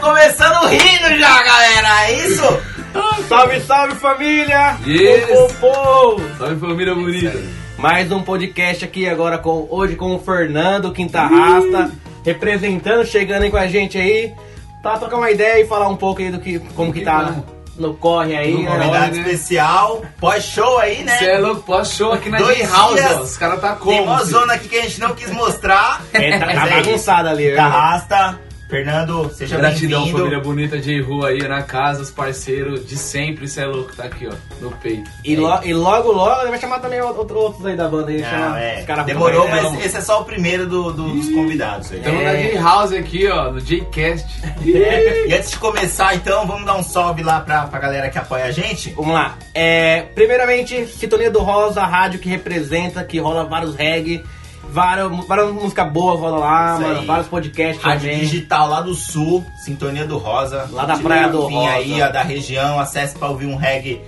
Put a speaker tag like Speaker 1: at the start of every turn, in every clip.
Speaker 1: começando rindo já, galera. É isso?
Speaker 2: Salve, salve família!
Speaker 3: Yes.
Speaker 2: Pou, pou, pou.
Speaker 3: Salve família bonita.
Speaker 2: Mais um podcast aqui agora com hoje com o Fernando Quinta Rasta, representando, chegando aí com a gente aí, pra trocar uma ideia e falar um pouco aí do que como que tá
Speaker 3: Vamos.
Speaker 2: no corre aí.
Speaker 3: No
Speaker 2: né?
Speaker 3: corre.
Speaker 1: Um Convidado
Speaker 3: né?
Speaker 1: especial, pós-show aí, né?
Speaker 3: Você é louco, pós-show aqui na
Speaker 1: Dois
Speaker 3: J House,
Speaker 1: dias.
Speaker 3: ó. Os caras tá como?
Speaker 1: Tem uma zona aqui que a gente não quis mostrar.
Speaker 2: É, tá, tá
Speaker 1: Mas é isso.
Speaker 2: bagunçado ali.
Speaker 1: Da
Speaker 2: né?
Speaker 1: Rasta, Fernando, seja
Speaker 3: Gratidão, família
Speaker 1: bem-vindo.
Speaker 3: bonita de rua aí na casa, os parceiros de sempre, você é louco, tá aqui, ó, no peito.
Speaker 2: E, lo- e logo, logo, ele vai chamar também outro- outros aí da banda aí.
Speaker 1: Não,
Speaker 2: chamar
Speaker 1: é.
Speaker 2: os caras
Speaker 1: Demorou,
Speaker 2: pra-
Speaker 1: mas esse é só o primeiro do- do- dos convidados aí.
Speaker 2: Então
Speaker 3: Estamos na J House aqui, ó, no J-Cast.
Speaker 1: é. E antes de começar, então, vamos dar um salve lá pra, pra galera que apoia a gente.
Speaker 2: Vamos lá. É, primeiramente, Sintonia do Rosa, a rádio que representa, que rola vários reggae, várias, várias músicas boas rola lá,
Speaker 1: Isso
Speaker 2: mano,
Speaker 1: aí.
Speaker 2: vários podcasts
Speaker 1: Rádio
Speaker 2: também.
Speaker 1: Digital lá do Sul, Sintonia do Rosa.
Speaker 2: Lá da
Speaker 1: Tiver
Speaker 2: Praia do
Speaker 1: fim
Speaker 2: Rosa.
Speaker 1: aí, a da região, acesse pra ouvir um reggae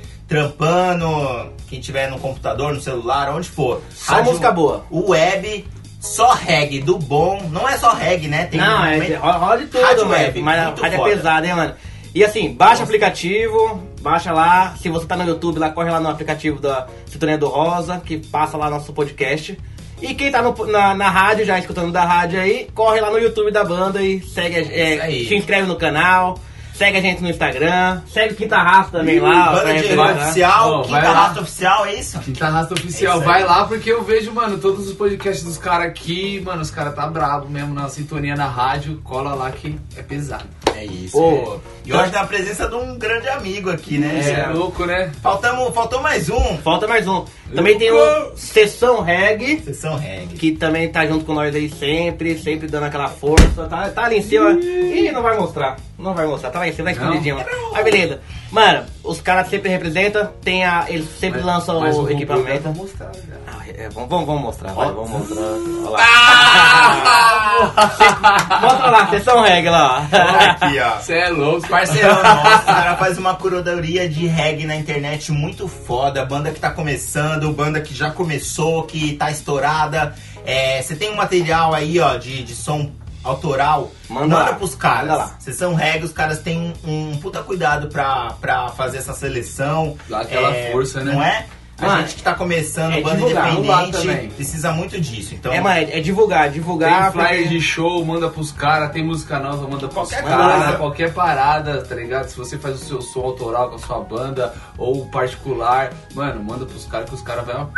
Speaker 1: trampando, quem tiver no computador, no celular, onde for.
Speaker 2: Só música boa.
Speaker 1: O web, só reggae do bom. Não é só reggae, né?
Speaker 2: Não, é, rola, rola de tudo,
Speaker 1: Rádio
Speaker 2: mano.
Speaker 1: web,
Speaker 2: mas a
Speaker 1: muito
Speaker 2: rádio
Speaker 1: foda.
Speaker 2: é pesada, hein, mano. E assim, baixa o aplicativo, baixa lá. Se você tá no YouTube, lá corre lá no aplicativo da Sintonia do Rosa, que passa lá nosso podcast. E quem tá no- na, na rádio, já escutando da rádio aí, corre lá no YouTube da banda e segue, a- é,
Speaker 1: Isso aí.
Speaker 2: se inscreve no canal, segue a gente no Instagram, segue o Quinta Raça também lá. é né? ó, pra
Speaker 1: Banda de
Speaker 2: representar.
Speaker 1: Herói oficial,
Speaker 3: Ó,
Speaker 1: quinta
Speaker 3: vai lá.
Speaker 1: raça oficial, é isso?
Speaker 3: Quinta Rasta Oficial,
Speaker 1: É isso aí.
Speaker 3: vai lá porque eu vejo, mano, todos os podcasts dos caras aqui, mano, os caras tá brabo mesmo na sintonia na rádio, cola lá que é pesado.
Speaker 1: É isso.
Speaker 2: Pô.
Speaker 1: E hoje na presença de um grande amigo aqui, né?
Speaker 3: Você é
Speaker 1: Thiago?
Speaker 3: louco, né?
Speaker 1: Faltamos, faltou mais um.
Speaker 2: Falta mais um. Também tem o Sessão Reggae.
Speaker 1: Sessão reggae.
Speaker 2: que também tá junto com nós aí sempre, sempre dando aquela força, tá, tá ali em cima. Ih, não vai mostrar, não vai mostrar, tá lá em cima, tá
Speaker 3: Não?
Speaker 2: escondidinho. Mas beleza. Mano, os caras sempre representam, tem a, eles sempre lançam
Speaker 3: Mas
Speaker 2: o
Speaker 3: robô
Speaker 2: equipamento.
Speaker 3: dá pra mostrar, tá já.
Speaker 2: Ah, é, vamos, vamos, vamos mostrar, vai, vamos mostrar. Olha lá.
Speaker 3: Ah!
Speaker 2: Mostra lá, sessão reggae lá.
Speaker 1: Olha aqui, ó.
Speaker 3: Você é louco,
Speaker 1: Parceirão
Speaker 3: parceirão.
Speaker 1: nosso, o cara faz uma curadoria de reggae na internet muito foda. Banda que tá começando, banda que já começou, que tá estourada. É, Você tem um material aí, ó, de, de som autoral.
Speaker 2: Manda lá.
Speaker 1: pros
Speaker 2: Manda
Speaker 1: caras.
Speaker 2: lá.
Speaker 1: Vocês são reggae, os caras têm um, um puta cuidado pra, pra fazer essa seleção.
Speaker 3: Dá aquela força, né?
Speaker 1: Não é? A
Speaker 2: Mano,
Speaker 1: gente que tá começando,
Speaker 2: é
Speaker 1: banda
Speaker 2: divulgar,
Speaker 3: divulgar
Speaker 1: independente,
Speaker 3: também.
Speaker 1: precisa muito disso. Então,
Speaker 2: É, mano, é divulgar, divulgar.
Speaker 3: Tem flyer
Speaker 2: porque-
Speaker 3: de show, manda pros caras, tem música nova, manda pros
Speaker 1: Qualquer coisa.
Speaker 3: caras, qualquer parada, tá ligado? Se você faz o seu som autoral com a sua banda ou particular, mano, manda pros caras que os caras vão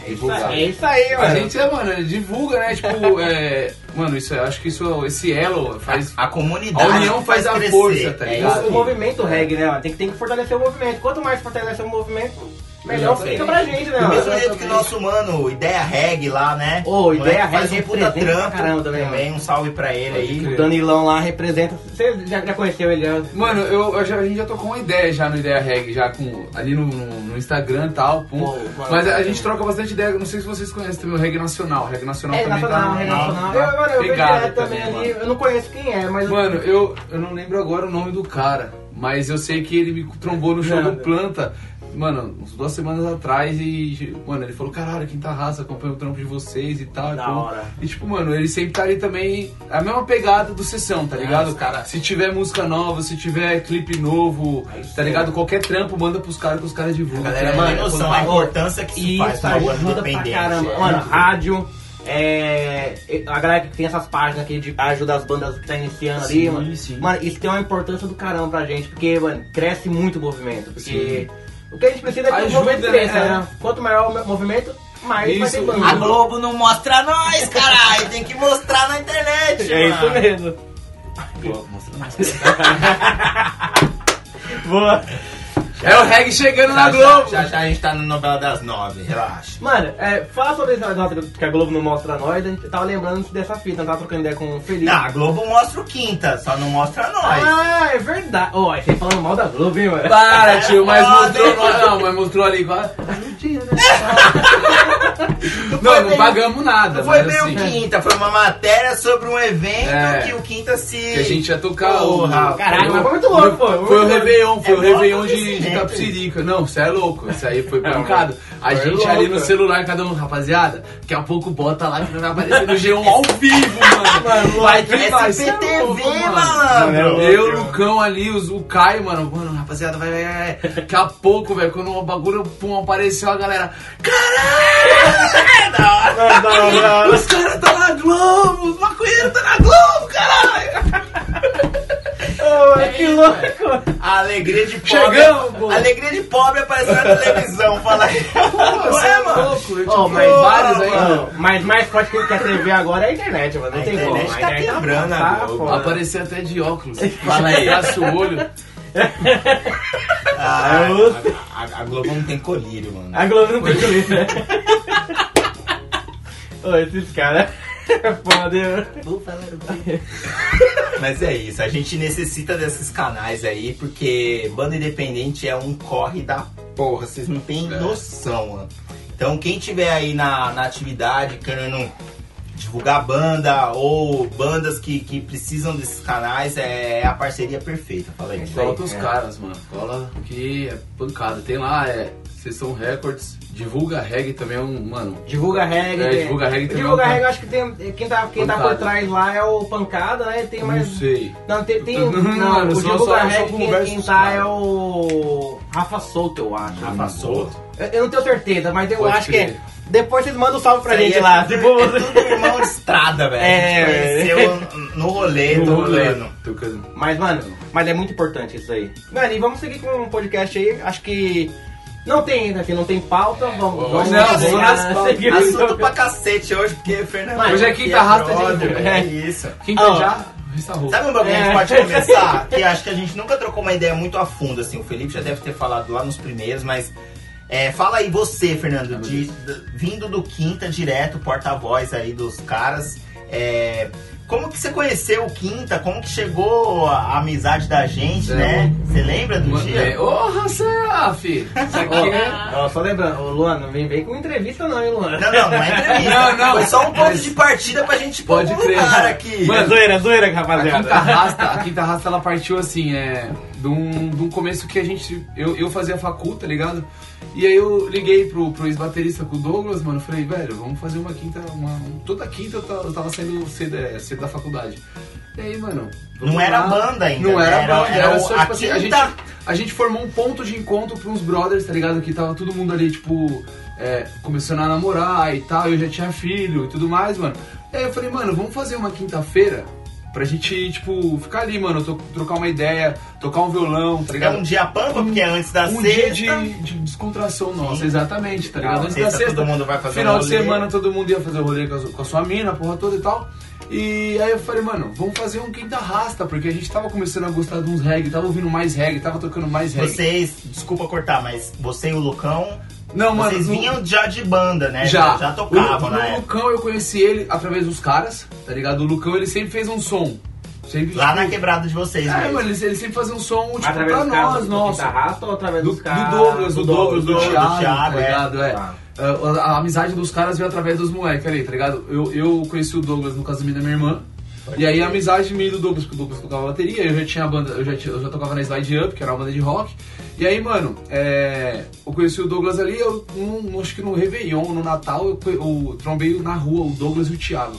Speaker 2: É isso
Speaker 3: divulgar.
Speaker 2: aí, é isso aí,
Speaker 3: A
Speaker 2: mano.
Speaker 3: gente é, mano, divulga, né? Tipo, é. Mano, isso, eu acho que isso, esse elo faz.
Speaker 1: a comunidade
Speaker 3: A união faz a
Speaker 1: crescer.
Speaker 3: força, tá
Speaker 1: É
Speaker 3: ligado?
Speaker 1: isso
Speaker 2: O
Speaker 1: aí.
Speaker 2: movimento reggae, né? mano? Tem que, tem que fortalecer o movimento. Quanto mais fortalecer o movimento, melhor
Speaker 3: Exatamente.
Speaker 2: fica pra gente, né?
Speaker 1: Do
Speaker 2: mano?
Speaker 1: mesmo jeito que nosso mano, Ideia Reg lá, né?
Speaker 2: Ô,
Speaker 1: O
Speaker 2: Ideia
Speaker 1: moleque
Speaker 2: Reg
Speaker 1: faz um puta
Speaker 2: representa pra
Speaker 1: trampo
Speaker 2: caramba também,
Speaker 1: Um salve pra ele
Speaker 3: Pode
Speaker 1: aí.
Speaker 3: crer.
Speaker 2: O Danilão lá representa. Você já, já conheceu ele? né?
Speaker 3: Mano, eu, eu já- a gente já tocou uma ideia já no Ideia Reg, já com ali no, no- no Instagram e tal. pum.
Speaker 2: Pô, mano,
Speaker 3: Mas a, a
Speaker 2: mano.
Speaker 3: gente troca bastante ideia. Não sei se vocês conhecem também o Reg Nacional. O Reg Nacional
Speaker 2: É,
Speaker 3: também
Speaker 2: nacional,
Speaker 3: tá.
Speaker 2: é
Speaker 1: Não,
Speaker 2: nacional.
Speaker 3: tá
Speaker 2: Eu, mano, eu vejo
Speaker 3: pegado
Speaker 2: direto também,
Speaker 3: também,
Speaker 2: ali.
Speaker 3: mano.
Speaker 2: Eu não conheço quem é, mas.
Speaker 3: Mano, eu, eu não lembro agora o nome do cara, mas eu sei que ele me trombou no show
Speaker 2: Nada.
Speaker 3: do Planta, mano, uns duas semanas atrás e, mano, ele falou, caralho, quinta raça, acompanha o trampo de vocês e tal.
Speaker 2: Da
Speaker 3: e, pum."
Speaker 2: hora.
Speaker 3: E tipo, mano, ele sempre tá ali também, a mesma pegada do Sessão, tá
Speaker 1: É,
Speaker 3: ligado?
Speaker 1: os cara-
Speaker 3: Se tiver música nova, se tiver clipe novo,
Speaker 2: É isso
Speaker 3: tá
Speaker 2: aí.
Speaker 3: ligado? Qualquer trampo, manda pros caras que os caras divulgam.
Speaker 1: Galera, é
Speaker 3: tá
Speaker 1: mano,
Speaker 3: ligado?
Speaker 1: noção,
Speaker 3: Quando-
Speaker 1: a importância que se
Speaker 2: Isso
Speaker 1: faz pra banda
Speaker 2: ajuda pra
Speaker 1: independente.
Speaker 2: caramba. Mano, rádio. É, a galera que tem essas páginas aqui de ajuda as bandas que tá iniciando ali,
Speaker 3: Sim,
Speaker 2: mano.
Speaker 3: sim.
Speaker 2: Mano, isso tem uma importância do caramba pra gente, porque, mano, cresce muito o movimento. Porque o que a gente precisa é que
Speaker 3: Ajuda,
Speaker 2: o movimento cresça,
Speaker 3: né?
Speaker 2: né? Quanto maior o movimento, mais vai
Speaker 3: Isso.
Speaker 2: ter
Speaker 1: A
Speaker 2: banda.
Speaker 1: Globo não mostra nós, caralho. Tem que mostrar na internet,
Speaker 2: É
Speaker 1: mano.
Speaker 2: isso mesmo.
Speaker 3: Pô, mostra mais.
Speaker 2: Boa.
Speaker 3: É o reggae chegando na
Speaker 1: Já,
Speaker 3: Globo.
Speaker 1: já, já, já a gente tá no novela das nove, relaxa.
Speaker 2: Mano, é, fala sobre esse negócio que a Globo não mostra nós, a gente tava lembrando dessa fita, eu tava trocando ideia com o Felipe.
Speaker 1: Não, a Globo mostra o quinta, só não mostra nós.
Speaker 2: Ah, é verdade. Ó, aí você falando mal da Globo, hein, mano?
Speaker 3: Para, tio, mas
Speaker 1: Foda,
Speaker 3: mostrou.
Speaker 1: hein?
Speaker 3: Não, mas mostrou ali. quase-
Speaker 2: Ajudinha, né?
Speaker 1: Tu foi
Speaker 3: Não, não
Speaker 1: bem-
Speaker 3: pagamos nada.
Speaker 1: Não foi
Speaker 3: mas
Speaker 1: bem
Speaker 3: assim,
Speaker 1: o Quinta, foi uma matéria sobre um evento
Speaker 3: É.
Speaker 1: que o Quinta se.
Speaker 3: Que a gente ia tocar
Speaker 1: Porra,
Speaker 3: o.
Speaker 2: Caralho,
Speaker 3: o-
Speaker 2: mas foi muito louco, assim. pô.
Speaker 3: Foi o Réveillon, foi
Speaker 1: É
Speaker 3: o Réveillon
Speaker 1: bom
Speaker 3: de, de
Speaker 1: acontecimento.
Speaker 3: Capsirica. Não, você é louco. Isso aí foi pancado. A
Speaker 2: foi
Speaker 3: gente
Speaker 2: louco,
Speaker 3: ali no
Speaker 2: cara.
Speaker 3: celular, cada um, rapaziada, daqui a pouco bota lá que vai aparecer no G1 ao vivo, mano. Vai que vai, cê é
Speaker 1: SPTV,
Speaker 3: louco,
Speaker 1: malandro!
Speaker 2: Mano,
Speaker 3: Eu, Lucão ali, os- o Caio, mano. Mano, rapaziada, vai, vai, vai. Daqui a pouco, velho, quando o bagulho pum, apareceu, a galera. Os caras tá na Globo! Os maconheiros tá na Globo, caralho!
Speaker 2: que louco.
Speaker 1: A alegria de pobre.
Speaker 3: Chegamos, pô.
Speaker 1: A alegria de pobre apareceu na televisão, fala aí.
Speaker 3: Você é louco, eu tinha
Speaker 2: mas-
Speaker 3: vários aí, né? mano.
Speaker 2: Mano, mas mais forte que a TV agora é a internet, mano. Não
Speaker 1: A
Speaker 2: tem como.
Speaker 1: internet tá quebrando a
Speaker 2: tá
Speaker 1: Globo.
Speaker 2: foda.
Speaker 3: Apareceu até de óculos. Fala aí, passa o olho. É
Speaker 1: Ah,
Speaker 2: Justo.
Speaker 1: a, a- a Globo não tem colírio, mano.
Speaker 2: A Globo não tem colírio, né? Ô, esses caras... é Foda,
Speaker 1: Mas é isso, a gente necessita desses canais aí, porque banda independente é um corre da porra, vocês não têm
Speaker 3: É.
Speaker 1: noção, mano. Então quem tiver aí na, na atividade querendo divulgar banda ou bandas que, que precisam desses canais, é a parceria perfeita, fala aí. é.
Speaker 3: Cola com os caras, mano. Cola que é pancada. Tem lá, é. Sessão Records. Divulga reggae também é um. Mano.
Speaker 2: Divulga reggae.
Speaker 3: É,
Speaker 2: tem-
Speaker 3: divulga reggae também.
Speaker 2: Divulga
Speaker 3: é um-
Speaker 2: reggae, acho que tem. Quem tá, quem tá
Speaker 3: Pancada.
Speaker 2: por trás lá é o Pancada, né? Tem
Speaker 3: Não
Speaker 2: mais.
Speaker 3: sei.
Speaker 2: Não, tem. tem- um-
Speaker 3: Não,
Speaker 2: não,
Speaker 3: mano,
Speaker 2: o
Speaker 3: só-
Speaker 2: divulga
Speaker 3: só- só
Speaker 2: reggae, quem,
Speaker 3: conversa
Speaker 2: quem
Speaker 3: com os
Speaker 2: tá
Speaker 3: caras.
Speaker 2: é
Speaker 3: Uhum.
Speaker 2: o. Rafa Souto, eu acho.
Speaker 1: Rafa Souto.
Speaker 2: Eu, eu não tenho certeza, mas eu
Speaker 3: Pode
Speaker 2: acho
Speaker 3: crer.
Speaker 2: que é. Depois vocês mandam um salve pra
Speaker 1: Isso aí
Speaker 2: gente
Speaker 1: é
Speaker 2: lá.
Speaker 1: tudo-
Speaker 2: De boa.
Speaker 3: né?
Speaker 1: É tudo irmão de estrada, velho.
Speaker 2: É,
Speaker 1: A gente conheceu no rolê, tá
Speaker 3: Tô
Speaker 1: no
Speaker 3: rolando. Tocando.
Speaker 2: Mas, mano, mas é muito importante isso aí. Mano, e vamos seguir com um podcast aí. Acho que. Não tem, né, filho? Não tem pauta. Vamos. vamos
Speaker 3: hoje não,
Speaker 2: vamos
Speaker 3: hoje
Speaker 2: lá,
Speaker 3: não.
Speaker 2: seguir.
Speaker 1: Assunto pra cacete hoje, porque Fernando.
Speaker 2: Mas
Speaker 3: hoje é
Speaker 1: aqui
Speaker 3: quinta rasta de
Speaker 1: brother,
Speaker 3: novo.
Speaker 1: velho, É isso.
Speaker 3: Quem tá
Speaker 2: Ah.
Speaker 3: já? Resta roupa.
Speaker 1: Sabe um bagulho que a
Speaker 2: É.
Speaker 1: gente pode começar? Que acho que a gente nunca trocou uma ideia muito a fundo, assim. O Felipe já deve ter falado lá nos primeiros, mas. é, fala aí você, Fernando, de- d- vindo do Quinta direto, porta-voz aí dos caras. é, como que você conheceu o Quinta? Como que chegou a amizade da gente,
Speaker 3: É,
Speaker 1: né? Você lembra do dia?
Speaker 3: Ô, Rancel, fi. Isso aqui é.
Speaker 2: Ó, só lembrando, ô Luan, não vem, vem com entrevista não, hein, Luan?
Speaker 1: Não, não, não é entrevista.
Speaker 3: Não, não.
Speaker 1: Foi só um ponto
Speaker 3: Mas-
Speaker 1: de partida pra gente
Speaker 3: Pode
Speaker 1: pôr um
Speaker 3: crer.
Speaker 1: lugar aqui.
Speaker 3: Mano,
Speaker 2: É zoeira, é zoeira,
Speaker 3: A quinta
Speaker 2: rapaziada.
Speaker 3: rasta, a quinta rasta ela partiu assim, é. De um, de um começo que a gente. Eu, eu fazia facu, tá ligado? E aí eu liguei pro, pro ex-baterista com o Douglas, mano, falei, velho, vamos fazer uma quinta. Uma, toda quinta eu ta- eu tava, saindo cedo, é, cedo da faculdade. E aí, mano. vamos
Speaker 1: Não era
Speaker 3: lá.
Speaker 1: banda ainda,
Speaker 3: Não
Speaker 1: né?
Speaker 3: era,
Speaker 1: Era-
Speaker 3: banda,
Speaker 1: era
Speaker 3: era,
Speaker 1: o- é
Speaker 3: só
Speaker 1: a
Speaker 3: tipo assim, a gente,
Speaker 1: quinta-
Speaker 3: a gente formou um ponto de encontro pra uns brothers, tá ligado? Que tava todo mundo ali, tipo, é, começando a namorar e tal, eu já tinha filho e tudo mais, mano. E aí eu falei, mano, vamos fazer uma quinta-feira pra gente, tipo, ficar ali, mano, to- trocar uma ideia, tocar um violão,
Speaker 1: É
Speaker 3: tá ligado?
Speaker 1: um dia pampa, porque é antes da
Speaker 3: um
Speaker 1: sexta.
Speaker 3: dia de, de descontração nossa,
Speaker 1: Sim.
Speaker 3: exatamente, tá ligado?
Speaker 1: Ah,
Speaker 3: Antes
Speaker 1: sexta
Speaker 3: da sexta,
Speaker 1: todo mundo vai fazer
Speaker 3: final
Speaker 1: um
Speaker 3: de
Speaker 1: rolê.
Speaker 3: semana todo mundo ia fazer o rolê com a, su- com a sua mina, a porra toda e tal. E aí eu falei, mano, vamos fazer um quinta rasta, porque a gente tava começando a gostar de uns reggae, tava ouvindo mais reggae, tava tocando mais reggae.
Speaker 1: Vocês, desculpa cortar, mas você e o Lucão,
Speaker 3: Não, Ah, mano,
Speaker 1: vocês
Speaker 3: no-
Speaker 1: vinham já de banda, né?
Speaker 3: já.
Speaker 1: Já tocavam
Speaker 3: o,
Speaker 1: na
Speaker 3: O
Speaker 1: época.
Speaker 3: Lucão eu conheci ele através dos caras, tá ligado? O Lucão ele sempre fez um som. Sempre,
Speaker 1: Lá na
Speaker 3: tipo,
Speaker 1: quebrada de vocês
Speaker 3: É,
Speaker 1: mesmo.
Speaker 3: mano, ele, ele sempre fazia um som, tipo,
Speaker 2: Através
Speaker 3: pra
Speaker 2: dos caras,
Speaker 3: nós,
Speaker 2: do
Speaker 3: nossa.
Speaker 2: guitarrasta ou através
Speaker 3: Do,
Speaker 2: dos
Speaker 3: do
Speaker 2: caras?
Speaker 3: Douglas, do Douglas, do,
Speaker 1: do
Speaker 3: Thiago,
Speaker 1: Thiago,
Speaker 3: tá
Speaker 1: é.
Speaker 3: ligado? É.
Speaker 2: Tá.
Speaker 3: A, a amizade dos caras veio através dos moleques ali, tá ligado? Eu, eu conheci o Douglas no casamento da minha irmã. E aí a amizade minha e do Douglas, porque o Douglas tocava bateria, eu já tinha a banda, eu já, tinha- eu já tocava na Slide Up, que era uma banda de rock. E aí, mano, é, eu conheci o Douglas ali, eu num- acho que no Réveillon, no Natal, eu, co- eu trombei na rua o Douglas e o Thiago.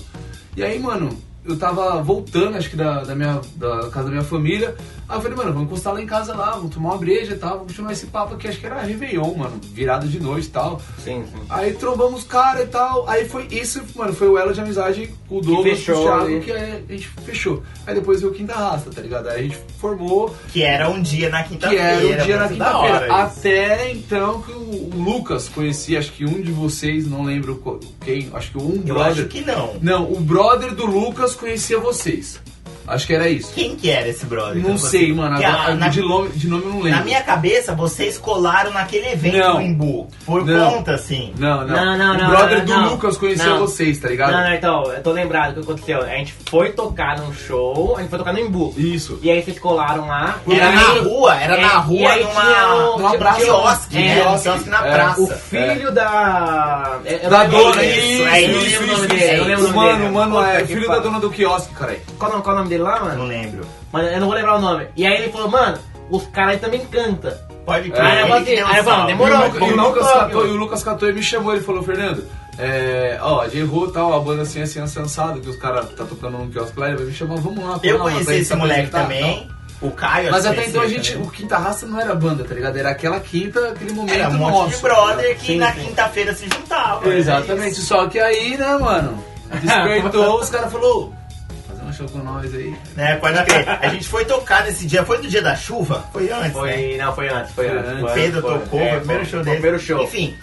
Speaker 3: E aí, mano, eu tava voltando, acho que da, da minha, da casa da minha família. Aí eu falei, mano, vamos encostar lá em casa lá, vamos tomar uma breja e tal, vamos continuar esse papo aqui, acho que era Réveillon, mano, virada de noite e tal.
Speaker 2: Sim, sim.
Speaker 3: Aí trombamos os cara e tal. Aí foi isso, mano. Foi o elo de amizade com o Douglas, com
Speaker 2: fechou,
Speaker 3: o Thiago,
Speaker 2: né?
Speaker 3: que aí a gente fechou. Aí depois veio o Quinta Rasta, tá ligado? Aí a gente formou,
Speaker 1: Que era um dia na
Speaker 3: que
Speaker 1: quinta-feira.
Speaker 3: era o dia na
Speaker 1: muito da hora
Speaker 3: quinta-feira.
Speaker 1: isso.
Speaker 3: Até então que o, o Lucas conhecia, acho que um de vocês, não lembro co- quem, acho que um
Speaker 1: Eu
Speaker 3: brother.
Speaker 1: acho que não.
Speaker 3: Não, o brother do Lucas conhecia vocês. Acho que era isso.
Speaker 1: Quem que era esse brother?
Speaker 3: Não
Speaker 1: Eu
Speaker 3: sei, mano.
Speaker 1: Que
Speaker 3: agora-
Speaker 1: a- na-
Speaker 3: de, nome, de nome eu não lembro.
Speaker 1: Na minha cabeça, vocês colaram naquele evento
Speaker 3: Não.
Speaker 1: do Imbu. Por
Speaker 3: Não.
Speaker 1: conta, assim.
Speaker 3: Não, não.
Speaker 2: Não, não,
Speaker 3: o
Speaker 2: não,
Speaker 3: brother
Speaker 2: não,
Speaker 3: do
Speaker 2: não.
Speaker 3: Lucas conhecia
Speaker 2: Não.
Speaker 3: vocês, tá ligado?
Speaker 2: Não, não, então, eu tô lembrado do que aconteceu. A gente foi tocar num show, a gente foi tocar no Embu.
Speaker 3: Isso.
Speaker 2: E aí vocês colaram lá.
Speaker 1: Era
Speaker 2: e
Speaker 1: na
Speaker 2: aí-
Speaker 1: rua, era
Speaker 2: é,
Speaker 1: na
Speaker 2: e
Speaker 1: rua,
Speaker 2: aí tinha um- o-
Speaker 1: numa, numa
Speaker 2: tinha-
Speaker 1: praça.
Speaker 2: tinha o-
Speaker 1: um Quiosque,
Speaker 2: é,
Speaker 1: né? Um Quiosque na
Speaker 3: é.
Speaker 1: praça. É.
Speaker 2: O filho da. é, eu não
Speaker 3: Da
Speaker 2: lembro
Speaker 3: dona,
Speaker 2: o nome dele.
Speaker 3: isso,
Speaker 1: Aí
Speaker 3: isso,
Speaker 1: não
Speaker 3: isso,
Speaker 1: lembro o nome
Speaker 3: isso,
Speaker 1: dele, aí eu
Speaker 2: É. lembro o
Speaker 3: isso.
Speaker 2: nome
Speaker 3: Mano,
Speaker 2: dele.
Speaker 3: mano,
Speaker 2: Puta
Speaker 3: é
Speaker 2: que
Speaker 3: filho da
Speaker 2: pariu.
Speaker 3: dona do quiosque, cara.
Speaker 2: Qual, o nome- qual o nome dele lá,
Speaker 1: Não
Speaker 2: mano?
Speaker 1: lembro.
Speaker 2: Mas eu não vou lembrar o nome. E aí ele falou, mano, os caras também cantam.
Speaker 1: Pode
Speaker 3: É,
Speaker 2: aí eu
Speaker 1: ele que
Speaker 2: botei,
Speaker 1: deu
Speaker 2: aí eu
Speaker 1: um
Speaker 2: falo,
Speaker 1: salve.
Speaker 2: demorou.
Speaker 3: E o Lu- e o
Speaker 2: Não
Speaker 3: Lucas
Speaker 2: toque,
Speaker 3: Cato-
Speaker 2: mano.
Speaker 3: e o Lucas Catoy me chamou, ele falou, Fernando, é, ó, a gente errou tal, a banda assim, assim, assensado, que os caras tá tocando num quiosque lá, ele vai me chamar, vamos lá.
Speaker 1: Eu
Speaker 3: vamos lá, pra
Speaker 1: conheci
Speaker 3: gente
Speaker 1: esse
Speaker 3: se
Speaker 1: moleque
Speaker 3: apresentar,
Speaker 1: também.
Speaker 3: tal.
Speaker 1: O Caio,
Speaker 3: Mas
Speaker 1: acho que
Speaker 3: até então a
Speaker 1: conhecia
Speaker 3: gente,
Speaker 1: também.
Speaker 3: o Quinta Raça não era banda, tá ligado? Era aquela quinta, aquele momento
Speaker 1: Era um monte
Speaker 3: nosso.
Speaker 1: de brother que
Speaker 2: Sim,
Speaker 1: na
Speaker 2: sim.
Speaker 1: quinta-feira se juntava. né?
Speaker 3: Exatamente, só que aí, né, mano, despertou, os caras falaram, fazer um show com nós aí.
Speaker 1: Né, pode crer. A gente foi tocar nesse dia. Foi do dia da chuva? Foi antes, né?
Speaker 2: Foi, não, foi antes, foi
Speaker 3: Foi
Speaker 2: antes.
Speaker 3: antes.
Speaker 2: foi
Speaker 1: Pedro
Speaker 2: antes, foi.
Speaker 1: tocou,
Speaker 2: É,
Speaker 1: foi o primeiro show
Speaker 2: foi
Speaker 1: dele.
Speaker 2: o primeiro show.
Speaker 1: Enfim,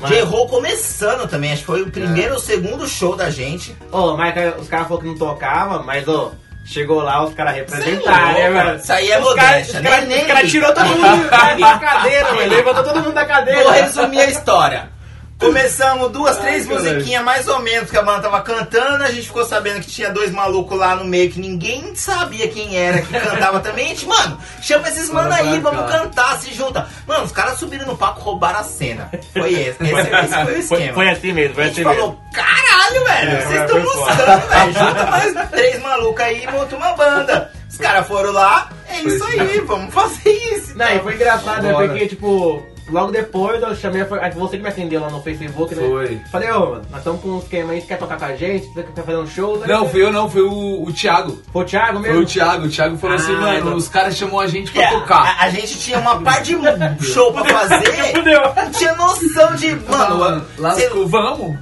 Speaker 2: Mas-
Speaker 1: J-Roll começando também. Acho que foi o primeiro ou segundo show da gente.
Speaker 2: Ô, mas que- os caras falaram que não tocava, mas ô, chegou lá os caras
Speaker 1: Sei
Speaker 2: representaram,
Speaker 1: lá,
Speaker 2: né,
Speaker 1: cara.
Speaker 2: mano?
Speaker 1: Isso aí é
Speaker 2: os caras
Speaker 1: modéstia,
Speaker 2: cara,
Speaker 1: nem-
Speaker 2: os cara
Speaker 1: nem-
Speaker 2: tirou todo mundo da cadeira, velho. Levantou todo mundo da cadeira.
Speaker 1: Vou resumir a história. Começamos duas, três
Speaker 3: Ai, caralho.
Speaker 1: musiquinhas mais ou menos que a banda tava cantando. A gente ficou sabendo que tinha dois malucos lá no meio que ninguém sabia quem era que cantava também. A gente, mano, chama esses mano
Speaker 3: Bora
Speaker 1: aí,
Speaker 3: pra
Speaker 1: vamos
Speaker 3: cá.
Speaker 1: cantar, se junta. Mano, os caras subiram no palco, roubaram a cena. Foi esse, esse, esse foi o
Speaker 2: foi,
Speaker 1: esquema.
Speaker 2: foi assim mesmo, foi
Speaker 1: a
Speaker 2: assim
Speaker 1: gente
Speaker 2: mesmo.
Speaker 1: falou, caralho, velho,
Speaker 2: É,
Speaker 1: vocês
Speaker 2: é,
Speaker 1: estão
Speaker 2: foi
Speaker 1: mostrando, velho. Junta mais três malucos aí e monta uma banda. Os caras foram lá, é isso aí, vamos fazer isso. então."
Speaker 2: Não, e foi engraçado, né?
Speaker 3: Bora.
Speaker 2: Porque, tipo, logo depois eu chamei, foi aí você que me atendeu lá no Facebook, né?
Speaker 3: Foi.
Speaker 2: Falei, ô, mano, nós estamos com um esquema aí, você quer tocar com a gente? Você quer fazer um show? Daí
Speaker 3: Não,
Speaker 2: você-
Speaker 3: foi eu não, foi o, o Thiago.
Speaker 2: Foi o Thiago mesmo?
Speaker 3: Foi o Thiago, o Thiago falou
Speaker 2: Ah,
Speaker 3: assim, mano,
Speaker 2: então-
Speaker 3: os caras chamou a gente pra
Speaker 1: É,
Speaker 3: tocar.
Speaker 1: A, a gente tinha uma par de show pra fazer.
Speaker 2: Fudeu.
Speaker 1: Não tinha noção de.
Speaker 3: ah,
Speaker 1: Mano, cê-
Speaker 3: lascou, vamos?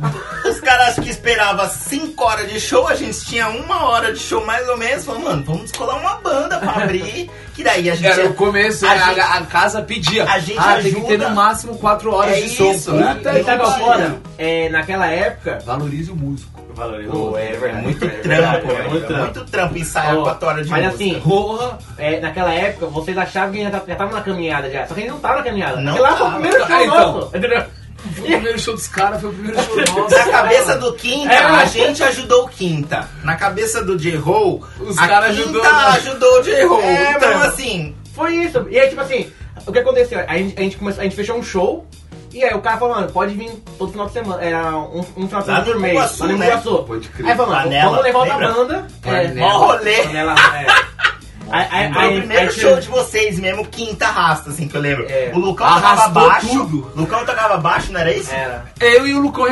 Speaker 1: os caras acho que esperavam 5 horas de show, a gente tinha uma hora de show mais ou menos. Falou, mano, vamos descolar uma banda pra abrir. Que daí a gente.
Speaker 3: Era o começo,
Speaker 1: a
Speaker 3: né? a,
Speaker 1: gente-
Speaker 3: a casa pedia.
Speaker 1: a gente
Speaker 3: ah, tem que
Speaker 1: ajuda.
Speaker 3: ter no máximo 4 horas
Speaker 1: É
Speaker 3: de som.
Speaker 1: isso,
Speaker 3: Puta
Speaker 1: né?
Speaker 2: E
Speaker 3: que
Speaker 2: sabe qual
Speaker 1: Não
Speaker 2: foda?
Speaker 1: tinha.
Speaker 2: É, naquela época.
Speaker 3: Valorize o músico.
Speaker 2: Valorizou, é
Speaker 1: É
Speaker 2: verdade.
Speaker 1: muito
Speaker 2: é
Speaker 1: trampo,
Speaker 2: verdade,
Speaker 1: velho.
Speaker 2: É muito trampo.
Speaker 1: ensaiar
Speaker 2: Ó,
Speaker 1: 4 horas de
Speaker 2: mas
Speaker 1: música.
Speaker 2: assim,
Speaker 3: Porra!
Speaker 2: É, naquela época, vocês achavam que já tá- já tava na caminhada já. Só que a gente não tava na caminhada.
Speaker 1: Não
Speaker 2: Porque lá foi o
Speaker 1: tava.
Speaker 2: primeiro show
Speaker 3: Ah, então.
Speaker 2: nosso. Entendeu?
Speaker 3: Foi o primeiro show dos caras, foi o primeiro show nosso.
Speaker 1: Na cabeça do Quinta,
Speaker 2: É,
Speaker 1: a
Speaker 2: mas-
Speaker 1: gente ajudou o Quinta. Na cabeça do J-Roll,
Speaker 3: Os
Speaker 1: a
Speaker 3: cara
Speaker 1: Quinta
Speaker 3: ajudou, né?
Speaker 1: ajudou o J-Roll.
Speaker 2: É,
Speaker 1: então,
Speaker 2: mano.
Speaker 1: assim,
Speaker 2: Foi isso. E aí, tipo assim, o que aconteceu? A gente, a gente, começou, a gente fechou um show. E aí o cara falou, mano, pode vir todo final de semana. Era um, um final de
Speaker 1: Lá
Speaker 2: semana
Speaker 1: no
Speaker 2: por mês.
Speaker 1: Iguaçu,
Speaker 2: lá no
Speaker 1: né?
Speaker 2: Iguaçu.
Speaker 3: Pode crer.
Speaker 2: Aí falou, mano,
Speaker 1: Panela,
Speaker 2: vamos levar outra
Speaker 1: lembra?
Speaker 2: banda.
Speaker 3: Panela.
Speaker 1: ó, rolê.
Speaker 2: Panela, é. Aí, aí,
Speaker 1: Foi
Speaker 2: aí-
Speaker 1: o primeiro
Speaker 2: aí-
Speaker 1: show de vocês mesmo, quinta rasta, assim, que eu lembro.
Speaker 2: É.
Speaker 1: O Lucão
Speaker 3: Arrastou
Speaker 1: tocava baixo.
Speaker 3: tudo.
Speaker 1: Lucão tocava baixo, não era isso?
Speaker 2: Era.
Speaker 3: Eu e o Lucão
Speaker 2: É,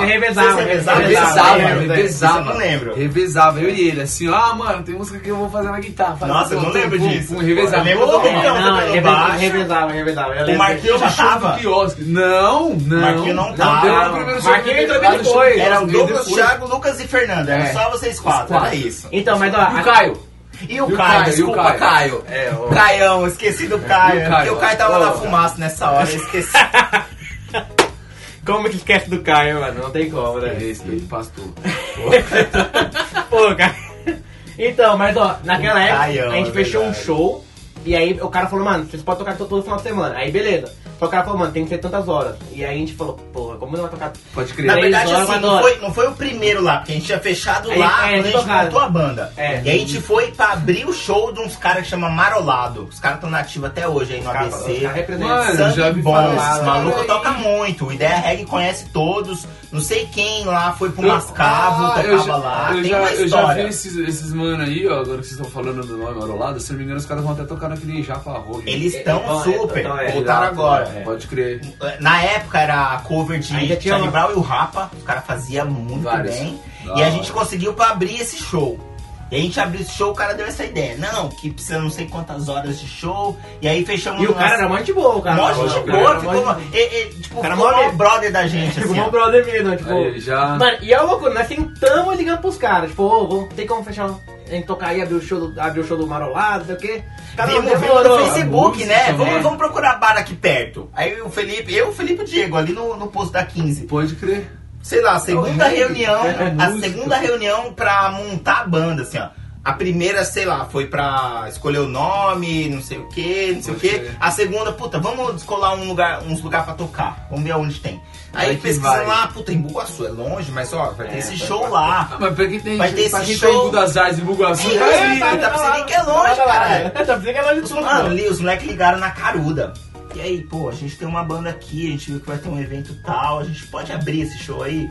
Speaker 2: você é, revezava,
Speaker 1: Vocês
Speaker 2: revezava,
Speaker 1: revezavam?
Speaker 3: revezava,
Speaker 1: eu lembro,
Speaker 3: né? revezava.
Speaker 1: né? isso eu não lembro.
Speaker 3: Revezava, eu e ele, assim, ó, ah, mano, tem música que eu vou fazer na guitarra. Faz
Speaker 1: Nossa, eu
Speaker 3: pum,
Speaker 1: não
Speaker 3: pum,
Speaker 1: lembro
Speaker 3: pum,
Speaker 1: disso.
Speaker 3: pum, revezava.
Speaker 1: Eu lembro do
Speaker 3: Porra,
Speaker 2: É,
Speaker 1: Lucão
Speaker 2: não,
Speaker 1: tocando
Speaker 2: revezava,
Speaker 1: baixo.
Speaker 2: revezava, revezava. Eu
Speaker 1: O
Speaker 2: lembro.
Speaker 1: Marquinhos já
Speaker 3: Show do
Speaker 1: tava.
Speaker 3: quiosque. Não, não.
Speaker 1: Marquinhos não tava.
Speaker 3: deu no primeiro show
Speaker 2: Marquinhos
Speaker 3: do
Speaker 2: entrou
Speaker 3: Guitarra,
Speaker 2: depois.
Speaker 3: show do
Speaker 1: Era o
Speaker 3: Guitarra,
Speaker 1: Douglas,
Speaker 3: depois.
Speaker 1: Thiago, Lucas e Fernando. Era
Speaker 3: É.
Speaker 1: só vocês quatro,
Speaker 3: Os quatro.
Speaker 1: era isso.
Speaker 2: Então, mas ó.
Speaker 3: E
Speaker 2: a-
Speaker 3: o Caio.
Speaker 1: E o
Speaker 3: E
Speaker 1: Caio,
Speaker 3: o Caio, e o
Speaker 1: desculpa,
Speaker 3: Caio.
Speaker 1: Caio.
Speaker 2: É, o-
Speaker 1: Caião, esqueci do
Speaker 3: E
Speaker 1: Caio.
Speaker 3: o Caio,
Speaker 1: Porque o Caio tava
Speaker 3: ó.
Speaker 1: na fumaça nessa hora, eu esqueci.
Speaker 2: Como que esquece do Caio, mano? Não tem como, né?
Speaker 3: É, Respeito, pastor.
Speaker 2: Pô, Tá cara. Então, mas ó, naquela época
Speaker 1: Caião,
Speaker 2: a gente
Speaker 1: é
Speaker 2: fechou um
Speaker 1: verdade.
Speaker 2: show e aí o cara falou, mano, vocês podem tocar todo, todo final de semana. Aí beleza. Só que o cara falou, mano, tem que ser tantas horas. E aí a gente falou, porra, como não vai tocar?
Speaker 3: Pode
Speaker 1: Na
Speaker 3: crer.
Speaker 2: Três
Speaker 1: verdade,
Speaker 2: horas,
Speaker 1: assim,
Speaker 2: mas
Speaker 1: não
Speaker 2: hora.
Speaker 1: foi, não foi o primeiro lá, porque a gente tinha fechado
Speaker 2: Aí,
Speaker 1: lá
Speaker 2: é,
Speaker 1: quando a gente
Speaker 2: tocado.
Speaker 1: montou a banda.
Speaker 2: É.
Speaker 1: E aí a gente foi pra abrir o show de uns caras que chama Marolado. Os caras estão nativos até hoje aí no
Speaker 2: Cara,
Speaker 1: ABC.
Speaker 2: os caras representam.
Speaker 3: Mano,
Speaker 1: Sangue
Speaker 3: já vi
Speaker 1: bom,
Speaker 3: falar
Speaker 1: esse
Speaker 3: desse
Speaker 1: maluco
Speaker 3: cara aí.
Speaker 1: toca muito. O Ideia Reg conhece todos. Não sei quem lá foi pro
Speaker 3: Eu-
Speaker 1: um Mascavo,
Speaker 3: Ah,
Speaker 1: tocava
Speaker 3: já-
Speaker 1: lá.
Speaker 3: Eu
Speaker 1: Tem
Speaker 3: já,
Speaker 1: uma
Speaker 3: eu já vi
Speaker 1: história.
Speaker 3: esses, esses mano aí, ó, agora que vocês estão falando do nome Arolado, se eu não me engano, os caras vão até tocar naquele Japa Rogue.
Speaker 1: Eles estão
Speaker 2: Então, é,
Speaker 1: super.
Speaker 2: então é,
Speaker 1: voltaram
Speaker 2: exato, é.
Speaker 1: agora.
Speaker 3: Pode crer.
Speaker 1: Na época era a cover de
Speaker 2: Ainda tinha
Speaker 1: Charlie
Speaker 2: uma-
Speaker 1: Brown e o Rapa. Os caras faziam muito
Speaker 3: Vários.
Speaker 1: bem.
Speaker 3: Da
Speaker 1: E a
Speaker 3: hora.
Speaker 1: gente conseguiu pra abrir esse show. E a gente abriu esse show, o cara deu essa ideia. Não, que precisa não sei quantas horas de show. E aí fechamos
Speaker 2: E o cara
Speaker 1: nosso-
Speaker 2: era mó de boa, o cara.
Speaker 1: Mó gente
Speaker 2: Mó
Speaker 3: de
Speaker 1: boa,
Speaker 2: cara,
Speaker 1: ficou
Speaker 2: mó
Speaker 1: uma-
Speaker 2: de-
Speaker 1: e- e, tipo,
Speaker 2: Cara, é
Speaker 1: ficou
Speaker 2: mó
Speaker 1: mó
Speaker 2: amigo.
Speaker 1: brother da gente,
Speaker 2: Tipo,
Speaker 1: assim.
Speaker 2: mó
Speaker 1: ó.
Speaker 2: brother mesmo, tipo.
Speaker 3: Aí, tá. já.
Speaker 2: Mano, e é uma loucura, nós sentamos e ligamos pros caras, tipo, ô, vamos- tem como fechar um. A gente tocar aí, abrir o show do, abrir o show do Marolado, não sei o quê. Cada um
Speaker 1: Vimos, vimos
Speaker 2: demorou.
Speaker 1: no Facebook,
Speaker 3: A
Speaker 1: né?
Speaker 3: música,
Speaker 1: Vamos,
Speaker 3: né?
Speaker 1: vamos procurar bar aqui perto. Aí o Felipe, eu, o Felipe e o Diego, ali no, no posto da 15.
Speaker 3: Pode crer.
Speaker 1: Sei lá, a segunda
Speaker 3: É o reggae,
Speaker 1: reunião,
Speaker 3: é a
Speaker 1: a
Speaker 3: música.
Speaker 1: segunda reunião pra montar a banda, assim, ó. A primeira, sei lá, foi pra escolher o nome, não sei o que, não sei o
Speaker 3: Pode
Speaker 1: que.
Speaker 3: crer.
Speaker 1: A segunda, puta, vamos descolar um lugar, uns lugares pra tocar. Vamos ver onde tem. Aí
Speaker 3: Vai que
Speaker 1: pesquisando
Speaker 3: vai.
Speaker 1: lá, puta, em Bugaçu é longe, mas ó, vai ter
Speaker 2: É,
Speaker 1: esse
Speaker 2: vai-
Speaker 1: show lá.
Speaker 3: Ah, mas pra quem tem,
Speaker 1: Vai ter
Speaker 3: pra
Speaker 1: esse
Speaker 3: quem
Speaker 1: show.
Speaker 3: tem das Artes e Bugaçu,
Speaker 1: Sim,
Speaker 3: vai ali.
Speaker 1: tá
Speaker 2: Tá
Speaker 1: pra você
Speaker 2: lá,
Speaker 1: ver que é
Speaker 2: tá
Speaker 1: longe,
Speaker 2: lá,
Speaker 1: caralho.
Speaker 2: Tá pra você ver que é longe de tudo.
Speaker 1: Mano, ali, os moleques ligaram na caruda. E aí, pô, a gente tem uma banda aqui, a gente viu que vai ter um evento tal, a gente pode abrir esse show aí?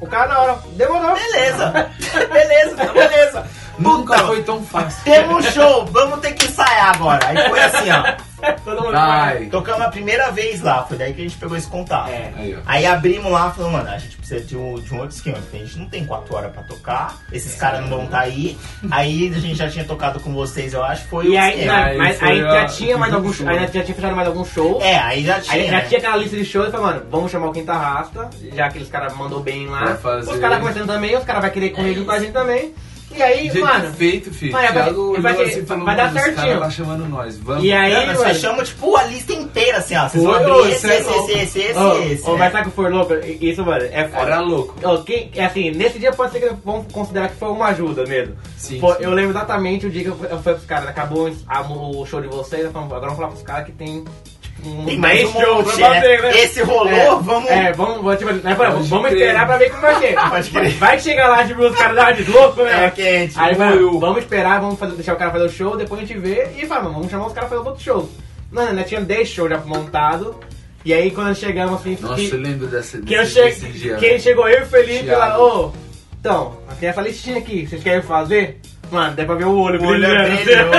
Speaker 2: O cara na hora, demorou.
Speaker 1: Beleza, beleza, então beleza.
Speaker 3: Nunca
Speaker 1: Então,
Speaker 3: foi tão fácil.
Speaker 1: Temos um show, vamos ter que ensaiar agora. Aí foi assim, ó.
Speaker 2: Todo mundo
Speaker 3: Vai.
Speaker 2: então,
Speaker 1: Tocamos a primeira vez lá, foi daí que a gente pegou esse contato.
Speaker 2: É.
Speaker 3: Aí, ó.
Speaker 1: Aí abrimos lá e falamos, mano, a gente precisa de um, de um outro esquema, porque a gente não tem quatro horas pra tocar, esses caras não vão estar aí. Aí a gente já tinha tocado com vocês, eu acho, foi
Speaker 2: E
Speaker 1: o
Speaker 2: aí, né?
Speaker 1: esquema.
Speaker 2: não,
Speaker 3: aí
Speaker 2: mas
Speaker 3: foi
Speaker 2: aí já
Speaker 3: a-
Speaker 2: tinha mais
Speaker 3: foi
Speaker 2: algum
Speaker 3: um
Speaker 2: show.
Speaker 3: show.
Speaker 2: Aí já tinha fechado mais algum show.
Speaker 1: É, aí já tinha.
Speaker 2: Aí já
Speaker 1: né?
Speaker 2: tinha aquela lista de shows e falou, mano, vamos chamar o Quinta Rasta, já que os caras mandou bem lá.
Speaker 3: Vai fazer.
Speaker 2: Os caras começando também, os caras vão querer
Speaker 1: É
Speaker 2: correr junto com a gente também. E aí,
Speaker 3: Jeito
Speaker 2: mano.
Speaker 3: feito, filho.
Speaker 2: Vai, vai-
Speaker 3: Thiago olhou
Speaker 2: vai-
Speaker 3: assim e falou,
Speaker 2: vai dar
Speaker 3: "Mano, os cara
Speaker 2: certinho."
Speaker 3: tá chamando nós. Vamos.
Speaker 2: E aí,
Speaker 1: Não, nós
Speaker 2: mano.
Speaker 1: fechamos, tipo, a lista inteira, assim, ó. Vocês vão
Speaker 3: Foi,
Speaker 1: abrir
Speaker 3: ô,
Speaker 1: esse,
Speaker 3: cê é
Speaker 1: esse,
Speaker 3: louco.
Speaker 1: esse, esse, esse,
Speaker 2: Ô,
Speaker 1: esse.
Speaker 2: ô,
Speaker 1: né?
Speaker 2: mas sabe que foi louco? Isso, mano, é foda.
Speaker 3: Era louco.
Speaker 2: Ô, quem- é assim, nesse dia pode ser que vamos considerar que foi uma ajuda mesmo.
Speaker 3: Sim,
Speaker 2: Pô,
Speaker 3: sim.
Speaker 2: Eu lembro exatamente o dia que eu fui, eu fui pros caras, acabou a- o show de vocês, eu falei, agora vamos falar pros caras que tem tipo, um
Speaker 1: Tem mais um
Speaker 2: show
Speaker 1: monte, né? Esse rolou, vamos-
Speaker 2: É, vamos, vamos, tipo, né, vamos-
Speaker 3: Pode
Speaker 2: vamos
Speaker 3: crer.
Speaker 2: esperar pra ver como vai ser.
Speaker 1: Pode crer.
Speaker 2: Vai chegar lá, tipo, os caras lá de louco, né?
Speaker 1: É quente.
Speaker 2: Aí,
Speaker 3: Morreu.
Speaker 2: mano, vamos esperar, vamos fazer- deixar o cara fazer o show, depois a gente vê e fala, mano, vamos chamar os caras pra fazer outro show. Não, não, não, tinha 10 shows já montado. E aí quando chegamos assim,
Speaker 3: Nossa,
Speaker 2: que-
Speaker 3: eu lembro dessa
Speaker 2: que eu
Speaker 3: desse-
Speaker 2: che...
Speaker 3: desse dia.
Speaker 2: Quem chegou eu e o Felipe
Speaker 3: Thiago.
Speaker 2: lá, ô. Então, tem essa listinha aqui, vocês querem fazer? Mano, dá pra ver o olho
Speaker 1: O olho
Speaker 2: brilhando.
Speaker 1: brilhou.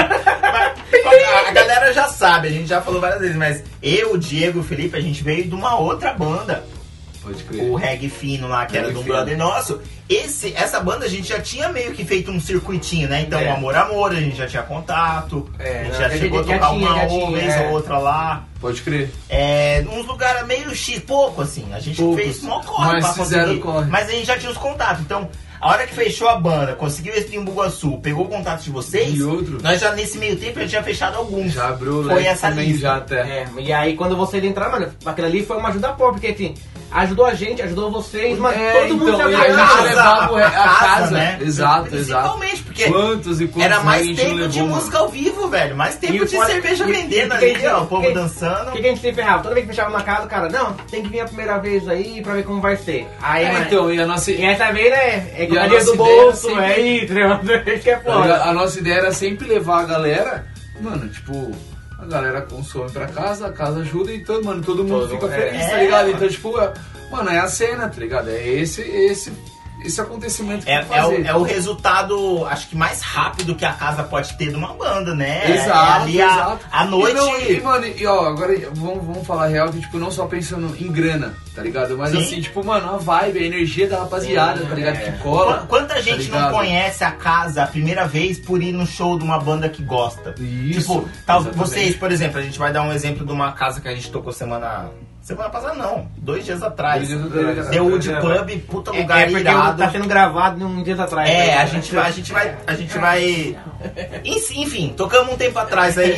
Speaker 1: Mas, a- A galera já sabe, a gente já falou várias vezes, mas eu, o Diego e o Felipe, a gente veio de uma outra banda.
Speaker 3: Pode
Speaker 1: O
Speaker 3: crer.
Speaker 1: Reg Fino lá, que era
Speaker 3: Reggae
Speaker 1: de um
Speaker 3: Fino.
Speaker 1: brother nosso. Esse, essa banda a gente já tinha meio que feito um circuitinho, né? Então,
Speaker 2: É.
Speaker 1: o Amor Amor, a gente já tinha contato.
Speaker 2: É,
Speaker 1: a
Speaker 2: né?
Speaker 1: gente já
Speaker 2: A gente
Speaker 1: chegou a
Speaker 2: já
Speaker 1: tocar
Speaker 2: tinha,
Speaker 1: uma
Speaker 2: já tinha,
Speaker 1: vez
Speaker 2: é.
Speaker 1: ou outra lá.
Speaker 3: Pode crer.
Speaker 1: É, uns lugares meio X, pouco assim. A gente
Speaker 3: Poucos.
Speaker 1: fez mó corre
Speaker 3: Mas
Speaker 1: pra
Speaker 3: fizeram
Speaker 1: conseguir.
Speaker 3: corre.
Speaker 1: Mas a gente já tinha os contatos. Então, a hora que fechou a banda, conseguiu esse em Bugaçu, pegou o contato de vocês.
Speaker 3: E outro?
Speaker 1: Nós já nesse meio tempo já tinha fechado alguns.
Speaker 3: Já abriu o
Speaker 1: Foi
Speaker 3: leque
Speaker 1: essa
Speaker 3: também
Speaker 1: lista.
Speaker 3: já até.
Speaker 2: É, e aí quando vocês entraram, mano, aquilo ali foi uma ajuda boa, porque assim, ajudou a gente, ajudou vocês, mano,
Speaker 3: É,
Speaker 2: todo mundo
Speaker 3: então,
Speaker 2: se
Speaker 3: e a
Speaker 2: abraçou.
Speaker 3: gente levava o re- a
Speaker 1: casa,
Speaker 3: casa.
Speaker 1: né?
Speaker 3: Exato, exato.
Speaker 1: Principalmente, porque
Speaker 3: Quantos e quantos
Speaker 1: era mais
Speaker 3: a gente não
Speaker 1: tempo de
Speaker 3: levou,
Speaker 1: música ao vivo, velho. Mais
Speaker 2: E
Speaker 1: tempo de
Speaker 2: fora-
Speaker 1: cerveja
Speaker 2: e-
Speaker 1: vendendo
Speaker 2: e-
Speaker 1: ali, ó. O povo
Speaker 2: e-
Speaker 1: dançando.
Speaker 2: O que, que a gente se ferrava? Toda vez que fechava uma casa, o cara, não, tem que vir a primeira vez aí pra ver como vai ser. Aí,
Speaker 3: É,
Speaker 2: mano,
Speaker 3: então, e a nossa.
Speaker 2: e essa vez, né, é
Speaker 3: E a
Speaker 2: economia do
Speaker 3: nossa ideia era
Speaker 2: bolso,
Speaker 3: sempre-
Speaker 2: é isso, né? Isso que é
Speaker 3: Tá ligado?
Speaker 2: foda.
Speaker 3: A nossa ideia era sempre levar a galera, mano, tipo, a galera consome pra casa, a casa ajuda e todo, mano, todo mundo
Speaker 2: Todo
Speaker 3: fica
Speaker 2: mundo-
Speaker 3: feliz,
Speaker 1: é.
Speaker 3: tá ligado? Então, tipo, é- mano, é a cena, tá ligado? É esse, esse, esse acontecimento que
Speaker 1: É,
Speaker 3: tem que
Speaker 1: é o,
Speaker 3: fazer.
Speaker 1: é o resultado, acho que mais rápido que a casa pode ter de uma banda, né?
Speaker 3: Exato,
Speaker 1: É ali a,
Speaker 3: exato.
Speaker 1: a noite.
Speaker 3: E, não, e, mano, e ó, agora vamos, vamos falar a real que, tipo, não só pensando em grana, tá ligado? Mas
Speaker 1: Sim.
Speaker 3: assim, tipo, mano, a vibe, a energia da rapaziada, tá ligado?
Speaker 2: é.
Speaker 3: Que cola.
Speaker 1: Qu- Quanta
Speaker 3: tá
Speaker 1: gente não
Speaker 3: ligado?
Speaker 1: conhece a casa a primeira vez por ir no show de uma banda que gosta?
Speaker 3: Isso,
Speaker 1: tipo, tal,
Speaker 3: exatamente.
Speaker 1: vocês, por exemplo, a gente vai dar um exemplo de uma casa que a gente tocou semana. Semana passada não, dois dias atrás.
Speaker 3: Dois dias atrás.
Speaker 1: The Wood
Speaker 2: É,
Speaker 1: Pub, puta
Speaker 2: É,
Speaker 1: lugar
Speaker 2: é porque
Speaker 1: irado.
Speaker 2: tá sendo gravado num dia atrás.
Speaker 1: É,
Speaker 2: né?
Speaker 1: a gente vai, a gente vai, a gente vai. Ens- Enfim, tocamos um tempo atrás aí.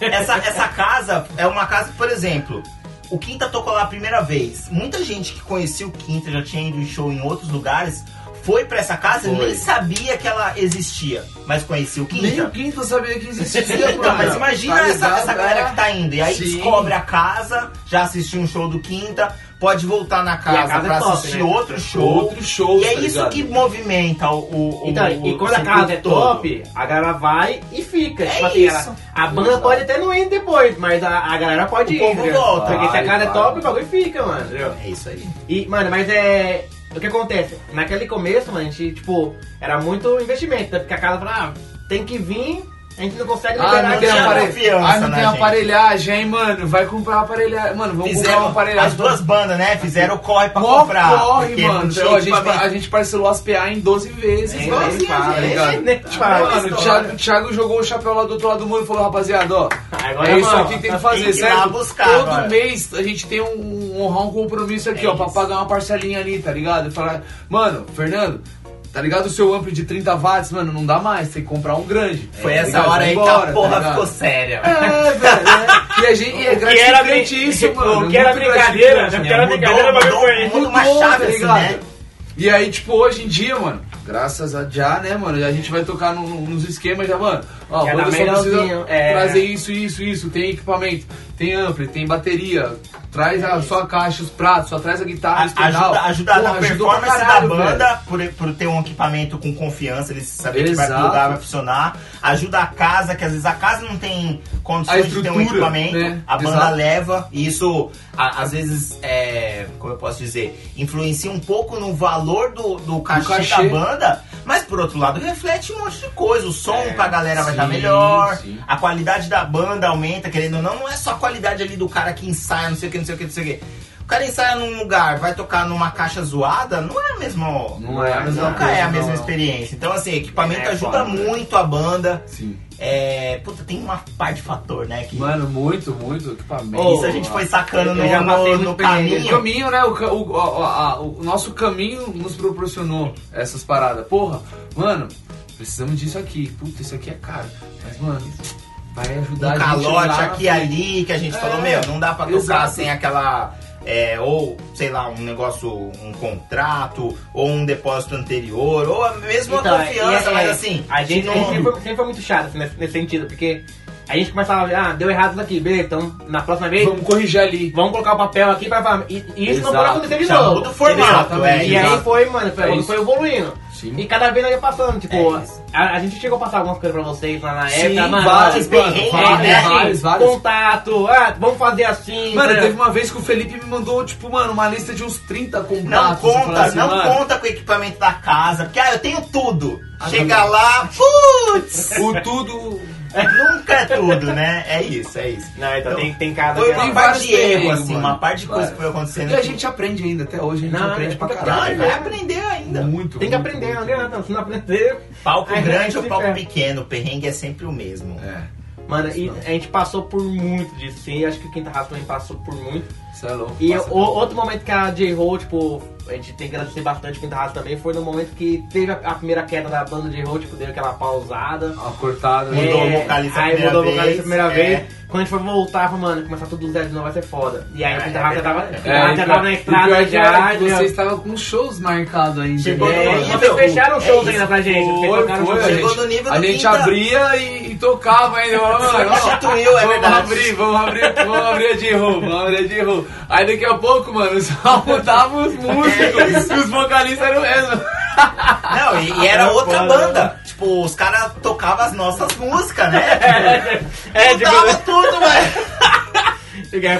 Speaker 1: Essa, essa casa é uma casa, por exemplo, o Quinta tocou lá a primeira vez. Muita gente que conhecia o Quinta, já tinha ido em show em outros lugares, foi pra essa casa e
Speaker 3: Foi.
Speaker 1: nem sabia que ela existia, mas conhecia o
Speaker 3: Nem o
Speaker 1: Quinta.
Speaker 3: Quinta sabia que existia,
Speaker 1: Então,
Speaker 3: mano.
Speaker 1: mas imagina
Speaker 3: Tá
Speaker 1: essa,
Speaker 3: ligado?
Speaker 1: essa galera que tá indo. E aí
Speaker 3: Sim.
Speaker 1: descobre a casa, já assistiu um show do Quinta, pode voltar na casa,
Speaker 2: casa é
Speaker 1: pra
Speaker 2: top,
Speaker 1: assistir
Speaker 2: né?
Speaker 1: outro show.
Speaker 3: Outro show,
Speaker 1: E é
Speaker 3: tá
Speaker 1: isso
Speaker 3: ligado?
Speaker 1: que movimenta o. o- o-
Speaker 2: Então,
Speaker 1: o
Speaker 2: e quando a
Speaker 1: circuito
Speaker 2: casa é
Speaker 1: todo.
Speaker 2: top, a galera vai e fica.
Speaker 1: É
Speaker 2: tipo assim,
Speaker 1: isso.
Speaker 2: ela- a banda pode até não ir depois, mas a, a galera pode
Speaker 1: O
Speaker 2: ir.
Speaker 1: povo
Speaker 2: entendeu?
Speaker 1: volta.
Speaker 2: Porque se a
Speaker 3: Vai,
Speaker 2: casa é
Speaker 3: vai.
Speaker 2: top, o bagulho fica, mano. entendeu?
Speaker 1: É isso aí.
Speaker 2: E, mano, mas é. O que acontece? Naquele começo, mano, a gente, tipo, era muito investimento, né? porque a casa falava, ah, tem que vir, a gente É não consegue
Speaker 3: Ah,
Speaker 2: liberar
Speaker 3: não
Speaker 2: a
Speaker 3: tem,
Speaker 1: tinha
Speaker 2: grana.
Speaker 3: aparelho.
Speaker 1: confiança
Speaker 3: ah, não
Speaker 1: na
Speaker 3: tem
Speaker 1: gente.
Speaker 3: aparelhagem, hein, mano? Vai comprar aparelhagem. Mano, vamos comprar uma
Speaker 1: Fizeram,
Speaker 3: aparelhagem.
Speaker 1: as duas bandas, né? Fizeram o corre pra
Speaker 3: Mó
Speaker 1: comprar.
Speaker 3: corre,
Speaker 1: porque
Speaker 3: mano.
Speaker 1: não tinha
Speaker 3: Então, a, gente,
Speaker 1: equipamento.
Speaker 3: a gente parcelou as PA em 12 vezes.
Speaker 2: Nem-
Speaker 1: assim,
Speaker 3: mano.
Speaker 2: nem
Speaker 3: Tá
Speaker 2: fala,
Speaker 3: ligado?
Speaker 2: nem-
Speaker 1: né?
Speaker 2: nem
Speaker 3: Tipo,
Speaker 2: fala.
Speaker 3: mano, o Thiago, o Thiago jogou o chapéu lá do outro lado do mundo e falou, rapaziada, ó,
Speaker 2: Agora
Speaker 3: é isso
Speaker 2: vamos,
Speaker 3: aqui que tem que
Speaker 2: nós
Speaker 3: fazer,
Speaker 1: temos que ir Ah, lá
Speaker 3: certo?
Speaker 1: buscar
Speaker 3: Todo
Speaker 1: agora.
Speaker 3: mês a gente tem um, um- honrar um compromisso aqui,
Speaker 1: É
Speaker 3: ó, pra
Speaker 1: isso.
Speaker 3: pagar uma parcelinha ali, tá ligado? E Falar, mano, Fernando, tá ligado o seu amplo de 30 watts? Mano, não dá mais, tem que comprar um grande.
Speaker 1: Foi
Speaker 3: É, tá
Speaker 1: essa
Speaker 3: ligado?
Speaker 1: hora aí que
Speaker 3: Vambora,
Speaker 1: a
Speaker 3: tá
Speaker 1: porra
Speaker 3: ligado?
Speaker 1: ficou séria.
Speaker 3: É, velho. é. E a gente e
Speaker 2: que
Speaker 3: é
Speaker 2: era
Speaker 3: gratificante
Speaker 2: brin-
Speaker 3: isso, mano.
Speaker 2: o que era
Speaker 3: Muito
Speaker 2: brincadeira,
Speaker 3: gratificante,
Speaker 2: né? Era brincadeira, mas
Speaker 1: mudou,
Speaker 2: foi-
Speaker 1: mudou uma
Speaker 3: Mudou,
Speaker 1: chave,
Speaker 3: tá
Speaker 1: assim,
Speaker 3: ligado?
Speaker 1: né?
Speaker 3: E aí, tipo, hoje em dia, mano, graças a já, né, mano, a gente vai tocar no- nos esquemas já, mano. Ó,
Speaker 2: Já
Speaker 3: banda
Speaker 1: tá
Speaker 2: dá
Speaker 3: só precisa
Speaker 2: melhorzinho, é.
Speaker 3: trazer isso, isso, isso, tem equipamento. tem ampli, tem bateria, traz a sua caixa, os pratos, só traz a guitarra, o esternal.
Speaker 1: É Ajuda, ajuda
Speaker 3: Porra,
Speaker 1: na
Speaker 3: ajudou pra
Speaker 1: performance
Speaker 3: caralho,
Speaker 1: da
Speaker 3: velho.
Speaker 1: banda, por, por ter um equipamento com confiança, ele saber que vai pro
Speaker 3: Exato.
Speaker 1: lugar, vai funcionar. Ajuda a casa, que às vezes a casa não tem condições de
Speaker 3: A
Speaker 1: ter um
Speaker 3: estrutura,
Speaker 1: equipamento.
Speaker 3: né?
Speaker 1: A banda
Speaker 3: Exato.
Speaker 1: leva, e isso, a- às vezes, é, como eu posso dizer, influencia um pouco no valor do, do, cachê,
Speaker 3: cachê.
Speaker 1: da banda, mas por outro lado reflete um monte de coisa. O som
Speaker 3: É,
Speaker 1: pra galera vai estar
Speaker 3: sim,
Speaker 1: tá melhor,
Speaker 3: sim.
Speaker 1: a qualidade da banda aumenta, querendo ou não, não é só a qualidade ali do cara que ensaia, não sei o que, não sei o que, não sei o que. O cara ensaia num lugar, vai tocar numa caixa zoada, não é a mesma.
Speaker 3: Não é a mesma
Speaker 1: nunca
Speaker 3: coisa,
Speaker 1: é a mesma
Speaker 3: não.
Speaker 1: experiência. Então, assim, equipamento
Speaker 2: É,
Speaker 1: ajuda
Speaker 2: claro.
Speaker 1: muito a banda.
Speaker 3: Sim.
Speaker 1: É. Puta, tem uma parte de fator, né? Que
Speaker 3: Mano, muito, muito equipamento.
Speaker 2: Ô,
Speaker 1: isso a gente foi sacando
Speaker 2: eu
Speaker 1: no,
Speaker 2: já passei
Speaker 1: no,
Speaker 2: muito
Speaker 1: no
Speaker 2: bem,
Speaker 3: O
Speaker 1: caminho.
Speaker 3: caminho, né? O, ca- o- a- a- a- o nosso caminho nos proporcionou essas paradas. Porra, mano, precisamos disso aqui. Puta, isso aqui é caro. Mas, mano, vai ajudar
Speaker 1: um
Speaker 3: a gente. lá
Speaker 1: calote
Speaker 3: na
Speaker 1: aqui e
Speaker 3: frente.
Speaker 1: ali que a gente
Speaker 3: É,
Speaker 1: falou, meu, não dá pra tocar
Speaker 3: exato.
Speaker 1: sem aquela. é, ou, sei lá, um negócio, um contrato, ou um depósito anterior, ou a mesma
Speaker 2: Então,
Speaker 1: confiança,
Speaker 2: é- é-
Speaker 1: mas assim,
Speaker 2: A gente, a gente
Speaker 1: não-
Speaker 2: sempre, foi- sempre foi muito chato assim, nesse, nesse sentido, porque a gente começava, ah, deu errado isso aqui, beleza, então na próxima vez vamos,
Speaker 3: Vamos corrigir ali.
Speaker 2: colocar o papel aqui pra. pra- E, e isso não
Speaker 3: Exato.
Speaker 2: pode acontecer de
Speaker 1: Já
Speaker 2: novo.
Speaker 1: muda o formato,
Speaker 2: entendeu?
Speaker 1: é,
Speaker 2: E aí
Speaker 3: exato.
Speaker 2: foi, mano, foi,
Speaker 3: É
Speaker 2: foi
Speaker 3: isso.
Speaker 2: evoluindo.
Speaker 3: Sim.
Speaker 2: E cada vez ela ia passando, tipo,
Speaker 1: É isso.
Speaker 2: a, a gente chegou a passar algumas coisas pra vocês lá na
Speaker 1: Sim,
Speaker 2: época, mano.
Speaker 1: vários,
Speaker 2: assim,
Speaker 1: mano,
Speaker 2: é,
Speaker 1: vários,
Speaker 2: é, assim,
Speaker 3: vários, vários.
Speaker 2: Contato, ah, vamos fazer assim.
Speaker 3: Mano,
Speaker 2: entendeu?
Speaker 3: teve uma vez que o Felipe me mandou, tipo, mano, uma lista de uns 30 contatos.
Speaker 1: Não
Speaker 3: Eu
Speaker 1: conta,
Speaker 3: falei assim,
Speaker 1: não
Speaker 3: mano,
Speaker 1: conta com o equipamento da casa, porque ah, eu tenho tudo.
Speaker 3: Ah,
Speaker 1: Chega
Speaker 3: também.
Speaker 1: lá, putz!
Speaker 3: O tudo.
Speaker 1: nunca é tudo, né? É isso, é isso.
Speaker 2: Não, então tem, tem cada.
Speaker 1: Foi
Speaker 2: que-
Speaker 1: uma
Speaker 3: Tem
Speaker 1: parte
Speaker 3: vários
Speaker 1: de erro,
Speaker 3: perigos,
Speaker 1: assim,
Speaker 3: mano.
Speaker 1: uma parte de coisa que
Speaker 3: Vai.
Speaker 1: foi acontecendo.
Speaker 3: E a gente aprende ainda, até hoje a gente
Speaker 2: Não,
Speaker 3: aprende
Speaker 2: é
Speaker 3: pra
Speaker 2: muito
Speaker 1: Não, ele
Speaker 3: caralho.
Speaker 1: vai aprender ainda.
Speaker 3: Muito.
Speaker 2: Tem que
Speaker 3: muito,
Speaker 2: aprender,
Speaker 3: muito.
Speaker 2: não adianta, se não aprender.
Speaker 1: Palco
Speaker 2: Aí,
Speaker 1: grande
Speaker 2: se
Speaker 1: ou palco
Speaker 2: ferra.
Speaker 1: pequeno, o perrengue é sempre o mesmo.
Speaker 3: É,
Speaker 2: Mano, e a gente passou por muito disso, sim. e Acho que o Quinta Raça também passou por muito.
Speaker 3: isso é louco.
Speaker 2: E
Speaker 3: passa-
Speaker 2: o- outro momento que a J-Ho, tipo, a gente tem que agradecer bastante o Quinta Raça também, foi no momento que teve a, a primeira queda da banda J-Ho, tipo, deu aquela pausada. É,
Speaker 3: A cortada. né?
Speaker 1: Mudou o vocalista a
Speaker 2: aí
Speaker 1: primeira
Speaker 2: mudou o
Speaker 1: vez,
Speaker 2: vocalista a primeira
Speaker 1: é.
Speaker 2: vez. Quando a gente foi voltar, falou, mano, começar tudo do zero de novo vai ser foda. E aí
Speaker 1: É,
Speaker 2: o Quinta
Speaker 1: é
Speaker 2: Raça já
Speaker 1: verdade.
Speaker 2: tava,
Speaker 1: É,
Speaker 2: o
Speaker 3: É,
Speaker 2: Quinta Raça já tava na
Speaker 3: pior
Speaker 2: estrada
Speaker 3: que era
Speaker 2: já.
Speaker 3: que
Speaker 2: entendeu?
Speaker 3: Vocês estavam com shows marcados ainda.
Speaker 1: Chegou
Speaker 3: né?
Speaker 1: no
Speaker 2: É,
Speaker 1: nível.
Speaker 2: e vocês fecharam
Speaker 1: É
Speaker 2: shows
Speaker 1: isso.
Speaker 2: ainda pra gente. vocês
Speaker 3: Foi,
Speaker 2: tocaram
Speaker 3: foi,
Speaker 2: shows.
Speaker 3: a
Speaker 1: Chegou
Speaker 3: gente,
Speaker 1: no nível
Speaker 3: a
Speaker 1: do
Speaker 3: gente
Speaker 1: quinta.
Speaker 3: abria e, e tocava ainda. Mano,
Speaker 1: Substituiu, é
Speaker 3: vamos
Speaker 1: verdade.
Speaker 3: abrir, vamos abrir, vamos abrir a de roupa, vamos abrir a de roupa. Aí daqui a pouco, mano, só mudava os músicos e os vocalistas eram o mesmo.
Speaker 1: Não, e, e era outra
Speaker 2: Foda.
Speaker 1: banda. Tipo, os caras tocavam as nossas músicas, né?
Speaker 2: É, tipo,
Speaker 1: Mudava tudo, velho. Lembra
Speaker 2: é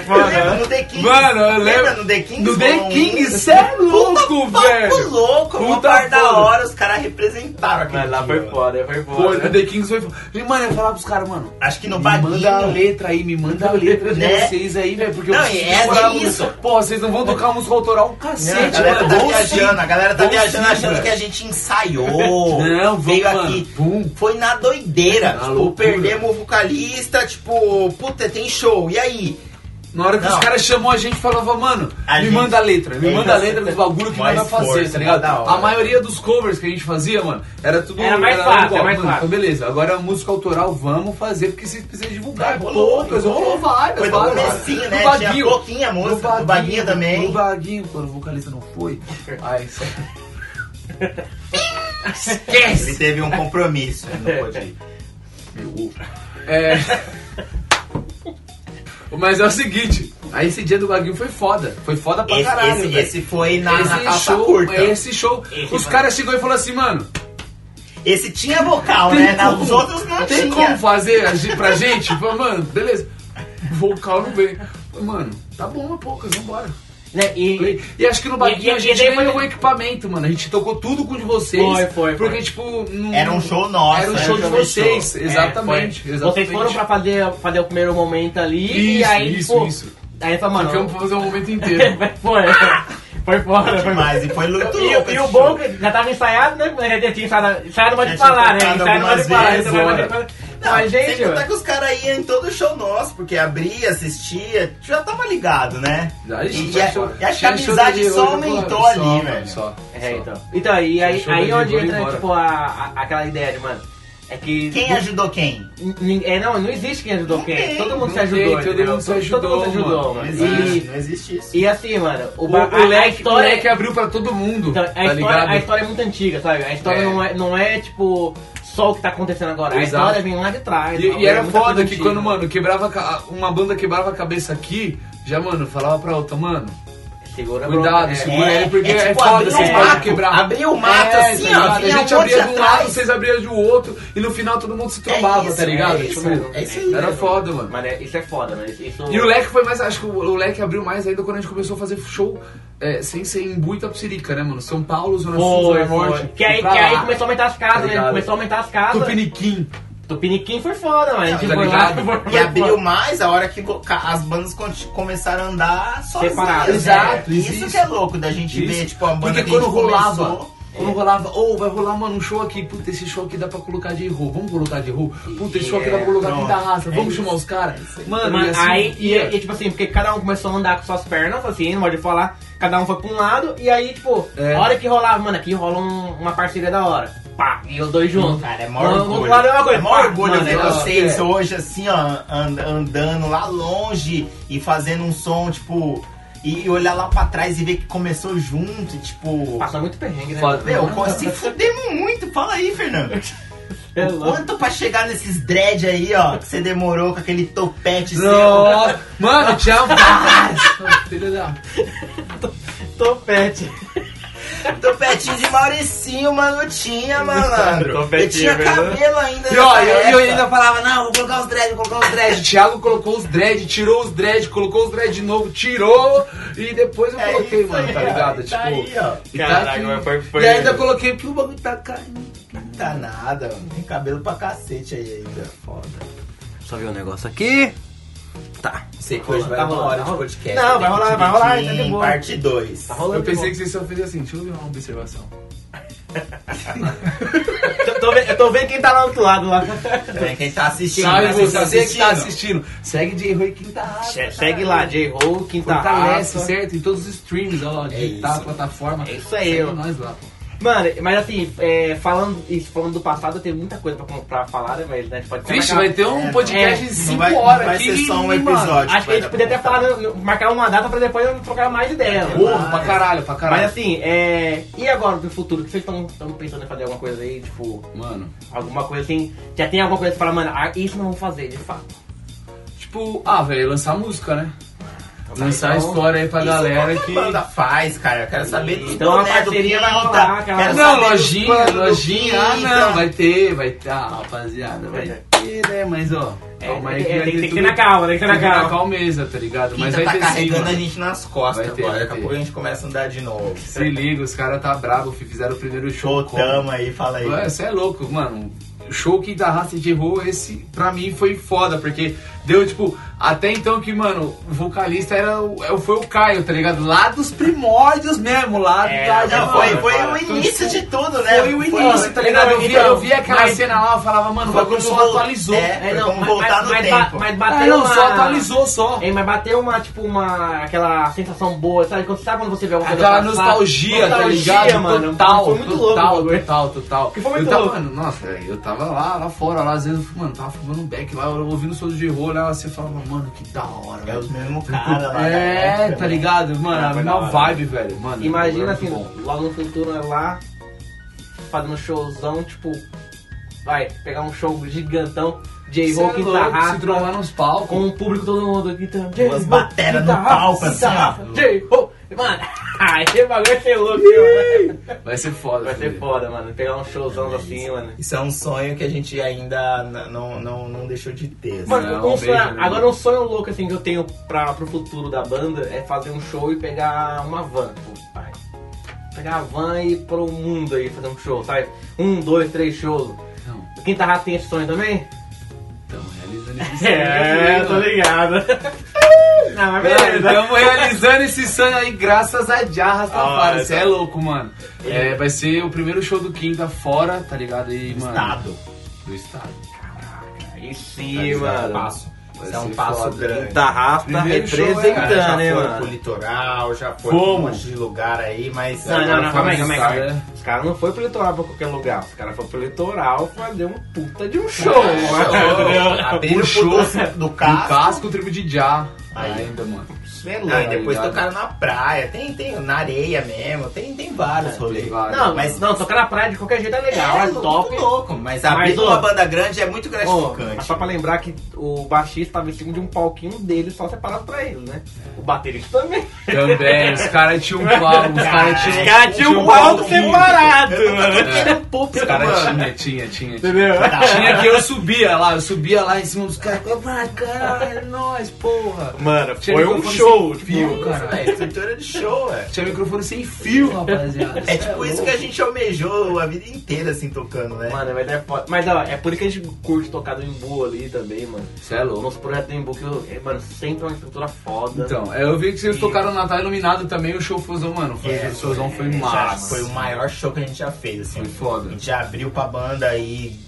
Speaker 2: foda.
Speaker 1: no The Kings?
Speaker 3: Mano, eu
Speaker 1: Lembra
Speaker 3: lembro.
Speaker 1: no The Kings?
Speaker 3: No The
Speaker 1: rolou um-
Speaker 3: Kings, cê é louco,
Speaker 1: Papo
Speaker 3: velho.
Speaker 1: louco, uma
Speaker 3: Puta
Speaker 1: par da
Speaker 3: foda.
Speaker 1: hora, os caras representaram aquele
Speaker 2: Mas lá
Speaker 1: dia,
Speaker 2: foi
Speaker 1: mano.
Speaker 2: foda, foi
Speaker 3: Pô, no
Speaker 2: foda.
Speaker 3: The Kings foi. E, Mano, eu falava pros caras, mano.
Speaker 1: Acho que no
Speaker 3: Me manda a
Speaker 1: Badinho.
Speaker 3: letra aí, me manda a letra de
Speaker 1: Né?
Speaker 3: vocês aí, velho. Porque eu
Speaker 1: Não,
Speaker 3: preciso
Speaker 1: e é-
Speaker 3: decorar
Speaker 1: é
Speaker 3: a música.
Speaker 1: isso.
Speaker 3: Porra, vocês não vão tocar música autoral um
Speaker 1: Não, a
Speaker 3: cacete,
Speaker 1: galera tá
Speaker 3: mano. Vão sim.
Speaker 1: viajando, a galera tá
Speaker 3: Vão
Speaker 1: viajando
Speaker 3: sim,
Speaker 1: achando
Speaker 3: velho.
Speaker 1: que a gente ensaiou.
Speaker 3: Não, vamos,
Speaker 1: veio
Speaker 3: mano.
Speaker 1: aqui.
Speaker 3: Pum.
Speaker 1: Foi na doideira.
Speaker 3: Na
Speaker 1: tipo,
Speaker 3: loucura.
Speaker 1: perdemos o vocalista, tipo, puta, tem show. E aí?
Speaker 3: Na hora que
Speaker 1: Não.
Speaker 3: os caras chamou a gente, falava, mano,
Speaker 1: A
Speaker 3: me
Speaker 1: gente-
Speaker 3: manda a letra, me
Speaker 1: É,
Speaker 3: manda a
Speaker 1: então,
Speaker 3: letra dos bagulho que
Speaker 1: mais
Speaker 3: nós vai fazer,
Speaker 1: força, né?
Speaker 3: tá ligado?
Speaker 1: da hora.
Speaker 3: A maioria dos covers que a gente fazia, mano, era tudo.
Speaker 2: Era mais
Speaker 3: igual.
Speaker 2: fácil, era mais
Speaker 3: Mano,
Speaker 2: fácil.
Speaker 3: Então beleza, agora a música autoral vamos fazer, porque vocês precisam divulgar.
Speaker 1: Ah, rolou,
Speaker 3: poucas,
Speaker 1: rolou.
Speaker 3: rolou várias,
Speaker 1: Foi no
Speaker 3: várias.
Speaker 1: comecinho, né?
Speaker 3: No
Speaker 1: Tinha
Speaker 3: Baguinho.
Speaker 1: pouquinha música,
Speaker 3: No
Speaker 1: do Baguinho também.
Speaker 3: No Baguinho, quando o vocalista não foi. Ai, isso
Speaker 1: Ele teve um compromisso, ele não pôde ir.
Speaker 3: É. Mas é o seguinte, aí esse dia do Baguinho foi foda. Foi foda pra
Speaker 1: Esse,
Speaker 3: caralho.
Speaker 1: esse-
Speaker 3: velho.
Speaker 1: esse foi na, na
Speaker 3: esse
Speaker 1: capa
Speaker 3: show, é
Speaker 1: curta. Esse,
Speaker 3: esse show,
Speaker 2: Esse,
Speaker 3: os
Speaker 2: mano.
Speaker 3: caras chegou e falou assim, mano,
Speaker 1: tinha vocal,
Speaker 3: tem
Speaker 1: né? Na-
Speaker 3: como-
Speaker 1: os outros não
Speaker 3: tem
Speaker 1: tinha.
Speaker 3: como fazer a gen- pra gente? Eu Falei, mano, beleza. O vocal não veio. Eu Falei, mano, tá bom, é poucas, vambora.
Speaker 2: Né, E,
Speaker 3: Play. E acho que no
Speaker 2: E- e-
Speaker 3: Baguinho a
Speaker 2: e
Speaker 3: gente
Speaker 2: daí
Speaker 3: ganhou
Speaker 2: foi-
Speaker 3: o equipamento, mano. A gente tocou tudo com o de vocês.
Speaker 2: Foi, foi,
Speaker 3: Porque, tipo... não-
Speaker 1: Era um show nosso,
Speaker 3: Era um
Speaker 1: era
Speaker 3: show
Speaker 1: um
Speaker 3: de
Speaker 1: show de
Speaker 3: vocês.
Speaker 1: show.
Speaker 3: Exatamente, exatamente.
Speaker 2: É, vocês foram pra fazer, fazer o primeiro momento ali e
Speaker 3: Isso,
Speaker 2: aí,
Speaker 3: isso,
Speaker 2: pô,
Speaker 3: isso.
Speaker 2: aí fala, mano,
Speaker 3: Ficamos pra fazer o momento inteiro.
Speaker 2: foi, foi fora, foi mais.
Speaker 1: Demais, e foi muito louco
Speaker 2: E, o- e
Speaker 1: esse
Speaker 2: o bom é
Speaker 1: show.
Speaker 2: que já tava ensaiado, né? Mas Já tinha ensaiado, ensaiado não pode
Speaker 1: Já tinha
Speaker 2: falar, né?
Speaker 1: tocado
Speaker 2: Ensaiado não pode
Speaker 1: algumas
Speaker 2: falar,
Speaker 1: vezes,
Speaker 2: ensaiado não pode
Speaker 3: bora.
Speaker 2: falar.
Speaker 1: Não,
Speaker 2: Mas,
Speaker 1: sem
Speaker 2: gente,
Speaker 1: contar
Speaker 2: mano,
Speaker 1: que os caras iam em todo show nosso, porque abria, assistia, já tava ligado, né?
Speaker 3: Já,
Speaker 1: e,
Speaker 3: isso,
Speaker 1: e a-
Speaker 3: show.
Speaker 1: e acho que
Speaker 3: Tinha
Speaker 1: a
Speaker 3: show
Speaker 1: amizade
Speaker 3: de
Speaker 1: só
Speaker 3: hoje,
Speaker 1: aumentou
Speaker 3: agora.
Speaker 1: ali,
Speaker 3: Só,
Speaker 1: velho.
Speaker 3: Só, só.
Speaker 2: É, então. Então, e aí,
Speaker 3: Fechou,
Speaker 2: aí
Speaker 3: Brasil,
Speaker 2: onde
Speaker 3: vamos
Speaker 2: entra,
Speaker 3: embora.
Speaker 2: tipo, a, a- aquela ideia de, mano, é que...
Speaker 1: Quem ajudou quem?
Speaker 2: Nin- É, não, não existe quem ajudou
Speaker 1: Não
Speaker 2: quem. é.
Speaker 1: tem,
Speaker 2: todo mundo
Speaker 3: não
Speaker 2: se ajudou.
Speaker 3: tem, todo
Speaker 2: entendeu?
Speaker 3: mundo se
Speaker 2: Todo mundo se
Speaker 3: ajudou,
Speaker 2: ajudou,
Speaker 3: mano.
Speaker 1: Não
Speaker 2: mano.
Speaker 1: existe,
Speaker 2: E,
Speaker 1: não existe isso.
Speaker 2: É. e assim, mano, o,
Speaker 3: O,
Speaker 2: ba- a-
Speaker 3: o,
Speaker 2: a,
Speaker 3: leque, é o
Speaker 2: história, é
Speaker 1: é-
Speaker 3: leque abriu pra todo mundo,
Speaker 2: então, a,
Speaker 3: tá
Speaker 2: história
Speaker 3: ligado?
Speaker 2: a história é muito antiga, sabe? A história
Speaker 3: É.
Speaker 2: Não, é, não é, tipo, só o que tá acontecendo agora. A
Speaker 3: Exato.
Speaker 2: história vem lá de trás.
Speaker 3: E,
Speaker 2: tal,
Speaker 3: e
Speaker 2: é
Speaker 3: era
Speaker 2: muita coisa
Speaker 3: foda que
Speaker 2: antiga.
Speaker 3: quando, mano, quebrava a ca- uma banda quebrava a cabeça aqui, já, mano, falava pra outra, mano,
Speaker 2: Segura a
Speaker 3: cuidado,
Speaker 2: bronca,
Speaker 3: segura ele, porque é,
Speaker 1: tipo,
Speaker 3: foda,
Speaker 1: abrir
Speaker 3: vocês
Speaker 1: o
Speaker 3: podem
Speaker 1: mato,
Speaker 3: quebrar.
Speaker 1: abrir o mato
Speaker 3: É,
Speaker 1: assim,
Speaker 3: tá
Speaker 1: ó,
Speaker 3: ligado?
Speaker 1: vinha
Speaker 3: A gente
Speaker 1: um monte
Speaker 3: abria de um
Speaker 1: atrás.
Speaker 3: lado, vocês abriam do outro, e no final todo mundo se trombava,
Speaker 1: É isso,
Speaker 3: tá ligado?
Speaker 1: é
Speaker 3: Tipo,
Speaker 1: isso, mano. É isso aí.
Speaker 3: era foda, mano.
Speaker 2: Mas é- isso é foda, né? Isso...
Speaker 3: E o leque foi mais, acho que o, o leque abriu mais ainda quando a gente começou a fazer show é, sem ser em Bui e Tapsirica, né, mano? São Paulo, Zona Sul,
Speaker 2: Foi,
Speaker 3: Zona Norte.
Speaker 2: foi. Que aí,
Speaker 3: e pra
Speaker 2: que aí
Speaker 3: lá.
Speaker 2: começou a aumentar as casas, né?
Speaker 3: Obrigado.
Speaker 2: Começou a aumentar as casas.
Speaker 3: Tupiniquim.
Speaker 2: Tupiniquim foi foda, mas a gente
Speaker 3: Tá
Speaker 2: foi lá.
Speaker 3: ligado?
Speaker 2: foi-
Speaker 1: E abriu mais a hora que co- ca- as bandas con- começaram a andar sozinhas.
Speaker 2: Separadas,
Speaker 1: né?
Speaker 3: exato,
Speaker 1: Isso,
Speaker 3: isso.
Speaker 1: que é louco da gente
Speaker 3: Isso.
Speaker 1: ver, tipo, a banda
Speaker 3: Porque
Speaker 1: que
Speaker 3: quando
Speaker 1: a gente começou-
Speaker 3: rolava, quando rolava, ou vai rolar, mano, um show aqui, puta, esse show aqui dá pra colocar de roll, vamos colocar de roll, puta, esse show aqui dá pra colocar
Speaker 1: É,
Speaker 3: quinta raça,
Speaker 1: pronto.
Speaker 3: vamos
Speaker 1: É
Speaker 3: chamar
Speaker 1: isso.
Speaker 3: os caras. Mano,
Speaker 2: Mas
Speaker 3: e assim,
Speaker 2: aí, e,
Speaker 3: ia.
Speaker 2: e, tipo assim, porque cada um começou a andar com suas pernas, assim, não pode falar, cada um foi pra um lado, e aí, tipo,
Speaker 3: É.
Speaker 2: a hora que rolava, mano, aqui rola um- uma parceria da hora. Pá, e os dois juntos.
Speaker 1: Cara, é
Speaker 2: Mano,
Speaker 1: maior
Speaker 2: do
Speaker 1: orgulho.
Speaker 2: outro lado é uma coisa,
Speaker 1: é maior
Speaker 2: pá,
Speaker 1: orgulho
Speaker 2: mano,
Speaker 1: ver
Speaker 2: é-
Speaker 3: eu-
Speaker 1: vocês
Speaker 3: é.
Speaker 1: hoje, assim, ó, and- andando lá longe e fazendo um som, tipo... E olhar lá pra trás e ver que começou junto, e, tipo...
Speaker 2: Passa muito perrengue, né?
Speaker 3: Foda.
Speaker 1: Meu, co- se fudemos muito, fala aí, Fernando.
Speaker 2: É
Speaker 1: O
Speaker 2: louco.
Speaker 1: Quanto pra chegar nesses dread aí, ó, que você demorou com aquele topete seu.
Speaker 3: Nossa, mano, tinha vários. Filho da-
Speaker 2: Topete.
Speaker 1: Topetinho de Mauricinho, mano, tinha, malandro. Eu
Speaker 2: Topetinho,
Speaker 1: tinha
Speaker 2: verdade.
Speaker 1: cabelo ainda.
Speaker 3: E ó,
Speaker 1: nessa
Speaker 3: eu, eu
Speaker 1: época.
Speaker 3: ainda falava, não, vou colocar os dread, vou colocar os dread. Thiago colocou os dread, tirou os dread, colocou os dread de novo, tirou. E depois eu
Speaker 1: É
Speaker 3: coloquei,
Speaker 1: isso
Speaker 3: mano,
Speaker 1: aí,
Speaker 3: tá
Speaker 1: ó,
Speaker 3: ligado?
Speaker 1: tá
Speaker 3: tipo.
Speaker 1: aí, ó.
Speaker 3: e
Speaker 2: Caraca,
Speaker 3: aqui.
Speaker 2: mas foi- foi-
Speaker 3: E ainda coloquei porque o bagulho tá caindo.
Speaker 1: Tá nada, mano. tem cabelo pra cacete aí ainda. Foda.
Speaker 2: Só ver um negócio aqui. Tá.
Speaker 1: Sei que hoje vai
Speaker 2: Tá
Speaker 1: uma
Speaker 2: rolando,
Speaker 1: hora
Speaker 2: tá
Speaker 3: um
Speaker 1: de
Speaker 2: rolando.
Speaker 1: podcast.
Speaker 2: Não,
Speaker 1: tem
Speaker 2: vai
Speaker 1: que
Speaker 2: rolar, vai rolar,
Speaker 1: dividir
Speaker 2: tá de
Speaker 1: em
Speaker 2: boa.
Speaker 1: Parte 2.
Speaker 2: Tá rolando.
Speaker 3: Eu pensei que
Speaker 2: de
Speaker 3: vocês só fez assim, deixa eu ver uma observação.
Speaker 2: boa. Eu tô vendo- Eu tô vendo quem tá lá do outro lado lá.
Speaker 1: É, quem tá assistindo,
Speaker 3: Sabe
Speaker 1: né?
Speaker 3: você,
Speaker 1: Vocês tão
Speaker 3: você que tá
Speaker 1: assistindo?
Speaker 3: assistindo, segue de erro e quinta raça.
Speaker 2: Che- Segue lá, tá J-Roll, Quinta
Speaker 3: tá Fortalece,
Speaker 2: Raça.
Speaker 3: certo? Em todos os streams, ó,
Speaker 1: É
Speaker 3: digitar,
Speaker 1: isso.
Speaker 3: plataforma.
Speaker 2: É isso aí,
Speaker 3: Segue
Speaker 2: ó.
Speaker 3: nós lá, pô.
Speaker 2: Mano, mas assim, é, falando, isso, falando do passado, eu tenho muita coisa pra, pra falar, né? Mas né, a gente pode
Speaker 3: Vixe,
Speaker 2: marcar-
Speaker 3: vai ter um
Speaker 1: É,
Speaker 3: podcast
Speaker 2: é,
Speaker 3: de
Speaker 1: não
Speaker 3: 5
Speaker 1: vai- não
Speaker 3: horas
Speaker 1: vai
Speaker 3: aqui.
Speaker 1: ser só um
Speaker 3: mano.
Speaker 1: episódio.
Speaker 2: Acho que a gente podia até falar, no- no- marcar uma data pra depois eu trocar mais ideia. né?
Speaker 3: Porra, pra caralho, pra caralho.
Speaker 2: Mas assim, é, e agora pro futuro? O que vocês estão pensando em fazer alguma coisa aí? Tipo,
Speaker 3: Mano,
Speaker 2: alguma coisa assim? Já tem alguma coisa que você fala, mano, ah, isso não vou fazer, de fato.
Speaker 3: tipo, ah, velho, lançar música, né? Lançar a
Speaker 2: Então,
Speaker 3: história aí pra
Speaker 1: Isso
Speaker 3: galera
Speaker 1: qualquer
Speaker 3: que. é
Speaker 1: banda faz, cara. Eu quero saber dos
Speaker 2: Então a
Speaker 1: boné do
Speaker 2: parceria vai
Speaker 1: Pinta,
Speaker 2: rolar, cara.
Speaker 1: quero
Speaker 3: Não,
Speaker 1: saber dos
Speaker 3: lojinha,
Speaker 2: é
Speaker 1: panos do tá-
Speaker 3: lojinha. Ah,
Speaker 1: Pinta.
Speaker 3: não, vai ter, vai ter. Ah, rapaziada, vai ter, né? Mas ó,
Speaker 2: É,
Speaker 3: calma
Speaker 2: é,
Speaker 3: aí.
Speaker 2: é, tem,
Speaker 3: vai
Speaker 2: tem que ter
Speaker 3: tudo-
Speaker 2: na calma, tem que ter na
Speaker 3: Tem que ter na
Speaker 2: calma.
Speaker 3: calmeza, tá ligado? Mas
Speaker 1: Pinta
Speaker 3: vai
Speaker 1: tá
Speaker 3: ter sim,
Speaker 1: carregando
Speaker 3: mano.
Speaker 1: a gente nas costas
Speaker 3: Vai ter,
Speaker 1: agora.
Speaker 3: vai
Speaker 1: Daqui a
Speaker 3: ter.
Speaker 1: pouco a gente começa a andar de novo.
Speaker 3: Se liga, os caras tá bravo, fi, fizeram o primeiro show. como?
Speaker 1: Chotamos aí, fala aí.
Speaker 3: Ué, você é louco, mano. O show que da raça de errou, esse pra mim foi foda, porque deu tipo, até então que, mano, o vocalista era o, é o- foi o Caio, tá ligado? Lá dos primórdios mesmo, lá
Speaker 2: É,
Speaker 3: da-
Speaker 1: Não,
Speaker 3: mano,
Speaker 1: foi, foi
Speaker 2: Então,
Speaker 1: o
Speaker 3: tipo,
Speaker 1: início de tudo, né?
Speaker 3: Foi o início, tá ligado? Eu via, eu via aquela
Speaker 2: Mas-
Speaker 3: cena lá, eu falava, mano, o
Speaker 1: Foi
Speaker 3: bagulho
Speaker 1: quando
Speaker 3: só
Speaker 1: voltou-
Speaker 3: atualizou.
Speaker 1: é,
Speaker 3: É,
Speaker 1: foi como voltar no
Speaker 2: mas,
Speaker 1: tempo.
Speaker 2: mas bateu
Speaker 3: não,
Speaker 2: uma...
Speaker 3: só atualizou só.
Speaker 2: É, mas bateu uma, tipo, uma. aquela sensação boa, sabe? Quando, sabe quando você vê alguma coisa
Speaker 3: Aquela
Speaker 2: passar?
Speaker 3: nostalgia, tá
Speaker 2: Nostalgia,
Speaker 3: ligado?
Speaker 2: mano.
Speaker 3: total,
Speaker 2: foi muito
Speaker 3: total,
Speaker 2: louco, velho.
Speaker 3: total, total.
Speaker 2: Que foi muito
Speaker 3: eu tava,
Speaker 2: louco.
Speaker 3: mano, nossa, velho, eu tava lá, lá fora, lá, às vezes, eu, mano, tava fumando um beck lá, eu ouvindo o som de rolo, lá, você falava, mano, que da hora,
Speaker 1: É
Speaker 3: velho.
Speaker 1: os mesmos caras lá. da
Speaker 3: É,
Speaker 1: época,
Speaker 3: tá
Speaker 1: né?
Speaker 3: ligado?
Speaker 2: Ah,
Speaker 3: Mano,
Speaker 2: foi
Speaker 3: é
Speaker 2: da
Speaker 3: uma
Speaker 2: hora.
Speaker 3: vibe, velho. Mano,
Speaker 2: Imagina
Speaker 3: é muito
Speaker 2: assim,
Speaker 3: bom.
Speaker 2: logo no futuro né, lá, fazendo showzão, tipo, vai pegar um show gigantão,
Speaker 3: Cê
Speaker 2: J-Roll,
Speaker 3: é
Speaker 2: Quinta
Speaker 3: louco, se trombar
Speaker 2: Rafa,
Speaker 3: nos
Speaker 2: com
Speaker 3: palcos.
Speaker 2: o público todo mundo aqui, então,
Speaker 1: Duas batera no
Speaker 2: tá
Speaker 1: palco, assim, ó.
Speaker 2: J-Roll, mano, ai, que bagulho vai ser louco, mano.
Speaker 3: Vai ser foda,
Speaker 2: Vai ser
Speaker 3: velho.
Speaker 2: foda, mano, pegar um showzão assim, mano.
Speaker 1: Isso é um sonho que a gente ainda n- não, não, não deixou de ter. assim,
Speaker 2: Mano,
Speaker 3: Não,
Speaker 2: um
Speaker 3: beijo,
Speaker 2: sonho-
Speaker 3: né?
Speaker 2: agora um sonho louco assim que eu tenho pra, pro futuro da banda é fazer um show e pegar uma van, tipo, pai. Pegar a van e ir pro mundo aí fazer um show, sabe? Um, dois, três shows.
Speaker 3: Então,
Speaker 2: Quinta Rafa tem esse sonho também?
Speaker 3: então, realizando esse sonho.
Speaker 2: É,
Speaker 3: aí,
Speaker 2: tô
Speaker 3: mano.
Speaker 2: ligado. Não, então- mas
Speaker 3: Mano,
Speaker 2: beleza.
Speaker 3: estamos realizando esse sonho aí graças a Jarras Tafara.
Speaker 2: Ah,
Speaker 3: Você
Speaker 2: tá.
Speaker 3: é louco, mano. É, vai ser o primeiro show do Quinta fora, tá ligado? E, mano,
Speaker 1: Estado.
Speaker 3: Do estado. Tá
Speaker 2: Aí sim,
Speaker 1: Isso é um
Speaker 2: mano.
Speaker 1: passo.
Speaker 3: Vai
Speaker 1: Isso é um
Speaker 3: ser
Speaker 1: passo
Speaker 3: foda.
Speaker 1: grande.
Speaker 2: Quinta Rafa tá
Speaker 3: Primeiro show é,
Speaker 1: Cara, já
Speaker 2: representando,
Speaker 1: foi
Speaker 2: hein,
Speaker 1: pro
Speaker 2: mano.
Speaker 1: litoral, já foi
Speaker 3: Fomos.
Speaker 1: pra um monte de lugar aí, mas.
Speaker 2: Não, não, não, calma aí, calma aí, calma aí.
Speaker 3: É.
Speaker 2: Os caras não foram pro litoral pra qualquer lugar. Os caras foram pro litoral fazer um puta de um show. mano.
Speaker 1: Abriu o
Speaker 3: Puxou
Speaker 1: show do
Speaker 3: Do
Speaker 1: carro.
Speaker 3: Um casco, o tribo de Já.
Speaker 1: Aí.
Speaker 3: Ainda, mano.
Speaker 2: velho.
Speaker 1: Não, e Ah, depois
Speaker 3: ligado?
Speaker 1: tocaram na praia, tem, tem na areia mesmo, tem, tem vários rolês.
Speaker 2: Não, mas
Speaker 1: Mas-
Speaker 2: não, tocar na praia de qualquer jeito é legal, é,
Speaker 1: muito
Speaker 2: top.
Speaker 1: louco, Tá mas
Speaker 2: Mas,
Speaker 1: abrir
Speaker 2: ô,
Speaker 1: uma banda grande é muito
Speaker 2: Ó,
Speaker 1: gratificante.
Speaker 2: mas só pra lembrar que o baixista tava em cima de um palquinho dele só separado pra ele, né? O baterista também.
Speaker 3: Também, os caras tinham um palco, os caras tinham
Speaker 2: Os
Speaker 1: Ah,
Speaker 2: caras tinham um palco separado, mano.
Speaker 1: Era um pouco,
Speaker 3: Os caras tinha, tinha, tinha. tinha. Tinha que eu subia lá, eu subia lá em cima dos caras. Ah, caralho, nós, porra.
Speaker 2: Mano,
Speaker 3: Tinha
Speaker 2: foi um
Speaker 3: microfone
Speaker 2: show,
Speaker 3: sem
Speaker 2: tipo.
Speaker 3: fio, caralho.
Speaker 1: Estrutura de show, é.
Speaker 3: Tinha microfone sem fio, rapaziada.
Speaker 1: É tipo isso que a gente almejou a vida inteira, assim, tocando, né?
Speaker 2: Mano, mas é foda. Mas ó, é por isso que a gente curte tocar do Imbu ali também, mano.
Speaker 3: Você é
Speaker 2: O
Speaker 3: louco.
Speaker 2: nosso projeto do Imbu, que, eu- é, mano, sempre é uma estrutura foda.
Speaker 3: Então, é, eu vi que vocês tocaram no Natal Iluminado também, o show Fusão, mano. Foi,
Speaker 1: É,
Speaker 3: o showzão foi
Speaker 1: já
Speaker 3: massa.
Speaker 1: Foi o maior show que a gente já fez, assim.
Speaker 3: Foi foda.
Speaker 1: A gente já abriu pra banda aí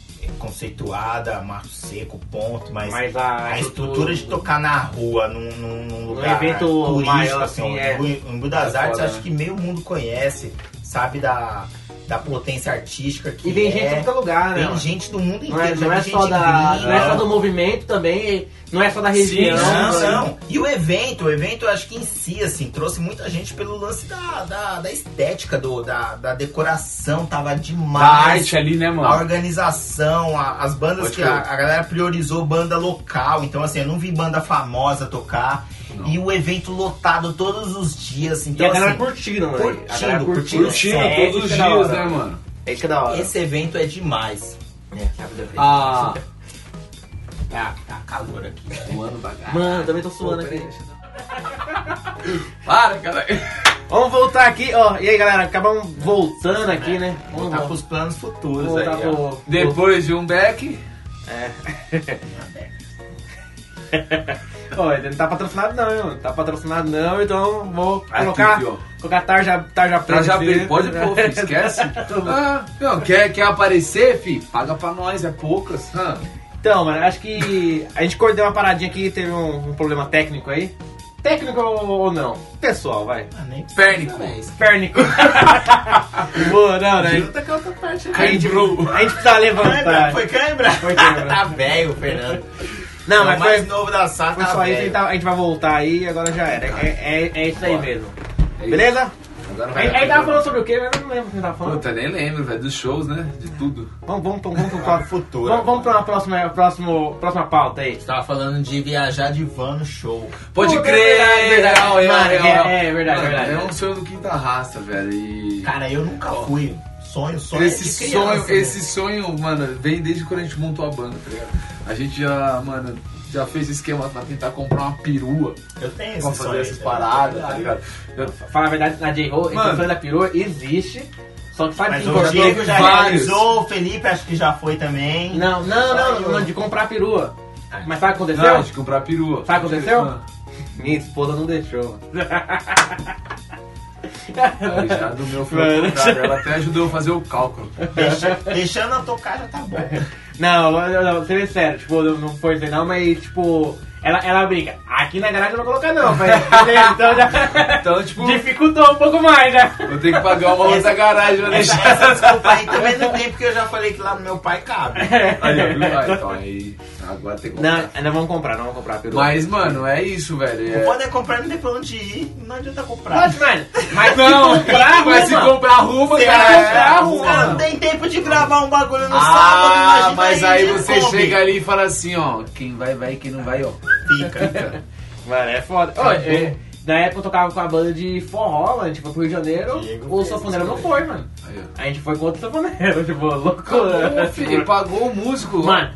Speaker 1: conceituada, Marco Seco, ponto, mas,
Speaker 2: Mas a-
Speaker 1: a estrutura de tocar na rua, num, num- num lugar
Speaker 2: evento
Speaker 1: turístico,
Speaker 2: maior, assim, é.
Speaker 1: Em Embu das
Speaker 3: É
Speaker 1: Artes,
Speaker 3: foda,
Speaker 1: acho
Speaker 3: né?
Speaker 1: que meio mundo conhece, sabe da, da potência artística que
Speaker 2: E vem
Speaker 1: é.
Speaker 2: gente de todo lugar, né?
Speaker 1: Tem
Speaker 2: mano?
Speaker 1: gente do mundo inteiro,
Speaker 2: Não é,
Speaker 1: já
Speaker 2: não é
Speaker 1: vi
Speaker 2: só
Speaker 1: gente
Speaker 2: da,
Speaker 1: gringa.
Speaker 2: não é só do movimento também, não é só da região.
Speaker 1: Não,
Speaker 2: mano.
Speaker 1: não. E o evento, o evento eu acho que em si, assim, trouxe muita gente pelo lance da, da, da estética, do, da, da decoração, tava
Speaker 3: Da
Speaker 1: demais.
Speaker 2: Tá,
Speaker 3: arte ali, né,
Speaker 1: A
Speaker 3: mano?
Speaker 1: organização, a- as bandas
Speaker 3: Pode
Speaker 1: que
Speaker 3: crer.
Speaker 1: a, a galera priorizou banda local, então assim, eu não vi banda famosa tocar.
Speaker 3: Não.
Speaker 1: E o evento lotado todos os dias,
Speaker 2: E
Speaker 1: então
Speaker 2: a galera
Speaker 1: assim,
Speaker 2: curtindo, mano. a galera
Speaker 1: curtindo,
Speaker 2: curtindo.
Speaker 3: Curtindo
Speaker 2: É,
Speaker 3: todos os
Speaker 2: isso que é da
Speaker 3: dias,
Speaker 2: hora.
Speaker 3: né, mano?
Speaker 2: É isso que é da hora.
Speaker 1: esse evento é demais.
Speaker 2: É, sabe do que?
Speaker 3: Ah,
Speaker 1: Tá, tá calor aqui.
Speaker 3: mano, bagaço.
Speaker 2: Mano, eu também tô suando aqui.
Speaker 3: Para, cara.
Speaker 2: Vamos voltar aqui, ó. E aí, galera, acabamos voltando aqui, né? Vamos
Speaker 1: Tá pros planos futuros
Speaker 2: voltar
Speaker 1: aí, ó.
Speaker 2: pro...
Speaker 3: Depois de um back,
Speaker 2: Ó, ele não tá patrocinado não, hein, mano. Tá patrocinado não, então vou
Speaker 3: Aqui,
Speaker 2: colocar,
Speaker 3: ó.
Speaker 2: colocar tarja, tarja preta.
Speaker 3: pra tá, já abrir.
Speaker 2: aqui.
Speaker 3: Pode pôr, filho, esquece. Ah, não, quer, quer aparecer, fi? Paga pra nós, é poucas. Ah,
Speaker 2: Então, mano, acho que a gente deu uma paradinha aqui, teve um, um problema técnico aí. Técnico ou não? Pessoal, vai.
Speaker 1: Ah, nem precisa,
Speaker 3: Pérnico.
Speaker 1: né? Isso
Speaker 2: Pérnico. Boa, não, né?
Speaker 1: Junta com a outra parte aí.
Speaker 2: A gente,
Speaker 3: Quebrou.
Speaker 2: a gente precisa
Speaker 1: Cãibra,
Speaker 2: levantar.
Speaker 1: foi cãibra?
Speaker 2: Foi cãibra.
Speaker 1: tá velho o Fernando.
Speaker 2: Não,
Speaker 1: É o
Speaker 2: mas
Speaker 1: mais
Speaker 2: foi,
Speaker 1: novo da sala
Speaker 2: foi
Speaker 1: tá
Speaker 2: só isso, a gente,
Speaker 1: velho.
Speaker 2: tá- a gente vai voltar aí, agora já era. É, é, é isso aí
Speaker 3: Bora.
Speaker 2: mesmo.
Speaker 3: É isso.
Speaker 2: Beleza?
Speaker 3: Agora vai.
Speaker 2: Aí, aí tava falando sobre o quê? Eu não lembro o que tava falando.
Speaker 3: Puta, nem lembro, velho, dos shows, né? De tudo.
Speaker 2: Vamos, vamos, vamos, vamos pro próximo.
Speaker 1: Tá Futuro.
Speaker 2: Vamos, vamos pra uma próxima, é, próximo, próxima pauta aí.
Speaker 1: Tava falando de viajar de van no show.
Speaker 3: Pode
Speaker 2: Puta,
Speaker 3: crer,
Speaker 2: é verdade,
Speaker 3: real, real,
Speaker 2: mano,
Speaker 3: real.
Speaker 2: é- é verdade,
Speaker 3: Mano,
Speaker 2: verdade.
Speaker 3: É um sonho do quinta raça, velho. E.
Speaker 1: Cara, eu nunca fui. Sonho, sonho é
Speaker 3: Esse
Speaker 1: de criança,
Speaker 3: sonho, esse sonho, mano, vem desde quando a gente montou a banda, tá ligado? A gente já, mano, já fez esquema pra tentar comprar uma perua
Speaker 1: né? Eu tenho
Speaker 3: pra
Speaker 1: esse
Speaker 3: fazer
Speaker 1: sonho.
Speaker 3: essas
Speaker 1: né?
Speaker 3: paradas, tá ligado? Eu-
Speaker 2: Fala a verdade, na J-Ho,
Speaker 3: Mano.
Speaker 2: esse sonho da perua existe. Só que sabe
Speaker 1: Mas
Speaker 2: que
Speaker 1: o
Speaker 2: engordou
Speaker 1: Diego já
Speaker 3: vários.
Speaker 1: realizou, o Felipe acho que já foi também.
Speaker 2: Não, não, não,
Speaker 1: Saiu.
Speaker 2: não, de comprar a perua.
Speaker 1: Ah.
Speaker 2: Mas sabe o que aconteceu?
Speaker 3: Não, de comprar perua. Ah,
Speaker 2: Sabe o que aconteceu?
Speaker 3: Mano,
Speaker 2: Minha esposa não deixou.
Speaker 3: a gente do meu foi ao
Speaker 2: Mano.
Speaker 3: contrário, ela até ajudou a fazer o cálculo.
Speaker 1: Deixa- deixando eu tocar já tá bom.
Speaker 2: Não, não, não, não, seria sério, tipo, não, não foi assim não, mas tipo, ela, ela brinca, aqui na garagem eu não vou colocar não, mas então já
Speaker 3: Então, tipo,
Speaker 2: dificultou um pouco mais, né?
Speaker 3: eu tenho que pagar uma outra garagem né? pra
Speaker 1: Essa,
Speaker 3: deixar.
Speaker 1: essa desculpa aí também não tem, porque eu já falei que lá no meu pai cabe.
Speaker 3: Aí, ó, viu? Ah, então, aí, agora tem que comprar.
Speaker 2: Não, não vamos comprar, não vamos comprar a perua.
Speaker 3: Mas, mano, é isso, velho. é-
Speaker 1: Pode é comprar, não tem pra onde ir, não adianta comprar.
Speaker 2: Pode, mano, mas
Speaker 3: Não,
Speaker 2: se comprar,
Speaker 3: mas se
Speaker 2: mano.
Speaker 3: comprar rumo,
Speaker 1: Você
Speaker 3: cara, é
Speaker 1: vai
Speaker 3: comprar
Speaker 1: comprar,
Speaker 3: rumo,
Speaker 1: cara,
Speaker 3: um mano.
Speaker 1: é, não tem tempo de gravar um bagulho no sábado,
Speaker 3: Ah,
Speaker 1: imagina
Speaker 3: mas aí
Speaker 1: de
Speaker 3: você
Speaker 1: Kombi.
Speaker 3: chega ali e fala assim, ó, quem vai, vai, quem não vai, ó.
Speaker 1: Fica.
Speaker 2: Mano, é foda. Ó, é, na época eu tocava com a banda de forró, mano, a gente foi pro Rio de Janeiro,
Speaker 1: Diego
Speaker 2: o
Speaker 1: fez
Speaker 2: sanfoneiro não
Speaker 1: isso
Speaker 2: foi, mano.
Speaker 3: Aí, ó.
Speaker 2: A gente foi com outro sanfoneiro, tipo, loucura.
Speaker 3: Pô, filho, Ele pagou o músico.
Speaker 2: Mano,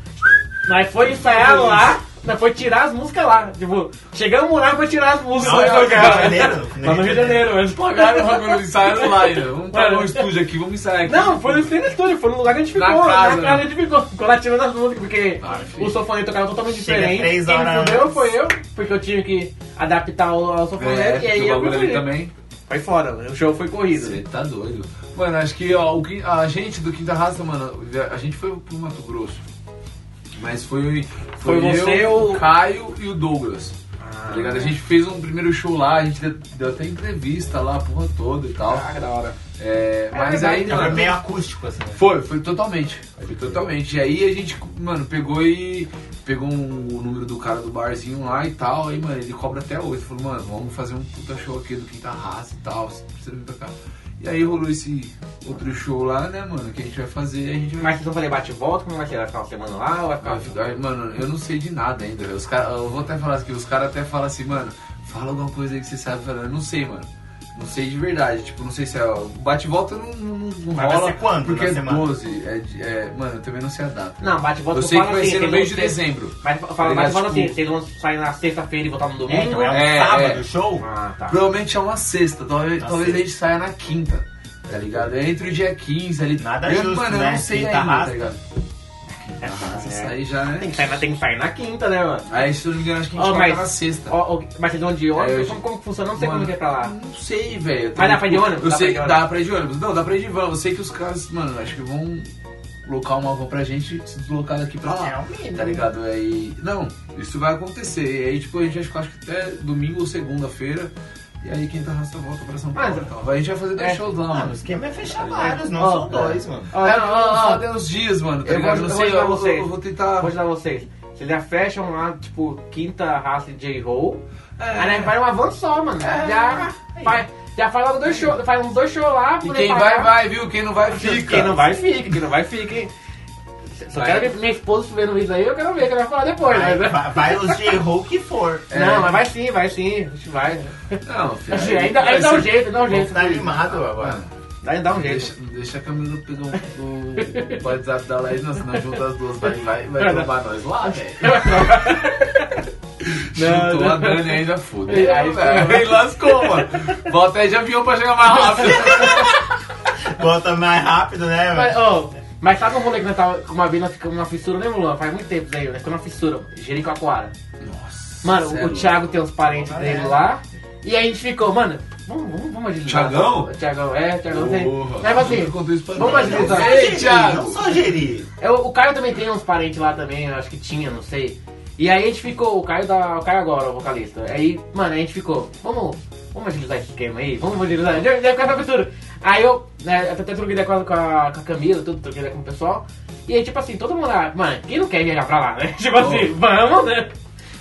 Speaker 2: nós foi ensaiar lá, nós foi tirar as músicas lá. Tipo, chegamos lá foi tirar as músicas.
Speaker 1: Não,
Speaker 2: né,
Speaker 1: é né? no Rio de
Speaker 2: cara?
Speaker 1: Janeiro?
Speaker 2: Lá no Rio de Janeiro, eles
Speaker 3: Pagaram o
Speaker 2: pagaram.
Speaker 3: bagulho, ensaiaram lá ainda. Vamos pagar um
Speaker 2: Mano.
Speaker 3: estúdio aqui, vamos ensaiar aqui. É,
Speaker 2: Não, foi no Cine Studio, foi no lugar que a gente
Speaker 3: Na
Speaker 2: ficou, na
Speaker 3: casa,
Speaker 2: casa,
Speaker 3: né?
Speaker 2: a gente ficou, ficou lá tirando as músicas, porque
Speaker 3: Ah, filho.
Speaker 2: o sofoneiro tocava totalmente
Speaker 1: Chega
Speaker 2: diferente.
Speaker 1: três
Speaker 2: Quem
Speaker 1: horas
Speaker 2: fudeu
Speaker 1: antes.
Speaker 2: foi eu, porque eu tive que adaptar o- ao
Speaker 3: É,
Speaker 2: sofoneiro, e
Speaker 3: porque
Speaker 2: aí
Speaker 3: o
Speaker 2: eu
Speaker 3: bagulho ali
Speaker 2: fui.
Speaker 3: também.
Speaker 2: Foi fora, mano, o show foi corrido.
Speaker 3: Você tá doido. Mano, acho que ó, o Quin- a gente do Quinta Raça, mano, a gente foi pro Mato Grosso. Mas foi,
Speaker 2: Foi você,
Speaker 3: eu,
Speaker 2: o- Ah.
Speaker 3: o Caio e o Douglas. Tá ligado? A gente fez um primeiro show lá, a gente deu, deu até entrevista lá, a porra toda e tal.
Speaker 2: Ah, que da hora.
Speaker 3: É, mas aí,
Speaker 1: Foi
Speaker 3: mano,
Speaker 1: meio acústico, assim. né?
Speaker 3: Foi, foi totalmente. Foi totalmente. E aí a gente, mano, pegou e pegou um- o número do cara do barzinho lá e tal. Aí, mano, ele cobra até hoje. Falou, mano, vamos fazer um puta show aqui do Quinta Raça e tal. Você precisa vir pra cá. E aí rolou esse outro show lá, né, mano? Que a gente vai fazer. A gente vai.
Speaker 2: Mas vocês vão fazer bate e volta? Como vai ser? Vai ficar uma semana lá ou vai ficar...
Speaker 3: Ah, vai- Mano, eu não sei de nada ainda, velho. Os cara, eu vou até falar assim, os caras até falam assim, mano, fala alguma coisa aí que você sabe falar. Eu não sei, mano. Não sei de verdade. Tipo, não sei se é. ó, Bate e volta não, não, não
Speaker 1: Mas vai
Speaker 3: rola.
Speaker 1: ser quando
Speaker 3: Porque
Speaker 1: na
Speaker 3: é
Speaker 1: semana?
Speaker 3: 12. É, de- é- mano, eu também não sei a data.
Speaker 2: Não, bate e volta
Speaker 3: eu
Speaker 2: eu
Speaker 3: sei que
Speaker 2: falo
Speaker 3: vai
Speaker 2: assim,
Speaker 3: ser no
Speaker 2: tem
Speaker 3: mês de
Speaker 2: que-
Speaker 3: dezembro.
Speaker 2: Mas fala, mas
Speaker 3: Aliás,
Speaker 2: fala assim,
Speaker 3: tipo-
Speaker 2: vocês vão sair na sexta-feira e voltar no domingo?
Speaker 1: É, então é um
Speaker 3: É,
Speaker 1: sábado
Speaker 3: é.
Speaker 1: o show?
Speaker 2: Ah, tá.
Speaker 3: Provavelmente é uma sexta, talvez,
Speaker 1: Na
Speaker 3: talvez
Speaker 1: sexta.
Speaker 3: a gente saia na quinta, tá ligado? É entre o dia 15 ali.
Speaker 1: Nada
Speaker 3: eu,
Speaker 1: justo,
Speaker 3: mano, eu
Speaker 1: né?
Speaker 3: não sei
Speaker 1: Quinta
Speaker 3: ainda,
Speaker 1: arrasta. é.
Speaker 3: tá ligado? Nossa, isso aí já, né?
Speaker 2: Tem que, sair, na- tem que sair na quinta, né, mano?
Speaker 3: Aí, se eu não me engano, acho que a gente
Speaker 2: Ó,
Speaker 3: marca
Speaker 2: mas-
Speaker 3: na sexta.
Speaker 2: Ó, ó, mas vocês vão de
Speaker 3: É,
Speaker 2: ônibus?
Speaker 3: eu-
Speaker 2: como, como funciona? Eu Não sei
Speaker 3: Mano,
Speaker 2: como que é pra lá.
Speaker 3: Não sei, velho. Eu
Speaker 2: Mas dá pra ir de
Speaker 3: tô-
Speaker 2: ônibus?
Speaker 3: Eu
Speaker 2: Dá
Speaker 3: sei
Speaker 2: pra ir de
Speaker 3: que dá pra ir de ônibus. Não, dá pra ir de van. Eu sei que os caras, mano, acho que vão colocar uma van pra gente se deslocar daqui pra lá.
Speaker 1: É o mínimo.
Speaker 3: Tá ligado? Aí. Não, isso vai acontecer. E aí, tipo, a gente acho, que- acho que até domingo ou segunda-feira. E aí, quinta raça volta pra São Paulo.
Speaker 2: Mas-
Speaker 3: e tal. Aí a gente vai fazer dois
Speaker 2: Ah, É.
Speaker 3: shows lá,
Speaker 1: Mano, o
Speaker 3: mano.
Speaker 1: esquema é fechar
Speaker 3: Tá
Speaker 1: vários, não
Speaker 2: Ó,
Speaker 1: são
Speaker 2: é.
Speaker 1: dois, mano.
Speaker 2: Ó,
Speaker 3: é,
Speaker 2: ó,
Speaker 3: não,
Speaker 2: ó,
Speaker 3: só deu uns dias, mano. Tá
Speaker 2: Eu
Speaker 3: ligado?
Speaker 2: vou-
Speaker 3: não
Speaker 2: eu
Speaker 3: sei,
Speaker 2: vou ajudar
Speaker 3: eu,
Speaker 2: vocês.
Speaker 3: eu vou tentar.
Speaker 2: Vou ajudar vocês. Vocês já fecham lá, tipo, quinta raça de J-Roll.
Speaker 3: É.
Speaker 2: Aí né, vai um avanço só, mano.
Speaker 3: É.
Speaker 2: Já, faz, já faz logo dois shows, faz uns dois shows lá.
Speaker 3: E
Speaker 2: pra
Speaker 3: quem
Speaker 2: preparar.
Speaker 3: vai, vai, viu? Quem não vai, fica.
Speaker 2: Quem não vai, fica. Quem não vai, fica, hein? Só
Speaker 3: Vai.
Speaker 2: quero ver minha esposa se vendo isso aí, eu quero ver, que ela vai falar depois,
Speaker 1: Vai, né?
Speaker 2: mas...
Speaker 1: vai, vai os de erro que for.
Speaker 3: É.
Speaker 2: Não, mas vai sim, vai sim, a gente vai.
Speaker 3: Não, filho.
Speaker 2: Assim, ainda, ainda dá um jeito, dá um
Speaker 1: Vou
Speaker 2: jeito.
Speaker 1: ficar animado agora.
Speaker 2: Ainda dá um jeito.
Speaker 3: Deixa, deixa a Camila pegar o, o WhatsApp da Laís, não, senão junta as duas, vai, vai, vai roubar nós lá, velho.
Speaker 2: Não,
Speaker 3: Juntou
Speaker 2: não.
Speaker 3: a Dani ainda fudeu,
Speaker 2: E aí,
Speaker 3: velho. Aí lascou, mano. Volta aí de avião pra chegar mais rápido.
Speaker 1: Bota mais rápido, né,
Speaker 2: Mas,
Speaker 1: velho?
Speaker 2: ô, mas sabe um rolê que nós tava com uma vez, nós ficamos numa fissura, né, Luan? Faz muito tempo isso aí, nós ficamos numa fissura, Jericoacoara.
Speaker 3: Nossa.
Speaker 2: Mano,
Speaker 3: cê é
Speaker 2: o
Speaker 3: louco.
Speaker 2: Thiago tem uns parentes
Speaker 1: Ah,
Speaker 2: dele
Speaker 1: é.
Speaker 2: lá. E aí a gente ficou, mano, vamos, vamos, vamos agilizar.
Speaker 3: Thiagão?
Speaker 2: O Thiagão, é, o Thiagão tem.
Speaker 3: Porra.
Speaker 2: Mas assim,
Speaker 3: Nunca contou isso pra
Speaker 2: vamos
Speaker 3: nós.
Speaker 1: Não
Speaker 2: agilizar.
Speaker 1: só
Speaker 3: Ei,
Speaker 1: gerir,
Speaker 3: Thiago.
Speaker 1: não só gerir.
Speaker 2: Eu- o Caio também tem uns parentes lá também, eu acho que tinha, não sei. E aí a gente ficou, o Caio, da, o Caio agora, o vocalista. Aí, mano, a gente ficou, vamos, vamos agilizar esse esquema aí, vamos agilizar, já já fica essa abertura. Aí eu, né, eu até troquei ideia com a, com a, com a Camila, tudo, troquei ideia com o pessoal. E aí, tipo assim, todo mundo lá, mano, quem não quer viajar pra lá, né? Tipo assim, vamos, né?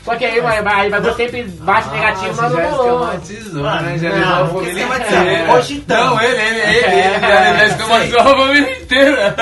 Speaker 2: Só que aí, vai, vai, vai sempre baixo negativo,
Speaker 3: Ah,
Speaker 2: mas não
Speaker 3: você já
Speaker 2: rolou.
Speaker 3: esquematizou,
Speaker 1: Mano,
Speaker 3: né? Já
Speaker 1: não,
Speaker 3: levou a
Speaker 1: porque
Speaker 3: família
Speaker 1: você vai
Speaker 3: inteira.
Speaker 1: dizer, cogitando.
Speaker 3: Não, ele, ele, ele, ele. Já já esquematizou a família inteira.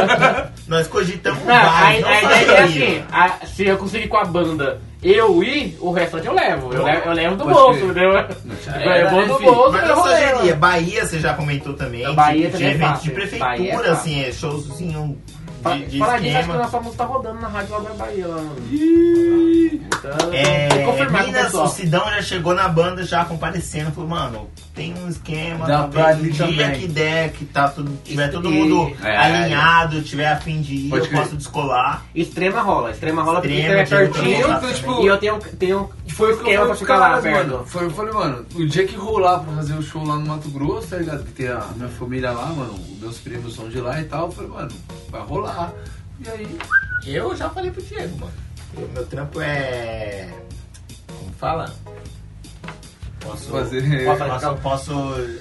Speaker 1: Nós cogitamos
Speaker 2: Não, a,
Speaker 1: vários, não
Speaker 2: a
Speaker 1: só
Speaker 2: ideia é
Speaker 1: gerir.
Speaker 2: assim, a- se eu conseguir com a banda eu ir, o restante eu levo. Eu levo, eu levo do
Speaker 3: Pode
Speaker 2: bolso,
Speaker 3: crer.
Speaker 2: entendeu?
Speaker 3: era,
Speaker 2: eu vou
Speaker 3: né,
Speaker 2: do
Speaker 3: filho?
Speaker 2: bolso,
Speaker 1: Mas
Speaker 2: eu
Speaker 1: não só
Speaker 2: levo.
Speaker 1: geria. Bahia, você já comentou também.
Speaker 2: A é Bahia
Speaker 1: de,
Speaker 2: também é
Speaker 1: de evento
Speaker 2: fácil.
Speaker 1: de
Speaker 2: Bahia é
Speaker 1: prefeitura,
Speaker 2: fácil.
Speaker 1: assim, é showzinho
Speaker 2: Fa-
Speaker 1: de, de
Speaker 2: Falar disso, acho que a
Speaker 1: esquema.
Speaker 2: nossa música tá rodando na rádio lá da Bahia. Lá, mano. então,
Speaker 1: É,
Speaker 2: vou confirmar com o
Speaker 1: Minas, o
Speaker 2: pessoal.
Speaker 1: Sidão já chegou na banda, já comparecendo, falou, mano, tem um esquema,
Speaker 3: Dá pra
Speaker 1: talvez um
Speaker 3: ir
Speaker 1: dia
Speaker 3: também.
Speaker 1: que der, que tá tudo, tiver
Speaker 2: Isso-
Speaker 1: todo
Speaker 2: e-
Speaker 1: mundo
Speaker 3: É.
Speaker 1: alinhado, tiver a fim de ir,
Speaker 3: Pode
Speaker 1: eu
Speaker 3: crer.
Speaker 1: posso descolar.
Speaker 2: Extrema rola, extrema rola porque
Speaker 1: Extrema,
Speaker 2: é
Speaker 1: Diego, também.
Speaker 2: pertinho.
Speaker 3: Eu tô, tipo,
Speaker 2: E eu tenho, tenho
Speaker 3: Foi o que eu
Speaker 2: esquema
Speaker 3: falei
Speaker 2: pra
Speaker 3: pros
Speaker 2: ficar lá
Speaker 3: caras,
Speaker 2: perto.
Speaker 3: mano. Foi, eu falei, mano, o dia que rolar pra fazer o show lá no Mato Grosso, tá ligado? Que tem a minha família lá, mano, os meus primos são de lá e tal. Eu falei, mano, vai rolar. E aí,
Speaker 1: assim. Eu já falei pro Diego, mano. Eu- meu trampo é. Como fala? Posso
Speaker 3: Fazer-
Speaker 1: Posso. posso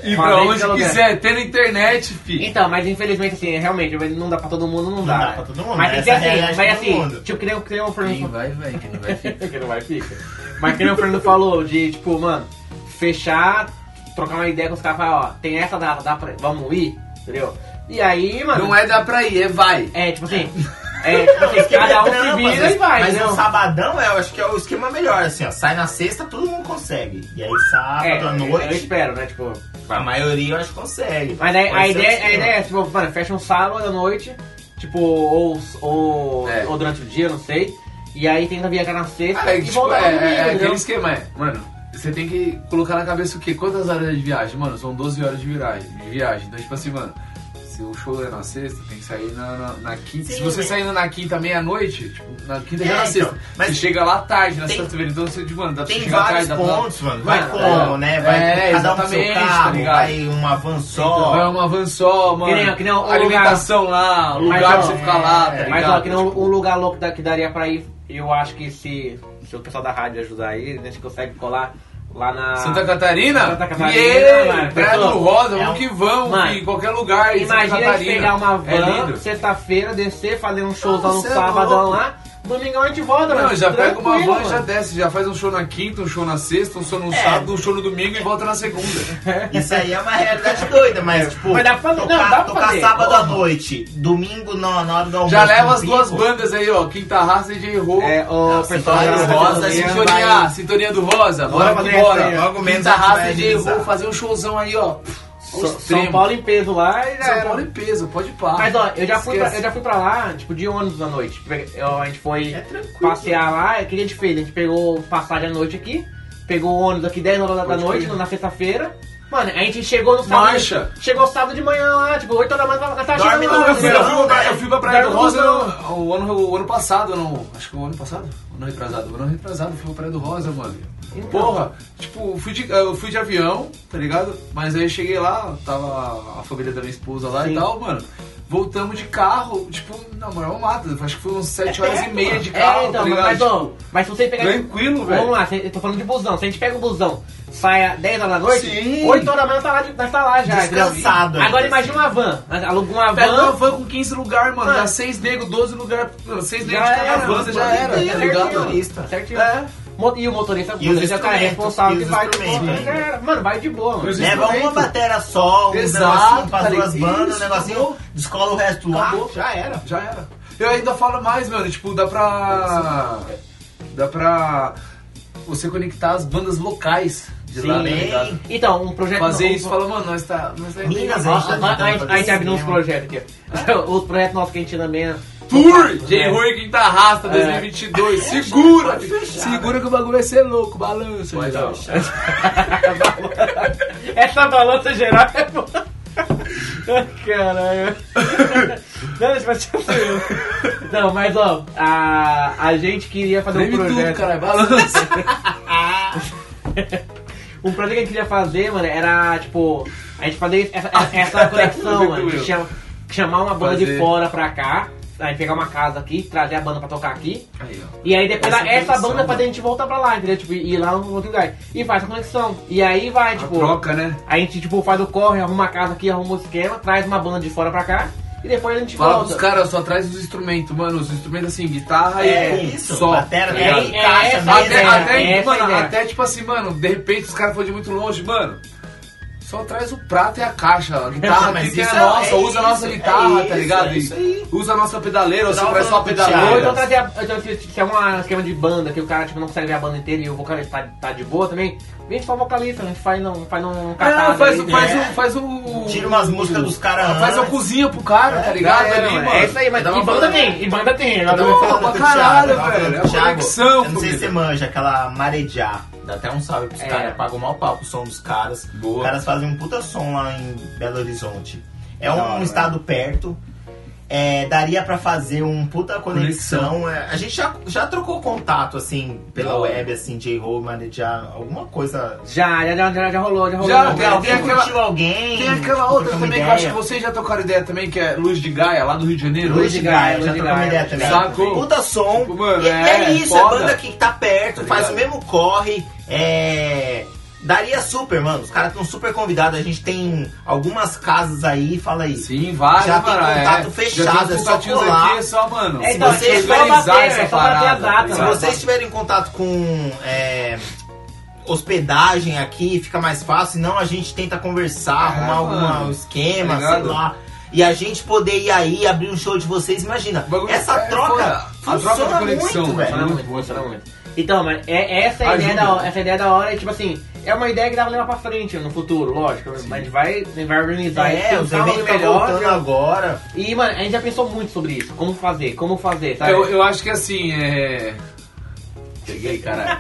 Speaker 3: e
Speaker 2: Uma
Speaker 3: pra
Speaker 2: vez
Speaker 3: onde
Speaker 2: pelo
Speaker 3: quiser, tem na internet, fi.
Speaker 2: Então, mas infelizmente, assim, realmente, não dá pra todo mundo, não, dá.
Speaker 1: dá
Speaker 2: né?
Speaker 1: pra todo mundo,
Speaker 2: Mas tem que ser
Speaker 1: essa é a
Speaker 2: assim,
Speaker 1: realidade
Speaker 2: mas
Speaker 1: de todo
Speaker 2: assim,
Speaker 1: mundo.
Speaker 2: tipo, que nem, que nem o
Speaker 3: Quem
Speaker 2: Fernando
Speaker 3: vai, vai, quem não vai fica.
Speaker 2: que não vai fica. Mas que nem o Fernando falou, de tipo, mano, fechar, trocar uma ideia com os caras, falar, ó, tem essa data, dá pra, vamos ir, entendeu? E aí, mano,
Speaker 3: Não é dá pra ir, é vai.
Speaker 2: é, tipo assim, é, tipo assim, cada um se vira e vai, né?
Speaker 1: Mas
Speaker 2: entendeu?
Speaker 1: o sabadão, é, eu acho que é o esquema melhor, assim, ó. Sai na sexta, todo mundo consegue. E aí, sábado
Speaker 2: É,
Speaker 1: à
Speaker 2: eu
Speaker 1: noite,
Speaker 2: espero, né, tipo...
Speaker 1: a maioria eu acho que consegue.
Speaker 2: Mas aí,
Speaker 1: Pode
Speaker 2: a,
Speaker 1: ser assim, o
Speaker 2: ideia, a
Speaker 3: assim,
Speaker 1: esquema.
Speaker 2: ideia é, tipo, mano, fecha um sábado à noite, tipo, ou, ou,
Speaker 3: É.
Speaker 2: ou durante o dia, não sei, e aí tenta viajar na sexta
Speaker 3: Cara, é,
Speaker 2: e
Speaker 3: que, tipo,
Speaker 2: voltar
Speaker 3: é,
Speaker 2: no domingo,
Speaker 3: é- é
Speaker 2: entendeu?
Speaker 3: aquele esquema, é. Mano, você tem que colocar na cabeça o quê? Quantas horas é de viagem? Mano, são 12 horas de viagem. De viagem. Então, tipo assim, mano, se o show é na sexta, tem que sair na, na- na quinta. se
Speaker 1: Sim,
Speaker 3: você
Speaker 1: velho.
Speaker 3: sair na quinta meia-noite, tipo, na quinta já
Speaker 1: É,
Speaker 3: é na
Speaker 1: então,
Speaker 3: sexta.
Speaker 1: mas
Speaker 3: você chega lá tarde, na
Speaker 1: tem-
Speaker 3: sexta-feira. Então, você, tipo, mano, dá pra você
Speaker 1: Tem
Speaker 3: chegar
Speaker 1: vários
Speaker 3: tarde. dá pra-
Speaker 1: pontos, mano. Vai
Speaker 2: Mano,
Speaker 1: como,
Speaker 3: é.
Speaker 1: né? Vai
Speaker 3: É,
Speaker 1: cada um com seu
Speaker 3: exatamente, tá
Speaker 1: carro,
Speaker 3: ligado?
Speaker 1: vai uma van só.
Speaker 3: Vai uma van só, mano.
Speaker 2: Que nem- que nem o
Speaker 3: alimentação lá, lugar
Speaker 2: Mas, ó,
Speaker 3: pra você ficar lá, tá
Speaker 1: é,
Speaker 3: ligado?
Speaker 2: Mas ó, que não,
Speaker 3: Tipo,
Speaker 2: um lugar louco da- que daria pra ir, eu acho que se, se o pessoal da rádio ajudar aí, a gente consegue colar lá na.
Speaker 3: Santa Catarina?
Speaker 2: Santa Catarina,
Speaker 3: Yeah!
Speaker 2: mano.
Speaker 3: Praia do
Speaker 2: Pessoal,
Speaker 3: Rosa,
Speaker 1: é
Speaker 3: vamos
Speaker 1: um-
Speaker 3: que vamos,
Speaker 2: Mano,
Speaker 3: fi, em qualquer lugar. em Santa
Speaker 2: Imagina a gente
Speaker 3: Catarina.
Speaker 2: pegar uma
Speaker 3: É
Speaker 2: van
Speaker 3: lindo.
Speaker 2: sexta-feira, descer, fazer um showzão no
Speaker 3: Nossa, é
Speaker 2: sábado
Speaker 3: louco.
Speaker 2: lá, Domingão a gente volta,
Speaker 3: Não,
Speaker 2: mano.
Speaker 3: já pega uma
Speaker 2: Tranquilo,
Speaker 3: van e já
Speaker 2: mano. É.
Speaker 3: desce, já faz um show na quinta, um show na sexta, um show no sábado, um show no domingo e volta na segunda.
Speaker 1: Isso aí é uma realidade doida, mas tipo.
Speaker 2: Mas dá pra fazer-
Speaker 1: Tocar,
Speaker 2: não, dá pra
Speaker 1: tocar
Speaker 2: fazer.
Speaker 1: sábado à
Speaker 2: Porra.
Speaker 1: noite, domingo na, na hora do almoço.
Speaker 3: Já
Speaker 2: um
Speaker 3: leva as
Speaker 1: no
Speaker 3: duas
Speaker 1: bico.
Speaker 3: bandas aí, ó. Quinta Raça e J. Ro.
Speaker 2: É, o pessoal
Speaker 1: sintonia
Speaker 2: da
Speaker 1: do
Speaker 3: Rosa,
Speaker 1: Rosa,
Speaker 3: sintonia, sintonia do Rosa, bora
Speaker 2: Bora
Speaker 3: que
Speaker 2: fazer
Speaker 3: bora.
Speaker 2: essa aí, ó.
Speaker 1: Logo menos
Speaker 3: Quinta
Speaker 1: a gente
Speaker 3: Raça
Speaker 1: vai
Speaker 3: e J. Ro
Speaker 1: agilizar.
Speaker 3: fazer um showzão aí, ó.
Speaker 2: São,
Speaker 3: é um Extremo.
Speaker 2: São Paulo em peso lá e já
Speaker 3: São
Speaker 2: era.
Speaker 3: Paulo em peso, pode parar.
Speaker 2: Mas ó, eu já, fui pra,
Speaker 3: Ah, Esquece.
Speaker 2: eu já fui pra lá, tipo, de ônibus à noite. Pe- eu- a gente foi
Speaker 1: É tranquilo.
Speaker 2: passear lá, e o que a gente fez? A gente pegou passagem à noite aqui, pegou o ônibus aqui 10 horas da
Speaker 3: Pode
Speaker 2: noite,
Speaker 3: crer.
Speaker 2: na sexta-feira. Mano, a gente chegou no sábado.
Speaker 3: Marcha.
Speaker 2: Chegou sábado de manhã lá, tipo, 8 horas da manhã, nós tava
Speaker 1: Dorme
Speaker 2: chegando
Speaker 1: no
Speaker 2: lá.
Speaker 3: Eu fui, eu
Speaker 2: entendeu?
Speaker 3: fui pra, eu fui pra Praia do
Speaker 2: Dardo
Speaker 3: Rosa
Speaker 2: Rosa.
Speaker 3: no- o, ano, o ano passado, não, acho que o ano passado, o ano retrasado, o ano retrasado, eu fui pra Praia do Rosa, mano.
Speaker 2: Então.
Speaker 3: Porra, tipo, fui de, eu fui de avião, tá ligado? Mas aí eu cheguei lá, tava a família da minha esposa lá
Speaker 2: Sim.
Speaker 3: e tal, mano. Voltamos de carro, tipo, na moral, mata. Acho que foi uns 7 horas e meia de carro,
Speaker 2: É, então,
Speaker 3: tá ligado?
Speaker 2: mas, ó, mas se você pegar.
Speaker 3: Tranquilo, velho.
Speaker 2: Vamos lá, se- eu tô falando de busão. Se a gente pega o busão, sai às 10 horas da noite,
Speaker 3: Sim.
Speaker 2: 8 horas da manhã tá lá, de- nós tá lá já. entendeu?
Speaker 1: Descansado.
Speaker 2: Agora imagina uma van. Nós Alugamos uma
Speaker 3: Pega uma
Speaker 2: van.
Speaker 3: Tipo, van com 15 lugar, mano.
Speaker 2: Mano.
Speaker 3: Dá 6 nego, 12 lugar. 6 nego de
Speaker 2: Já
Speaker 3: cada
Speaker 2: era,
Speaker 3: van, você já era, tá
Speaker 1: Certinho,
Speaker 3: ligado?
Speaker 1: motorista.
Speaker 2: Certinho.
Speaker 3: É.
Speaker 2: Mo- E o motorista,
Speaker 1: E os
Speaker 2: motorista tá
Speaker 1: instrumentos,
Speaker 2: responsável
Speaker 1: e
Speaker 2: que
Speaker 1: os
Speaker 2: vai de boa.
Speaker 1: instrumentos. né?
Speaker 2: Já era. É, Mano, vai de boa, mano.
Speaker 3: Os
Speaker 1: Leva uma
Speaker 3: instrumentos.
Speaker 1: batera só, um
Speaker 3: Exato,
Speaker 1: negocinho pras
Speaker 3: tá
Speaker 1: duas
Speaker 3: ligado?
Speaker 1: bandas, um
Speaker 3: Isso,
Speaker 1: negocinho,
Speaker 3: acabou.
Speaker 1: descola o resto lá.
Speaker 3: Acabou.
Speaker 1: Já era.
Speaker 3: Já era. Eu ainda falo mais, mano. Tipo, dá pra. Dá pra. Você conectar as bandas locais de lá, né?
Speaker 1: Sim.
Speaker 3: ligado?
Speaker 2: Então, um projeto.
Speaker 3: Fazer
Speaker 2: um-
Speaker 3: isso, fala, mano, nós tá. Nós tá
Speaker 1: Minas, é
Speaker 2: Ó, ó, ó, A gente-
Speaker 1: Fazer
Speaker 2: a gente abriu uns
Speaker 1: cinema.
Speaker 2: projetos aqui. Os projetos nossos que a gente também.
Speaker 3: Tour!
Speaker 1: né?
Speaker 3: J. Roy Quinta
Speaker 1: É.
Speaker 3: Raça 2022. Segura! Segura que o bagulho vai ser louco, balança.
Speaker 1: né? Pode
Speaker 3: geral.
Speaker 1: fechar.
Speaker 2: Essa balança geral é boa. Ai, Caralho. Não, mas vai ser eu. Não, mas ó, a, a gente queria fazer
Speaker 3: Treme
Speaker 2: um projeto.
Speaker 3: tudo, caralho, balança.
Speaker 2: Um projeto que a gente queria fazer, mano, era tipo. A gente fazer essa, essa conexão, mano. de chama- chamar uma banda de
Speaker 3: Fazer.
Speaker 2: fora pra cá. A gente pegar uma casa aqui, trazer a banda pra tocar aqui.
Speaker 3: Aí, ó.
Speaker 2: E aí depois
Speaker 3: Essa
Speaker 2: essa, essa
Speaker 3: conexão,
Speaker 2: banda
Speaker 3: mano.
Speaker 2: fazer a gente voltar pra lá, entendeu? Tipo, ir lá no outro lugar. E faz essa conexão. E aí vai,
Speaker 3: A
Speaker 2: tipo.
Speaker 3: troca, né?
Speaker 2: A gente, tipo, faz o corre, arruma a casa aqui, arruma o esquema, traz uma banda de fora pra cá e depois a gente
Speaker 3: Fala
Speaker 2: volta.
Speaker 3: pros caras, só traz os instrumentos, mano. Os instrumentos assim, guitarra
Speaker 1: É
Speaker 3: e
Speaker 1: isso,
Speaker 3: só.
Speaker 1: batera,
Speaker 3: tá
Speaker 2: É,
Speaker 3: ligado?
Speaker 2: é
Speaker 1: caixa,
Speaker 2: essa a
Speaker 3: Até,
Speaker 2: ideia,
Speaker 3: até,
Speaker 2: é essa a
Speaker 3: mano,
Speaker 2: ideia.
Speaker 3: até tipo assim, mano, de repente os caras foram de muito longe, mano. Só traz o prato e a caixa. A guitarra
Speaker 1: Mas
Speaker 3: aqui que é
Speaker 1: isso
Speaker 3: a
Speaker 1: é-
Speaker 3: nossa,
Speaker 1: é
Speaker 3: usa a nossa
Speaker 1: isso,
Speaker 3: guitarra,
Speaker 1: é
Speaker 3: tá
Speaker 1: isso,
Speaker 3: ligado?
Speaker 1: é isso aí.
Speaker 3: usa a nossa pedaleira, ou você
Speaker 1: Troca
Speaker 3: traz só a
Speaker 1: do Thiago.
Speaker 2: Ou então
Speaker 3: pedaleira.
Speaker 2: trazer a, então, se, se é um esquema de banda que o cara tipo, não consegue ver a banda inteira e o vocalista tá, tá de boa também, vem só vocalista, né? Faz não, faz não
Speaker 3: Ah, faz,
Speaker 2: aí,
Speaker 3: faz,
Speaker 1: né?
Speaker 3: um, faz um.
Speaker 1: Tira umas músicas dos caras
Speaker 3: Faz uma
Speaker 1: antes.
Speaker 3: cozinha pro cara, tá ligado?
Speaker 2: É,
Speaker 3: Ali,
Speaker 2: mano,
Speaker 3: mano.
Speaker 2: é isso aí, mas
Speaker 3: Dá
Speaker 2: e
Speaker 3: uma
Speaker 2: banda tem, e banda tem. Ela
Speaker 3: Dá uma-
Speaker 2: vai-
Speaker 3: pra
Speaker 1: Thiago,
Speaker 3: caralho,
Speaker 1: tava falando
Speaker 3: velho,
Speaker 1: do
Speaker 3: é
Speaker 1: é Thiago. Eu não
Speaker 3: conexão,
Speaker 1: sei
Speaker 3: família.
Speaker 1: se você manja, aquela marejar. Dá até um salve pros
Speaker 2: É.
Speaker 1: caras, paga o maior pau pro som dos caras.
Speaker 3: Boa.
Speaker 1: Os caras fazem um puta som lá em Belo Horizonte. É
Speaker 3: Da hora,
Speaker 1: um
Speaker 3: né?
Speaker 1: estado perto. É, daria pra fazer um puta conexão. É, a gente já, já trocou contato, assim, pela
Speaker 3: Da hora.
Speaker 1: web, assim, J-Ho, marejar, alguma coisa.
Speaker 2: Já, já, já, já, já rolou, já rolou.
Speaker 3: Já,
Speaker 1: Alguém
Speaker 3: Ah, tem
Speaker 1: alguém
Speaker 3: aquela-
Speaker 1: curtiu alguém?
Speaker 3: Tem aquela
Speaker 1: tipo,
Speaker 3: outra
Speaker 1: trocou uma
Speaker 3: também que eu
Speaker 1: ideia.
Speaker 3: acho que vocês já tocaram ideia também, que é Luz de Gaia, lá do Rio de Janeiro.
Speaker 1: Luz de Gaia,
Speaker 2: Luz
Speaker 1: já
Speaker 2: de
Speaker 1: trocou uma
Speaker 2: Gaia,
Speaker 1: ideia
Speaker 2: Luz de
Speaker 1: também.
Speaker 3: Gaia. Sacou?
Speaker 1: Puta som.
Speaker 3: Tipo, mano,
Speaker 1: e é,
Speaker 3: é
Speaker 1: isso,
Speaker 3: foda.
Speaker 1: a banda que tá perto,
Speaker 3: Tá
Speaker 1: faz o
Speaker 3: ligado?
Speaker 1: mesmo corre. É. Daria super, mano. Os caras estão super convidados. A gente tem algumas casas aí, fala aí.
Speaker 3: Sim, vários,
Speaker 1: Já tem
Speaker 3: mano,
Speaker 1: contato
Speaker 3: é.
Speaker 1: fechado,
Speaker 3: já tem
Speaker 1: é
Speaker 3: os
Speaker 1: só
Speaker 3: contatinhos
Speaker 1: colar.
Speaker 3: aqui, é só, mano.
Speaker 2: É,
Speaker 1: Se então, vocês é só
Speaker 3: organizar
Speaker 2: bater, é só bater a
Speaker 3: tá
Speaker 2: data,
Speaker 1: Se
Speaker 3: ligado?
Speaker 1: vocês tiverem contato com é, hospedagem aqui, fica mais fácil. Senão a gente tenta conversar,
Speaker 3: É,
Speaker 1: arrumar algum
Speaker 3: mano.
Speaker 1: esquema,
Speaker 3: Tá
Speaker 1: sei
Speaker 3: ligado?
Speaker 1: lá. E a gente poder ir aí abrir um show de vocês. Imagina,
Speaker 3: O bagulho
Speaker 1: essa
Speaker 3: é
Speaker 1: troca.
Speaker 3: foda. A troca de
Speaker 1: funciona
Speaker 3: conexão,
Speaker 1: muito,
Speaker 3: tá mano.
Speaker 1: velho.
Speaker 2: Funciona muito, funciona muito. Então, mas é, essa, é a ideia
Speaker 3: Ajuda.
Speaker 2: da hora, essa é a ideia da hora, e tipo assim, é uma ideia que dá pra levar pra frente no futuro, lógico. Mas a gente vai, a gente vai organizar isso,
Speaker 1: É, os
Speaker 2: pensar
Speaker 1: eventos tá
Speaker 2: melhor,
Speaker 1: voltando agora.
Speaker 2: E, mano, a gente já pensou muito sobre isso. Como fazer, como fazer, sabe?
Speaker 3: Tá, Eu, eu acho que assim, é. Peguei, caralho.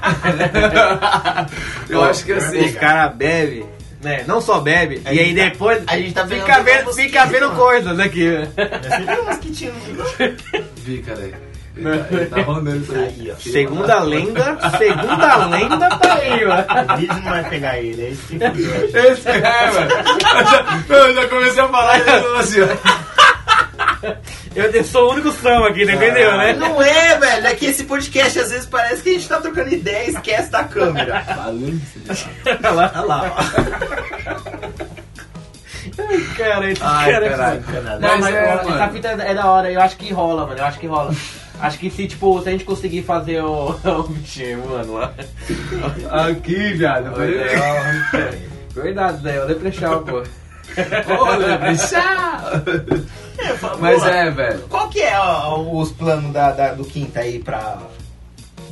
Speaker 3: eu acho que assim.
Speaker 1: Esse
Speaker 2: é cara bebe, né? Não só bebe,
Speaker 1: A gente tá- a gente tá pegando
Speaker 2: é
Speaker 1: mosquito, mano.
Speaker 2: coisas aqui.
Speaker 1: Mas você viu um mosquitinho no bigode?
Speaker 3: Vi, caralho. Ele tá- ele tá rondando isso
Speaker 1: Aí, ó.
Speaker 3: aí.
Speaker 2: lenda, segunda lenda tá aí, mano.
Speaker 1: O vídeo não vai pegar ele, é isso que fudeu.
Speaker 3: Esse é, mano. Eu já, eu já comecei a falar e ele falou assim, ó.
Speaker 2: Eu sou o único são aqui, né? entendeu, né?
Speaker 1: Não é, velho. É que esse podcast às vezes parece que a gente tá trocando ideia e esquece da câmera.
Speaker 2: Olha lá.
Speaker 1: Olha lá, ó.
Speaker 2: Ai, cara, esse
Speaker 3: Ai,
Speaker 2: cara...
Speaker 3: caralho.
Speaker 1: Sacanagem.
Speaker 2: Não,
Speaker 3: Mas
Speaker 2: mas
Speaker 3: é,
Speaker 2: ó, essa
Speaker 3: mano.
Speaker 2: fita é da hora, eu acho que rola, mano, eu acho que rola. Acho que se, tipo, se a gente conseguir fazer o, o bichinho, mano, lá.
Speaker 3: Aqui, viado.
Speaker 2: Foi legal. Verdade, Zé, eu leprechal, pô.
Speaker 3: Olha, bicha! Mas é, velho.
Speaker 1: Qual que é ó, os planos da, da- do Quinta aí pra...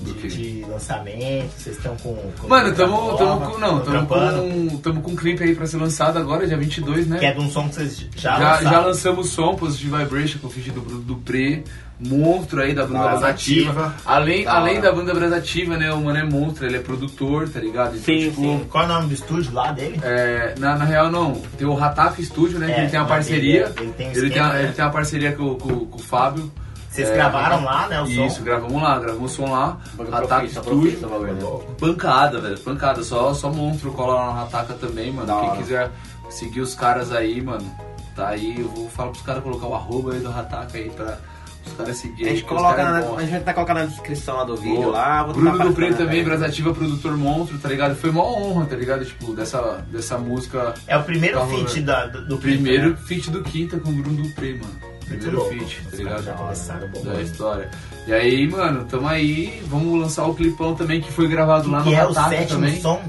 Speaker 3: Do
Speaker 1: De,
Speaker 3: quê?
Speaker 1: de lançamento, vocês estão com, com...
Speaker 3: Mano, tamo, tamo com.
Speaker 1: tão
Speaker 3: Não, tamo
Speaker 1: trampando?
Speaker 3: com, tamo com um clipe aí pra ser lançado agora, dia 22, né?
Speaker 1: Que é de um som que vocês já,
Speaker 3: Já,
Speaker 1: lançaram.
Speaker 3: já lançamos som, Positive Vibration, com o feat do Bruno Dupré, monstro aí da banda
Speaker 1: Da
Speaker 3: Brasativa.
Speaker 1: Ativa.
Speaker 3: Além,
Speaker 1: Da
Speaker 3: além
Speaker 1: hora.
Speaker 3: da banda Brasativa, né, o mano é monstro, ele é produtor, tá ligado? Então,
Speaker 2: Sim,
Speaker 3: tipo,
Speaker 2: sim.
Speaker 1: Qual é o nome do estúdio lá dele?
Speaker 3: é, na, na real, não. Tem o Rataf Studio, né, que
Speaker 1: É,
Speaker 3: ele tem uma
Speaker 1: mas
Speaker 3: parceria.
Speaker 1: ele- ele tem um
Speaker 3: ele, tem
Speaker 1: esquema,
Speaker 3: uma,
Speaker 1: né?
Speaker 3: ele tem uma parceria com, com, com o Fábio.
Speaker 1: Vocês
Speaker 3: É,
Speaker 1: gravaram lá, né, o som?
Speaker 3: Isso, gravamos lá, gravamos o som lá.
Speaker 2: Banca
Speaker 3: Rataf
Speaker 2: profissa,
Speaker 3: Studio.
Speaker 2: profissa, bagulho, né?
Speaker 3: Pancada, velho, pancada. Só, só monstro cola lá na Rataca também, mano.
Speaker 2: Da
Speaker 3: Quem
Speaker 2: hora.
Speaker 3: quiser seguir os caras aí, mano, tá aí. Eu vou falar pros caras colocar o arroba aí do Rataca aí pra os caras
Speaker 2: A
Speaker 3: seguirem.
Speaker 2: gente
Speaker 3: porque os
Speaker 2: coloca
Speaker 3: caras
Speaker 2: na,
Speaker 3: é bom.
Speaker 2: a gente vai colocar na descrição lá do vídeo
Speaker 3: Boa.
Speaker 2: lá. vou
Speaker 3: Bruno
Speaker 2: tentar
Speaker 3: do Preto
Speaker 2: passar,
Speaker 3: também,
Speaker 2: né?
Speaker 3: Brasativa, produtor monstro, tá ligado? Foi uma honra, tá ligado? Tipo, dessa, dessa música.
Speaker 1: É o primeiro
Speaker 3: Tá
Speaker 1: feat
Speaker 3: rolando.
Speaker 1: da, do, do
Speaker 2: né?
Speaker 3: Primeiro feat do Quinta com o Bruno do Preto, mano. Primeiro
Speaker 1: louco.
Speaker 3: feat, tá
Speaker 1: Os caras
Speaker 3: ligado?
Speaker 1: já lançaram bom.
Speaker 2: É.
Speaker 3: da história. E aí, mano, tamo aí. Vamos lançar o clipão também que foi gravado lá no
Speaker 1: que é o
Speaker 3: Rataca
Speaker 1: sétimo
Speaker 3: também.
Speaker 1: som?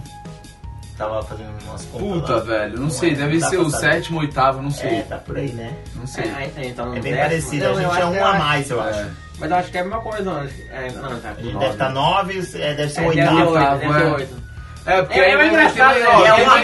Speaker 1: Tava fazendo umas contas
Speaker 3: Puta,
Speaker 1: lá.
Speaker 3: velho, não
Speaker 1: Não
Speaker 3: sei,
Speaker 1: é,
Speaker 3: deve
Speaker 1: dá
Speaker 3: ser
Speaker 1: pra
Speaker 3: o
Speaker 1: saber.
Speaker 3: sétimo, oitavo, não sei.
Speaker 1: É, tá por aí, né?
Speaker 3: Não sei.
Speaker 2: É, aí, aí, então,
Speaker 1: É bem
Speaker 2: décimo.
Speaker 1: parecido,
Speaker 2: Não,
Speaker 1: a
Speaker 2: eu
Speaker 1: gente é
Speaker 2: acho que
Speaker 1: um a mais, eu acho.
Speaker 3: É.
Speaker 2: Mas eu acho que é a mesma coisa, não. acho que- É, não, tá.
Speaker 1: A gente
Speaker 2: nove.
Speaker 1: deve estar nove, é, deve ser
Speaker 2: É,
Speaker 1: o
Speaker 2: deve ter
Speaker 1: oitavo. tá,
Speaker 2: oito,
Speaker 3: oitavo,
Speaker 2: deve ter
Speaker 3: é.
Speaker 2: oito.
Speaker 3: É, porque
Speaker 2: É,
Speaker 3: aí
Speaker 2: é
Speaker 3: vai
Speaker 2: engraçado,
Speaker 3: ter-
Speaker 2: né?
Speaker 1: É
Speaker 2: Tem
Speaker 1: uma
Speaker 2: mais
Speaker 1: mais,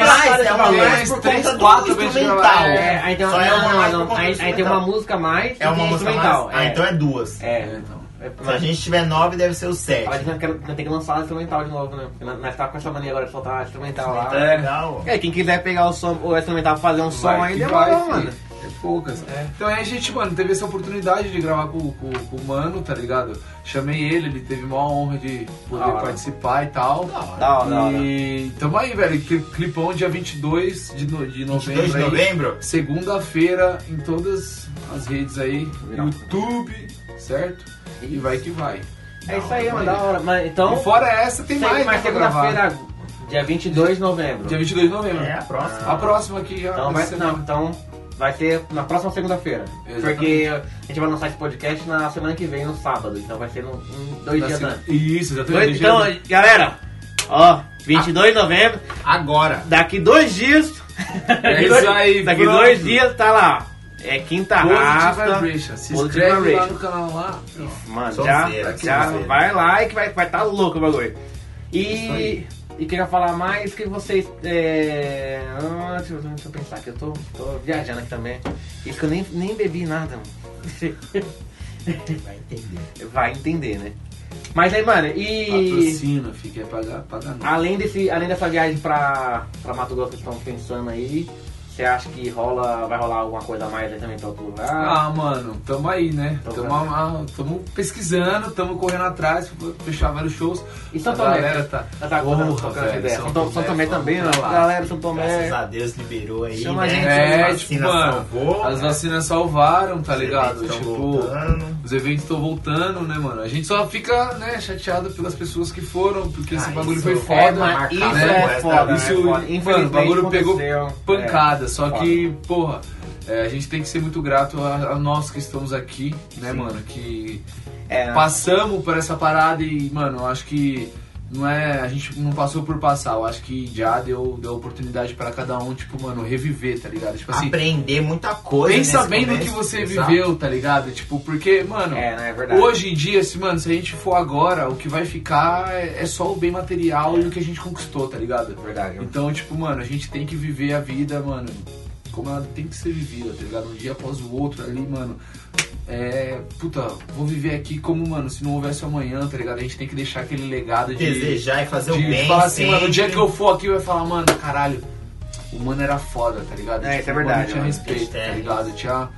Speaker 1: é uma
Speaker 2: três,
Speaker 1: mais por
Speaker 3: três,
Speaker 1: conta do
Speaker 3: quatro pra gente
Speaker 1: instrumental.
Speaker 3: gravar.
Speaker 2: É, aí tem uma,
Speaker 1: Só é uma
Speaker 2: não,
Speaker 1: mais
Speaker 2: não,
Speaker 1: por conta do
Speaker 2: aí, aí tem uma
Speaker 1: instrumental.
Speaker 2: música a mais
Speaker 1: É uma
Speaker 2: e
Speaker 1: música a
Speaker 2: instrumental.
Speaker 1: mais? Ah, então é duas.
Speaker 2: É.
Speaker 3: É, então.
Speaker 2: É,
Speaker 1: Se a gente tiver nove, deve ser o sete.
Speaker 2: Mas nós quer- nós tem que lançar o instrumental de novo, né? Porque nós, nós tá com essa mania agora de soltar instrumental lá.
Speaker 1: Tá legal.
Speaker 2: É, quem quiser pegar o som, o instrumental pra fazer um som
Speaker 3: Vai
Speaker 2: aí,
Speaker 3: que
Speaker 2: demora,
Speaker 3: vai,
Speaker 2: mano.
Speaker 3: filho. É poucas.
Speaker 2: É.
Speaker 3: Então aí a gente, mano, teve essa oportunidade de gravar com, com- com o Mano, tá ligado? Chamei ele, ele teve uma honra de poder
Speaker 2: Da hora.
Speaker 3: participar e tal. Da
Speaker 1: hora.
Speaker 2: Da hora, da hora.
Speaker 3: E tamo aí, velho. cli- Clipão dia 22 de, no, de novembro.
Speaker 1: 22 de
Speaker 3: aí.
Speaker 1: novembro?
Speaker 3: Segunda-feira em todas as redes aí.
Speaker 2: Virar.
Speaker 3: YouTube, certo? E vai que vai.
Speaker 2: É isso aí, mano, da hora. Mas então.
Speaker 3: e fora essa, tem
Speaker 2: sei que
Speaker 3: mais,
Speaker 2: mais
Speaker 3: né, pra gravar.
Speaker 2: segunda-feira, dia 22 de novembro.
Speaker 3: Dia 22 de novembro.
Speaker 1: É, a próxima.
Speaker 3: A próxima aqui já.
Speaker 2: Então vai,
Speaker 3: essa
Speaker 2: não,
Speaker 3: semana.
Speaker 2: então vai ser na próxima segunda-feira.
Speaker 3: Exatamente.
Speaker 2: Porque a gente vai lançar esse podcast na semana que vem, no sábado. Então vai ser no, um, dois
Speaker 3: Na
Speaker 2: dias
Speaker 3: seg-
Speaker 2: antes.
Speaker 3: assim. Isso, já tô
Speaker 2: Dois- então, galera,
Speaker 3: Ah.
Speaker 2: ó, 22 de novembro,
Speaker 1: Agora.
Speaker 2: daqui dois dias.
Speaker 3: É isso aí,
Speaker 2: Daqui
Speaker 3: pronto.
Speaker 2: dois dias tá lá. É quinta
Speaker 3: Positive
Speaker 2: rasta.
Speaker 3: Vibration. Se
Speaker 2: Positive
Speaker 3: inscreve lá
Speaker 2: Vibration.
Speaker 3: no canal lá. ó.
Speaker 2: Mano, já,
Speaker 1: Sonzeira,
Speaker 2: já
Speaker 1: sonzeira.
Speaker 2: vai lá e que vai vai tá louco o bagulho.
Speaker 3: É Isso
Speaker 2: E,
Speaker 3: aí.
Speaker 2: e queria falar mais que vocês. É... ah, Deixa eu, deixa eu pensar que eu tô, tô viajando aqui também. E que eu nem, nem bebi nada, mano.
Speaker 1: Vai entender.
Speaker 2: Vai entender, né? Mas aí, mano, e.
Speaker 3: Patrocina, fica aí pagar, pagar não.
Speaker 2: Além, desse, além dessa viagem pra, pra Mato Grosso que estão pensando aí, você acha que rola, vai rolar alguma coisa a mais aí também pra outro lugar?
Speaker 3: Ah, mano, tamo aí, né?
Speaker 2: Então
Speaker 3: Tamo,
Speaker 2: tá.
Speaker 3: ah, tamo pesquisando, tamo correndo atrás pra fechar vários shows.
Speaker 2: E São
Speaker 3: A
Speaker 2: Tomé?
Speaker 3: galera tá.
Speaker 2: Tá, tá,
Speaker 3: Porra,
Speaker 2: tá, tá, tá,
Speaker 3: velho,
Speaker 2: ideia. São Tom- São Tomé também, né?
Speaker 3: vamos pra lá.
Speaker 2: Galera, São Tomé.
Speaker 1: Graças a Deus liberou aí,
Speaker 2: Chama a
Speaker 1: né?
Speaker 2: gente,
Speaker 3: É,
Speaker 1: As
Speaker 3: tipo,
Speaker 1: vacinas
Speaker 3: mano,
Speaker 1: salvou,
Speaker 3: as
Speaker 1: né?
Speaker 3: vacinas salvaram, tá
Speaker 1: Os
Speaker 3: ligado?
Speaker 1: eventos tão
Speaker 3: Tipo,
Speaker 1: voltando.
Speaker 3: os eventos estão voltando, né, mano? A gente só fica, né, chateado pelas pessoas que foram, porque esse
Speaker 1: Ah,
Speaker 3: bagulho
Speaker 1: isso
Speaker 3: foi
Speaker 1: é
Speaker 3: foda.
Speaker 1: mar-
Speaker 2: mas isso
Speaker 1: marcado, né?
Speaker 2: é foda,
Speaker 3: Isso,
Speaker 2: né? Foda.
Speaker 3: mano, o
Speaker 2: Infelizmente,
Speaker 3: bagulho pegou
Speaker 2: aconteceu.
Speaker 3: pancada. Só
Speaker 2: foda.
Speaker 3: que, porra, é, a gente tem que ser muito grato a, a nós que estamos aqui, né, mano? Que
Speaker 2: É, é,
Speaker 3: passamos por essa parada e, mano, eu acho que não é. A gente não passou por passar. Eu acho que já deu, deu oportunidade pra cada um, tipo, mano, reviver, tá ligado? Tipo assim.
Speaker 1: Aprender muita coisa.
Speaker 3: Pensa
Speaker 1: nesse
Speaker 3: bem no
Speaker 1: começo.
Speaker 3: que você
Speaker 1: Exato.
Speaker 3: viveu, tá ligado? Tipo, porque, mano,
Speaker 2: É, não, é verdade.
Speaker 3: hoje em dia, se, mano, se a gente for agora, o que vai ficar é é só o bem material e o que a gente conquistou, tá ligado?
Speaker 2: É Verdade.
Speaker 3: Então, tipo, mano, a gente tem que viver a vida, mano, como ela tem que ser vivida, tá ligado? Um dia após o outro ali, mano. É. Puta, vou viver aqui como, mano, se não houvesse amanhã, tá ligado? A gente tem que deixar aquele legado de.
Speaker 1: Desejar e fazer
Speaker 3: de
Speaker 1: o bem.
Speaker 3: falar assim, mano, o dia
Speaker 1: sempre.
Speaker 3: que eu for aqui, eu vou falar, mano, caralho, o mano era foda, tá ligado?
Speaker 2: É, isso é
Speaker 3: o mano
Speaker 2: verdade,
Speaker 3: Tinha
Speaker 2: mano.
Speaker 3: respeito, tá
Speaker 1: É.
Speaker 3: ligado? Tinha.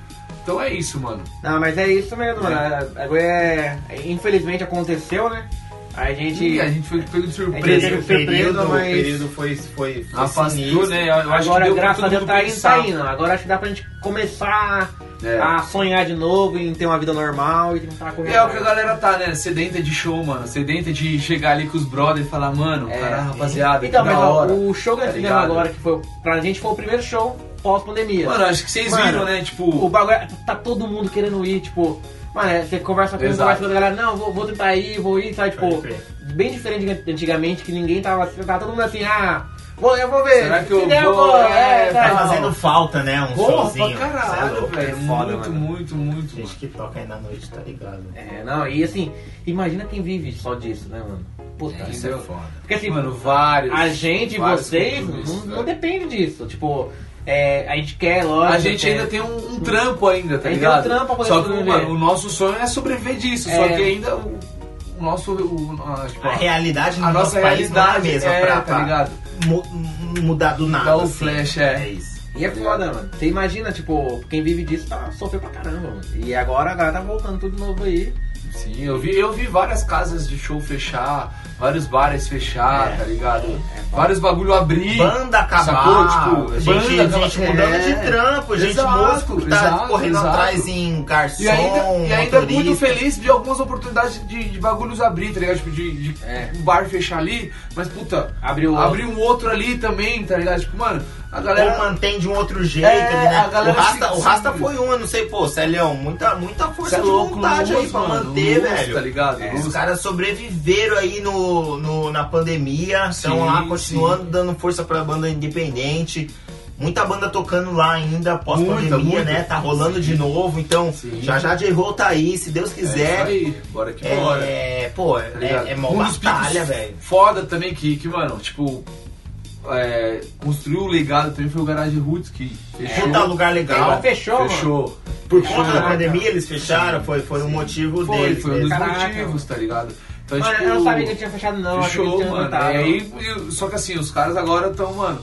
Speaker 3: Então é isso, mano.
Speaker 2: Não, mas é isso mesmo, mano. Agora é- Infelizmente aconteceu, né? A gente.
Speaker 3: E a gente foi pego de
Speaker 1: O
Speaker 2: A gente
Speaker 3: surpresa.
Speaker 2: teve
Speaker 1: período,
Speaker 2: surpresa,
Speaker 1: o
Speaker 2: mas-
Speaker 1: período foi, foi, foi
Speaker 3: Afastou,
Speaker 1: sinistro.
Speaker 3: né? Eu acho que
Speaker 2: Agora,
Speaker 3: deu pra
Speaker 2: graças
Speaker 3: todo
Speaker 2: a Deus,
Speaker 3: mundo
Speaker 2: tá indo, tá
Speaker 3: pensar.
Speaker 2: indo. Ah, Agora acho que dá pra gente começar
Speaker 3: É.
Speaker 2: a sonhar de novo em ter uma vida normal e tentar correr.
Speaker 3: É o que a
Speaker 2: atrás.
Speaker 3: galera tá, né? Sedenta de show, mano. Sedenta de chegar ali com os brothers e falar, mano,
Speaker 2: É.
Speaker 3: cara, rapaziada,
Speaker 2: Então,
Speaker 3: que
Speaker 2: mas
Speaker 3: da
Speaker 2: ó,
Speaker 3: hora.
Speaker 2: o show que nós
Speaker 3: Tá
Speaker 2: fizemos
Speaker 3: ligado?
Speaker 2: agora, que foi, pra gente foi o primeiro show pós-pandemia.
Speaker 3: Mano, acho que vocês
Speaker 2: Mano,
Speaker 3: viram, né?
Speaker 2: O
Speaker 3: Tipo.
Speaker 2: bagulho é- tá todo mundo querendo ir, tipo. Mano, é, você conversa com
Speaker 3: Exato.
Speaker 2: conversa com a galera, não, vou, vou tentar ir, vou ir, sabe? Tipo,
Speaker 4: Pode
Speaker 2: bem diferente de antigamente, que ninguém tava. Tava todo mundo assim, ah, vou, eu vou ver.
Speaker 3: Será que
Speaker 2: se
Speaker 3: eu
Speaker 2: der,
Speaker 3: vou?
Speaker 2: É,
Speaker 3: É,
Speaker 2: tá,
Speaker 1: Tá fazendo falta, né? Um
Speaker 3: Porra, pra
Speaker 1: showzinho. Cê é
Speaker 3: caralho,
Speaker 1: louco.
Speaker 3: velho.
Speaker 2: é foda,
Speaker 3: muito,
Speaker 2: mano.
Speaker 3: muito, muito,
Speaker 1: Gente
Speaker 3: mano.
Speaker 1: que toca aí na noite, tá ligado?
Speaker 2: É, não, e assim, imagina quem vive só disso, né, mano? Puta,
Speaker 1: Tá, é
Speaker 2: entendeu?
Speaker 3: foda.
Speaker 2: Porque assim,
Speaker 3: Mano, vários.
Speaker 2: a gente,
Speaker 3: vários
Speaker 2: vocês,
Speaker 3: compromissos,
Speaker 2: não, não
Speaker 3: velho.
Speaker 2: depende disso. Tipo, é, a gente quer, lógico.
Speaker 3: A gente
Speaker 2: quer-
Speaker 3: ainda tem um, um trampo ainda, tá
Speaker 2: A gente É. tem um
Speaker 3: ligado?
Speaker 2: trampo pra poder
Speaker 3: Só que
Speaker 2: sobreviver.
Speaker 3: mano, o nosso sonho é sobreviver disso, só
Speaker 2: É.
Speaker 3: que ainda o, o nosso. o- a, tipo,
Speaker 1: A realidade no
Speaker 3: a
Speaker 1: nosso
Speaker 3: nossa
Speaker 1: país não é a
Speaker 3: realidade
Speaker 1: mesma
Speaker 3: é,
Speaker 1: pra,
Speaker 3: tá
Speaker 1: pra
Speaker 3: ligado?
Speaker 1: mu- mudar do nada.
Speaker 3: Dá o
Speaker 1: assim.
Speaker 3: flash, é.
Speaker 1: É isso.
Speaker 2: E é foda, mano. Você imagina, tipo, quem vive disso tá, sofreu pra caramba, mano. E agora a galera tá voltando tudo novo aí.
Speaker 3: Sim, eu vi, eu vi várias casas de show fechar, vários bares fechar,
Speaker 1: É.
Speaker 3: tá ligado? vários bagulho abrir.
Speaker 1: Banda acabar,
Speaker 3: Sacou? Tipo,
Speaker 1: gente,
Speaker 3: banda acaba-
Speaker 1: gente mudando
Speaker 3: É.
Speaker 1: de trampo, gente
Speaker 3: Exato,
Speaker 1: músico que tá
Speaker 3: exato,
Speaker 1: correndo
Speaker 3: exato.
Speaker 1: atrás em garçom,
Speaker 3: E ainda, e ainda
Speaker 1: motorista.
Speaker 3: muito feliz de algumas oportunidades de, de bagulhos abrir, tá ligado? Tipo, de, de
Speaker 2: É.
Speaker 3: um bar fechar ali, mas puta,
Speaker 2: Abriu outro.
Speaker 3: abrir um outro ali também, tá ligado? Tipo, mano, a
Speaker 1: Ou
Speaker 3: galera.
Speaker 1: mantém de um outro jeito,
Speaker 3: É,
Speaker 1: ali, né?
Speaker 3: a galera
Speaker 1: o, Rasta,
Speaker 3: se-
Speaker 1: o Rasta
Speaker 3: se-
Speaker 1: foi um, eu não sei, pô, Celião, muita, muita
Speaker 3: Cê
Speaker 1: força
Speaker 3: é
Speaker 1: de
Speaker 3: louco,
Speaker 1: vontade aí
Speaker 3: Luz,
Speaker 1: pra
Speaker 3: mano,
Speaker 1: manter,
Speaker 3: Luz,
Speaker 1: velho.
Speaker 3: Tá ligado?
Speaker 1: É,
Speaker 3: Luz.
Speaker 1: Os caras sobreviveram aí no, no- na pandemia, estão
Speaker 3: Sim,
Speaker 1: lá continuando
Speaker 3: sim.
Speaker 1: dando força pra banda independente. Muita banda tocando lá ainda,
Speaker 3: Muita,
Speaker 1: pós-pandemia,
Speaker 3: muita.
Speaker 1: né? Tá rolando de novo, então
Speaker 3: Sim.
Speaker 1: já já J-Roll tá aí, se Deus
Speaker 3: É isso
Speaker 1: quiser.
Speaker 3: aí, bora que
Speaker 1: É,
Speaker 3: bora.
Speaker 1: pô, é,
Speaker 3: tá ligado?
Speaker 1: é, mó
Speaker 3: Um dos
Speaker 1: batalha,
Speaker 3: picos
Speaker 1: velho.
Speaker 3: Foda também que, que mano, tipo, é, construiu o legado também foi o Garage Roots que fechou. Tá
Speaker 1: Puta lugar legal.
Speaker 2: Ela fechou, mano.
Speaker 3: Fechou.
Speaker 1: Por conta da
Speaker 3: Fechou.
Speaker 1: pandemia, eles fecharam, foi, foi um motivo
Speaker 3: Foi,
Speaker 1: deles.
Speaker 3: foi um dos
Speaker 2: Caraca,
Speaker 3: motivos, tá ligado? Então,
Speaker 2: Mano,
Speaker 3: tipo,
Speaker 2: eu não sabia que tinha fechado, não. tá, achei que
Speaker 3: Fechou,
Speaker 2: tinha
Speaker 3: mano.
Speaker 2: voltado.
Speaker 3: E aí, e- só que assim, os caras agora estão, mano.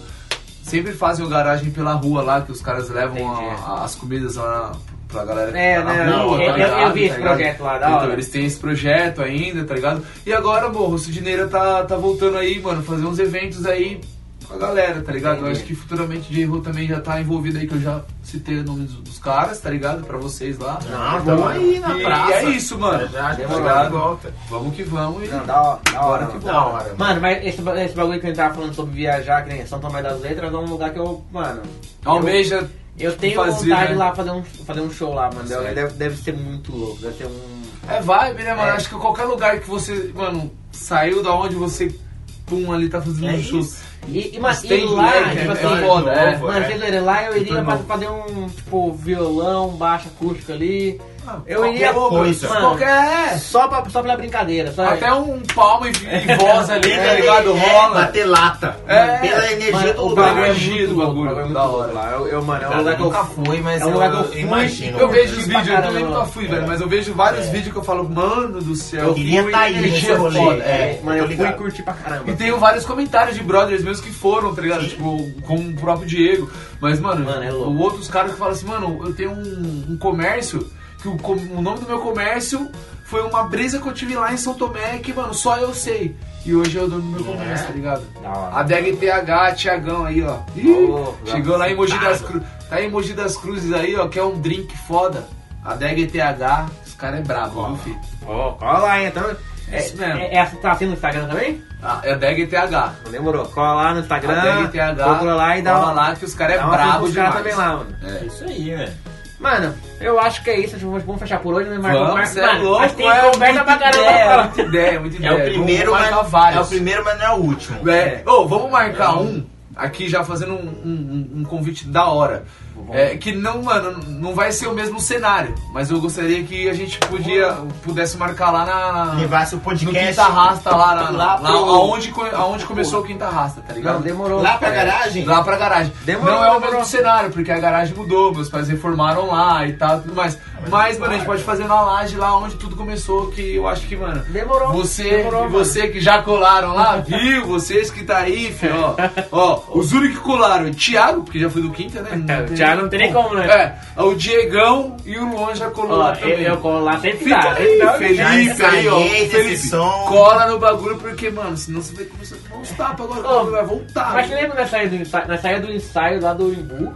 Speaker 3: Sempre fazem o garagem pela rua lá, que os caras levam
Speaker 2: Entendi.
Speaker 3: a- a- as comidas lá na, pra galera que
Speaker 2: É,
Speaker 3: tá na
Speaker 2: né,
Speaker 3: rua,
Speaker 1: eu-
Speaker 3: tá
Speaker 1: eu-
Speaker 3: ligado?
Speaker 2: eu vi
Speaker 3: tá
Speaker 2: esse
Speaker 3: ligado?
Speaker 2: projeto lá, da
Speaker 3: Então,
Speaker 2: hora.
Speaker 3: eles têm esse projeto ainda, tá ligado? E agora, morro, o Sidineira tá, tá voltando aí, mano, fazer uns eventos aí com a galera, tá ligado? Eu
Speaker 2: Entendi.
Speaker 3: acho que futuramente J. Ro também já tá envolvido aí, que eu já citei o nome dos, dos caras, tá ligado? Pra vocês lá.
Speaker 1: Não,
Speaker 3: Então,
Speaker 1: vamos aí na
Speaker 3: e,
Speaker 1: praça.
Speaker 3: E é isso, mano.
Speaker 1: Já, já,
Speaker 3: Tá
Speaker 2: demorou.
Speaker 3: ligado?
Speaker 1: volta.
Speaker 3: Vamos que vamos e.
Speaker 2: Não, da hora, da hora,
Speaker 3: Bora tipo, que
Speaker 2: mano.
Speaker 1: Da hora, mano.
Speaker 2: Mano, mas esse, ba- esse bagulho que a gente tava falando sobre viajar, que nem São Tomé das Letras, é um lugar que eu, mano.
Speaker 3: Almeja
Speaker 2: Eu tenho
Speaker 3: um fazer,
Speaker 2: vontade
Speaker 3: né?
Speaker 2: de lá fazer um, fazer um show lá, mano.
Speaker 3: Certo.
Speaker 2: Deve, deve ser muito louco, deve ser um.
Speaker 3: É vibe, né, mano?
Speaker 2: É.
Speaker 3: Acho que qualquer lugar que você, mano, saiu da onde você, pum, ali tá fazendo
Speaker 1: É
Speaker 3: um show.
Speaker 1: isso.
Speaker 2: E, e, mas, e
Speaker 3: Tem
Speaker 2: lá,
Speaker 3: moleque,
Speaker 2: tipo
Speaker 3: é
Speaker 2: assim,
Speaker 3: foda, é.
Speaker 2: mano, vocês verem, lá eu iria
Speaker 3: Então,
Speaker 2: pra
Speaker 3: não.
Speaker 2: fazer um, tipo, violão, baixo acústico ali. Eu
Speaker 3: Ah, Qualquer
Speaker 2: iria.
Speaker 1: coisa.
Speaker 2: Mano,
Speaker 3: Qualquer. é.
Speaker 2: Só, pra, só é. pela brincadeira, sabe?
Speaker 3: Até um palmo e, e voz ali,
Speaker 1: Liga
Speaker 3: tá ligado?
Speaker 1: ali, é,
Speaker 3: Rola.
Speaker 1: Bater lata.
Speaker 3: É,
Speaker 1: pela energia
Speaker 2: Mano,
Speaker 1: do
Speaker 2: o
Speaker 1: lugar.
Speaker 2: bagulho é
Speaker 3: Energia
Speaker 2: muito
Speaker 3: do
Speaker 2: louco,
Speaker 3: bagulho,
Speaker 2: o é muito
Speaker 3: da
Speaker 2: louco
Speaker 3: hora.
Speaker 2: lá. Eu, eu, mano, é um
Speaker 1: Cara,
Speaker 2: lugar que eu
Speaker 1: nunca fui, mas
Speaker 2: é um lugar que eu
Speaker 1: eu,
Speaker 2: fui.
Speaker 1: imagino.
Speaker 3: Eu vejo os
Speaker 2: Pra
Speaker 3: vídeos, eu também
Speaker 2: caramba.
Speaker 3: nunca fui, velho, mas eu vejo vários vídeos que eu falo, mano do céu.
Speaker 1: É. Eu queria
Speaker 3: fui,
Speaker 1: tá aí
Speaker 3: energia
Speaker 1: nesse rolê,
Speaker 3: foda.
Speaker 1: é.
Speaker 2: Mano,
Speaker 1: tô
Speaker 2: eu fui
Speaker 1: ligado.
Speaker 2: e curti pra caramba.
Speaker 3: E tenho vários comentários de brothers meus que foram, tá ligado?
Speaker 1: Sim.
Speaker 3: Tipo, com o próprio Diego. Mas, mano,
Speaker 2: Mano, é louco.
Speaker 3: o outros caras que falam assim, mano, eu tenho um, um comércio, que o, com- o nome do meu comércio foi uma brisa que eu tive lá em São Tomé que, mano, só eu sei. E hoje eu dono do meu comércio, tá ligado?
Speaker 2: Da hora.
Speaker 3: A DGTH, Tiagão aí, ó. Ih,
Speaker 2: É. Ô, já
Speaker 3: chegou lá em Mogi
Speaker 1: citado.
Speaker 3: das Cruzes. Tá em Mogi das Cruzes aí, ó, que é um drink foda. A DGTH, os caras é brabo, viu, filho?
Speaker 2: Ó, cola lá, então. É,
Speaker 3: Isso mesmo.
Speaker 2: é- essa tá assim no Instagram também?
Speaker 3: Ah, é a DGTH.
Speaker 2: Demorou. Cola lá no Instagram.
Speaker 3: A DGTH,
Speaker 2: Procura lá e dá
Speaker 3: cola
Speaker 2: uma-
Speaker 3: lá que os caras é
Speaker 2: dá uma
Speaker 3: brabo
Speaker 2: os caras
Speaker 3: demais.
Speaker 2: também lá, mano.
Speaker 1: É isso aí, velho.
Speaker 2: Mano, eu acho que é isso. acho que Vamos fechar por hoje, né? Marcos?
Speaker 3: Vamos,
Speaker 2: Marcos,
Speaker 3: cê é
Speaker 2: mano,
Speaker 3: louco,
Speaker 2: mas tem
Speaker 3: é
Speaker 2: conversa
Speaker 3: muita
Speaker 2: pra caramba.
Speaker 3: ideia,
Speaker 2: pra
Speaker 3: muita ideia, muita
Speaker 1: É
Speaker 3: ideia.
Speaker 1: o primeiro,
Speaker 3: vamos
Speaker 1: mas
Speaker 3: marcar vários.
Speaker 1: é o primeiro, mas não é o último.
Speaker 3: É, ô, vamos marcar um aqui já fazendo um, um- um- um convite da hora. É, que não, mano, não vai ser o mesmo cenário, mas eu gostaria que a gente podia, pudesse marcar lá na.
Speaker 1: Levasse o
Speaker 3: no
Speaker 1: podcast
Speaker 3: Quinta Rasta, lá, na-
Speaker 1: Lá
Speaker 3: lá,
Speaker 1: pro-
Speaker 3: aonde, co- aonde começou o Quinta Rasta, tá ligado?
Speaker 2: Não, demorou.
Speaker 1: lá pra
Speaker 2: É.
Speaker 1: garagem.
Speaker 3: Lá pra garagem.
Speaker 2: Demorou,
Speaker 3: não é o
Speaker 2: demorou.
Speaker 3: mesmo cenário, porque a garagem mudou, meus pais reformaram lá e tal, tudo mais. Mas, mano, a gente pode fazer na laje lá onde tudo começou, que eu acho que, mano.
Speaker 2: Demorou.
Speaker 3: Você,
Speaker 2: Demorou,
Speaker 3: e você que já colaram lá, viu? Vocês que tá aí, filho, ó. Ó, os únicos que colaram, o Thiago, porque já foi do Quinta,
Speaker 2: É,
Speaker 3: né?
Speaker 2: o Thiago não tem nem como, né?
Speaker 3: É, o Diegão e o Luan já colou
Speaker 2: Ó,
Speaker 3: lá
Speaker 2: eu,
Speaker 3: também.
Speaker 2: eu colo lá sempre
Speaker 3: Fica
Speaker 2: tá.
Speaker 3: aí,
Speaker 2: Então,
Speaker 3: Felipe, aí, ó.
Speaker 1: ensaiei desse
Speaker 3: Felipe,
Speaker 1: som.
Speaker 3: cola no bagulho, porque, mano, senão você vai começar a tomar uns tapas agora,
Speaker 2: Ô,
Speaker 3: vai voltar.
Speaker 2: Mas você lembra nós saímos do ensaio, nós saímos do ensaio lá do Imbu?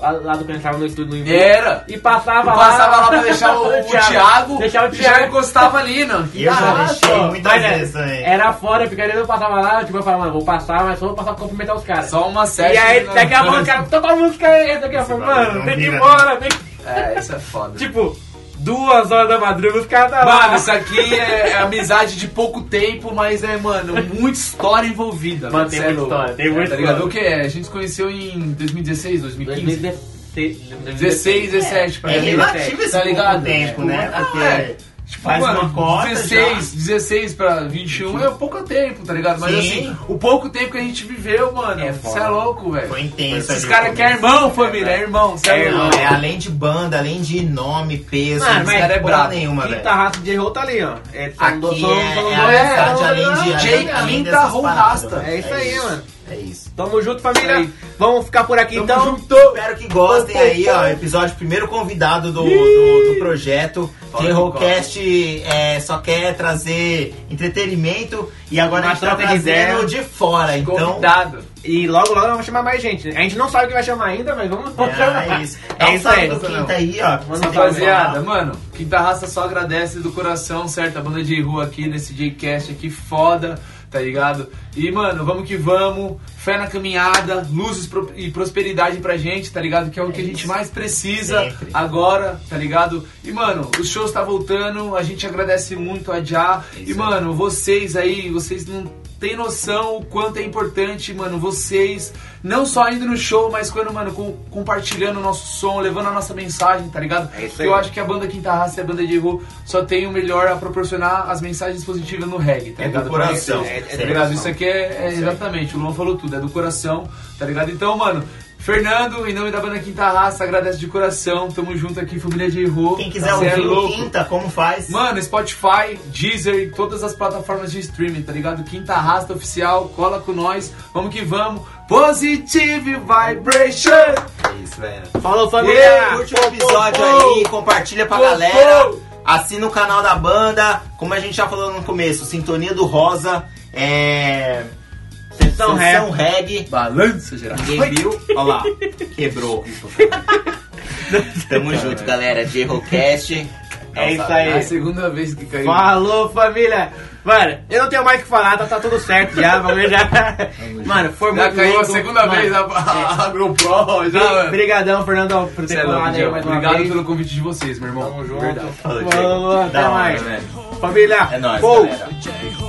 Speaker 2: lá, lá do que a gente tava no estúdio no inverno.
Speaker 3: Era!
Speaker 2: E passava,
Speaker 3: Eu passava lá pra deixar o,
Speaker 2: o
Speaker 3: o Thiago,
Speaker 2: Deixar o
Speaker 3: e já
Speaker 2: Thiago.
Speaker 3: encostava ali, não.
Speaker 1: E eu já
Speaker 2: Caraca,
Speaker 1: deixei muitas
Speaker 2: mas é,
Speaker 1: vezes também.
Speaker 2: Era fora, eu ficaria, eu passava lá, tipo, eu falava, mano, vou passar, mas só vou passar pra cumprimentar os caras.
Speaker 3: É Só né? uma série.
Speaker 2: E aí,
Speaker 3: de-
Speaker 2: daqui a pouco, o cara, toca a música aí, daqui a pouco,
Speaker 1: bagulho
Speaker 2: mano,
Speaker 1: não
Speaker 2: tem que ir
Speaker 1: vira, né?
Speaker 2: embora, tem que...
Speaker 3: É, isso é foda.
Speaker 2: Tipo, duas horas da madrugada, os caras tá lá.
Speaker 3: Mano, isso aqui é, é amizade de pouco tempo, mas é, mano, muita história envolvida.
Speaker 2: Mano,
Speaker 3: né?
Speaker 2: tem
Speaker 3: Cê é
Speaker 2: muita
Speaker 3: louco.
Speaker 2: história, tem muita
Speaker 3: Tá ligado? O
Speaker 2: história.
Speaker 3: que é? A gente se conheceu em 2016, 2015?
Speaker 2: 2016.
Speaker 3: 16, 17, pra
Speaker 1: É
Speaker 3: mim.
Speaker 1: relativo esse
Speaker 3: Tá ligado?
Speaker 1: pouco tempo, né?
Speaker 3: Ah,
Speaker 1: Porque
Speaker 3: é.
Speaker 2: Tipo,
Speaker 1: faz
Speaker 3: Mano,
Speaker 1: uma cota
Speaker 3: 16, 16 pra 21 é pouco tempo, tá ligado? Mas
Speaker 1: Sim.
Speaker 3: assim, o pouco tempo que a gente viveu, mano,
Speaker 2: É
Speaker 3: você é,
Speaker 2: foda.
Speaker 3: louco,
Speaker 1: já.
Speaker 3: velho.
Speaker 1: Foi intenso.
Speaker 3: Esses
Speaker 1: ali o
Speaker 3: caras que é
Speaker 1: começo.
Speaker 3: irmão, família, é irmão, você
Speaker 2: É
Speaker 3: é
Speaker 2: irmão.
Speaker 3: louco.
Speaker 1: Não, é além de banda, além de nome, peso,
Speaker 2: Mano,
Speaker 1: esse
Speaker 2: mas
Speaker 1: cara é
Speaker 3: porra
Speaker 1: brabo nenhuma, velho.
Speaker 2: Guitarraço de erro tá ali, ó. É, são
Speaker 1: Aqui
Speaker 2: dois-
Speaker 1: é,
Speaker 2: são- são
Speaker 1: é
Speaker 2: dois-
Speaker 1: a amizade,
Speaker 2: é,
Speaker 1: além de...
Speaker 3: Jay
Speaker 1: além- além
Speaker 3: Quinta
Speaker 1: dessas paradas,
Speaker 3: Rolasta.
Speaker 1: velho.
Speaker 2: É isso aí, mano.
Speaker 1: É isso.
Speaker 2: Tamo junto, família.
Speaker 3: Isso
Speaker 2: Vamos ficar por aqui, então.
Speaker 3: Tamo
Speaker 1: Espero que gostem
Speaker 2: Pô, pô,
Speaker 1: aí, ó.
Speaker 2: pô.
Speaker 1: Episódio primeiro convidado do, do, do projeto.
Speaker 3: Olha que
Speaker 1: J-Rollcast é, só quer trazer entretenimento e agora
Speaker 2: Uma
Speaker 1: a gente tá
Speaker 2: troca de
Speaker 1: trazendo
Speaker 2: ideia.
Speaker 1: de fora, então.
Speaker 3: Convidado.
Speaker 2: E logo, logo nós vamos chamar mais gente. A gente não sabe quem vai chamar ainda, mas vamos vamos
Speaker 1: É
Speaker 2: chamar.
Speaker 1: isso.
Speaker 2: É
Speaker 1: Dá um
Speaker 2: isso
Speaker 1: salve
Speaker 2: aí.
Speaker 1: pro quinta aí, ó.
Speaker 2: Manda
Speaker 1: Você tem
Speaker 3: Rapaziada,
Speaker 1: que
Speaker 3: mano, Quinta Raça só agradece do coração, certo? A banda de rua aqui nesse J-Cast aqui, foda, tá ligado? E, mano, vamos que vamos, fé na caminhada, luzes pro- e prosperidade pra gente, tá ligado? Que é o que a gente mais precisa
Speaker 1: Sempre.
Speaker 3: agora, tá ligado? E, mano, os shows tá voltando, a gente agradece muito a Já. E, mano, vocês aí, vocês não tem noção o quanto é importante, mano, vocês não só indo no show, mas quando, mano, com- compartilhando o nosso som, levando a nossa mensagem, tá ligado?
Speaker 2: É isso aí.
Speaker 3: Eu acho que a banda Quinta Raça e a banda de rua só tem o melhor a proporcionar as mensagens positivas no reggae, tá
Speaker 1: É do
Speaker 3: ligado?
Speaker 1: coração.
Speaker 3: É, é,
Speaker 1: Sim.
Speaker 3: tá ligado? Isso aqui é, é
Speaker 1: Sim.
Speaker 3: exatamente, o Luan falou tudo, é do coração, tá ligado? Então, mano, Fernando, em nome da banda Quinta Raça, agradece de coração, tamo junto aqui, família de rua.
Speaker 1: Quem quiser
Speaker 3: Cê é
Speaker 1: ouvir o
Speaker 3: louco.
Speaker 1: quinta, como faz?
Speaker 3: Mano, Spotify, Deezer e todas as plataformas de streaming, tá ligado? Quinta Rasta Oficial, cola com nós, vamos que vamos. Positive Vibration!
Speaker 1: É isso, velho.
Speaker 2: Falou, família.
Speaker 1: Ei, Curte o episódio
Speaker 3: Pou,
Speaker 1: aí, compartilha pra
Speaker 3: Pou,
Speaker 1: galera.
Speaker 3: pou.
Speaker 1: Assina o canal da banda. Como a gente já falou no começo, Sintonia do Rosa. É.
Speaker 2: Sessão
Speaker 1: Sessão
Speaker 2: ré.
Speaker 1: reggae.
Speaker 3: Balança geral.
Speaker 1: Ninguém viu? Olha lá. Quebrou. Tamo junto, galera. J-Rocast.
Speaker 2: É isso
Speaker 3: É a
Speaker 2: aí.
Speaker 3: segunda vez que caiu.
Speaker 2: Falou, família. Mano, eu não tenho mais o que falar, tá, tá tudo certo já. Vamos já. Mano, foi
Speaker 3: Já
Speaker 2: muito
Speaker 3: caiu a
Speaker 2: louco.
Speaker 3: segunda
Speaker 2: Mano,
Speaker 3: vez né? a, a, a GoPro, já.
Speaker 2: bri- Brigadão, Fernando, por
Speaker 3: Cê
Speaker 2: ter
Speaker 3: é louco,
Speaker 2: colado aí
Speaker 3: Diego.
Speaker 2: né? mais uma
Speaker 3: Obrigado
Speaker 2: vez.
Speaker 3: pelo convite de vocês, meu irmão.
Speaker 2: Tamo junto.
Speaker 3: Verdade.
Speaker 1: Falou, Diego.
Speaker 2: Falou,
Speaker 1: Da
Speaker 2: até
Speaker 1: hora,
Speaker 2: mais.
Speaker 1: velho.
Speaker 2: Família.
Speaker 1: É nóis,
Speaker 2: pou.
Speaker 1: galera.
Speaker 4: J-Ho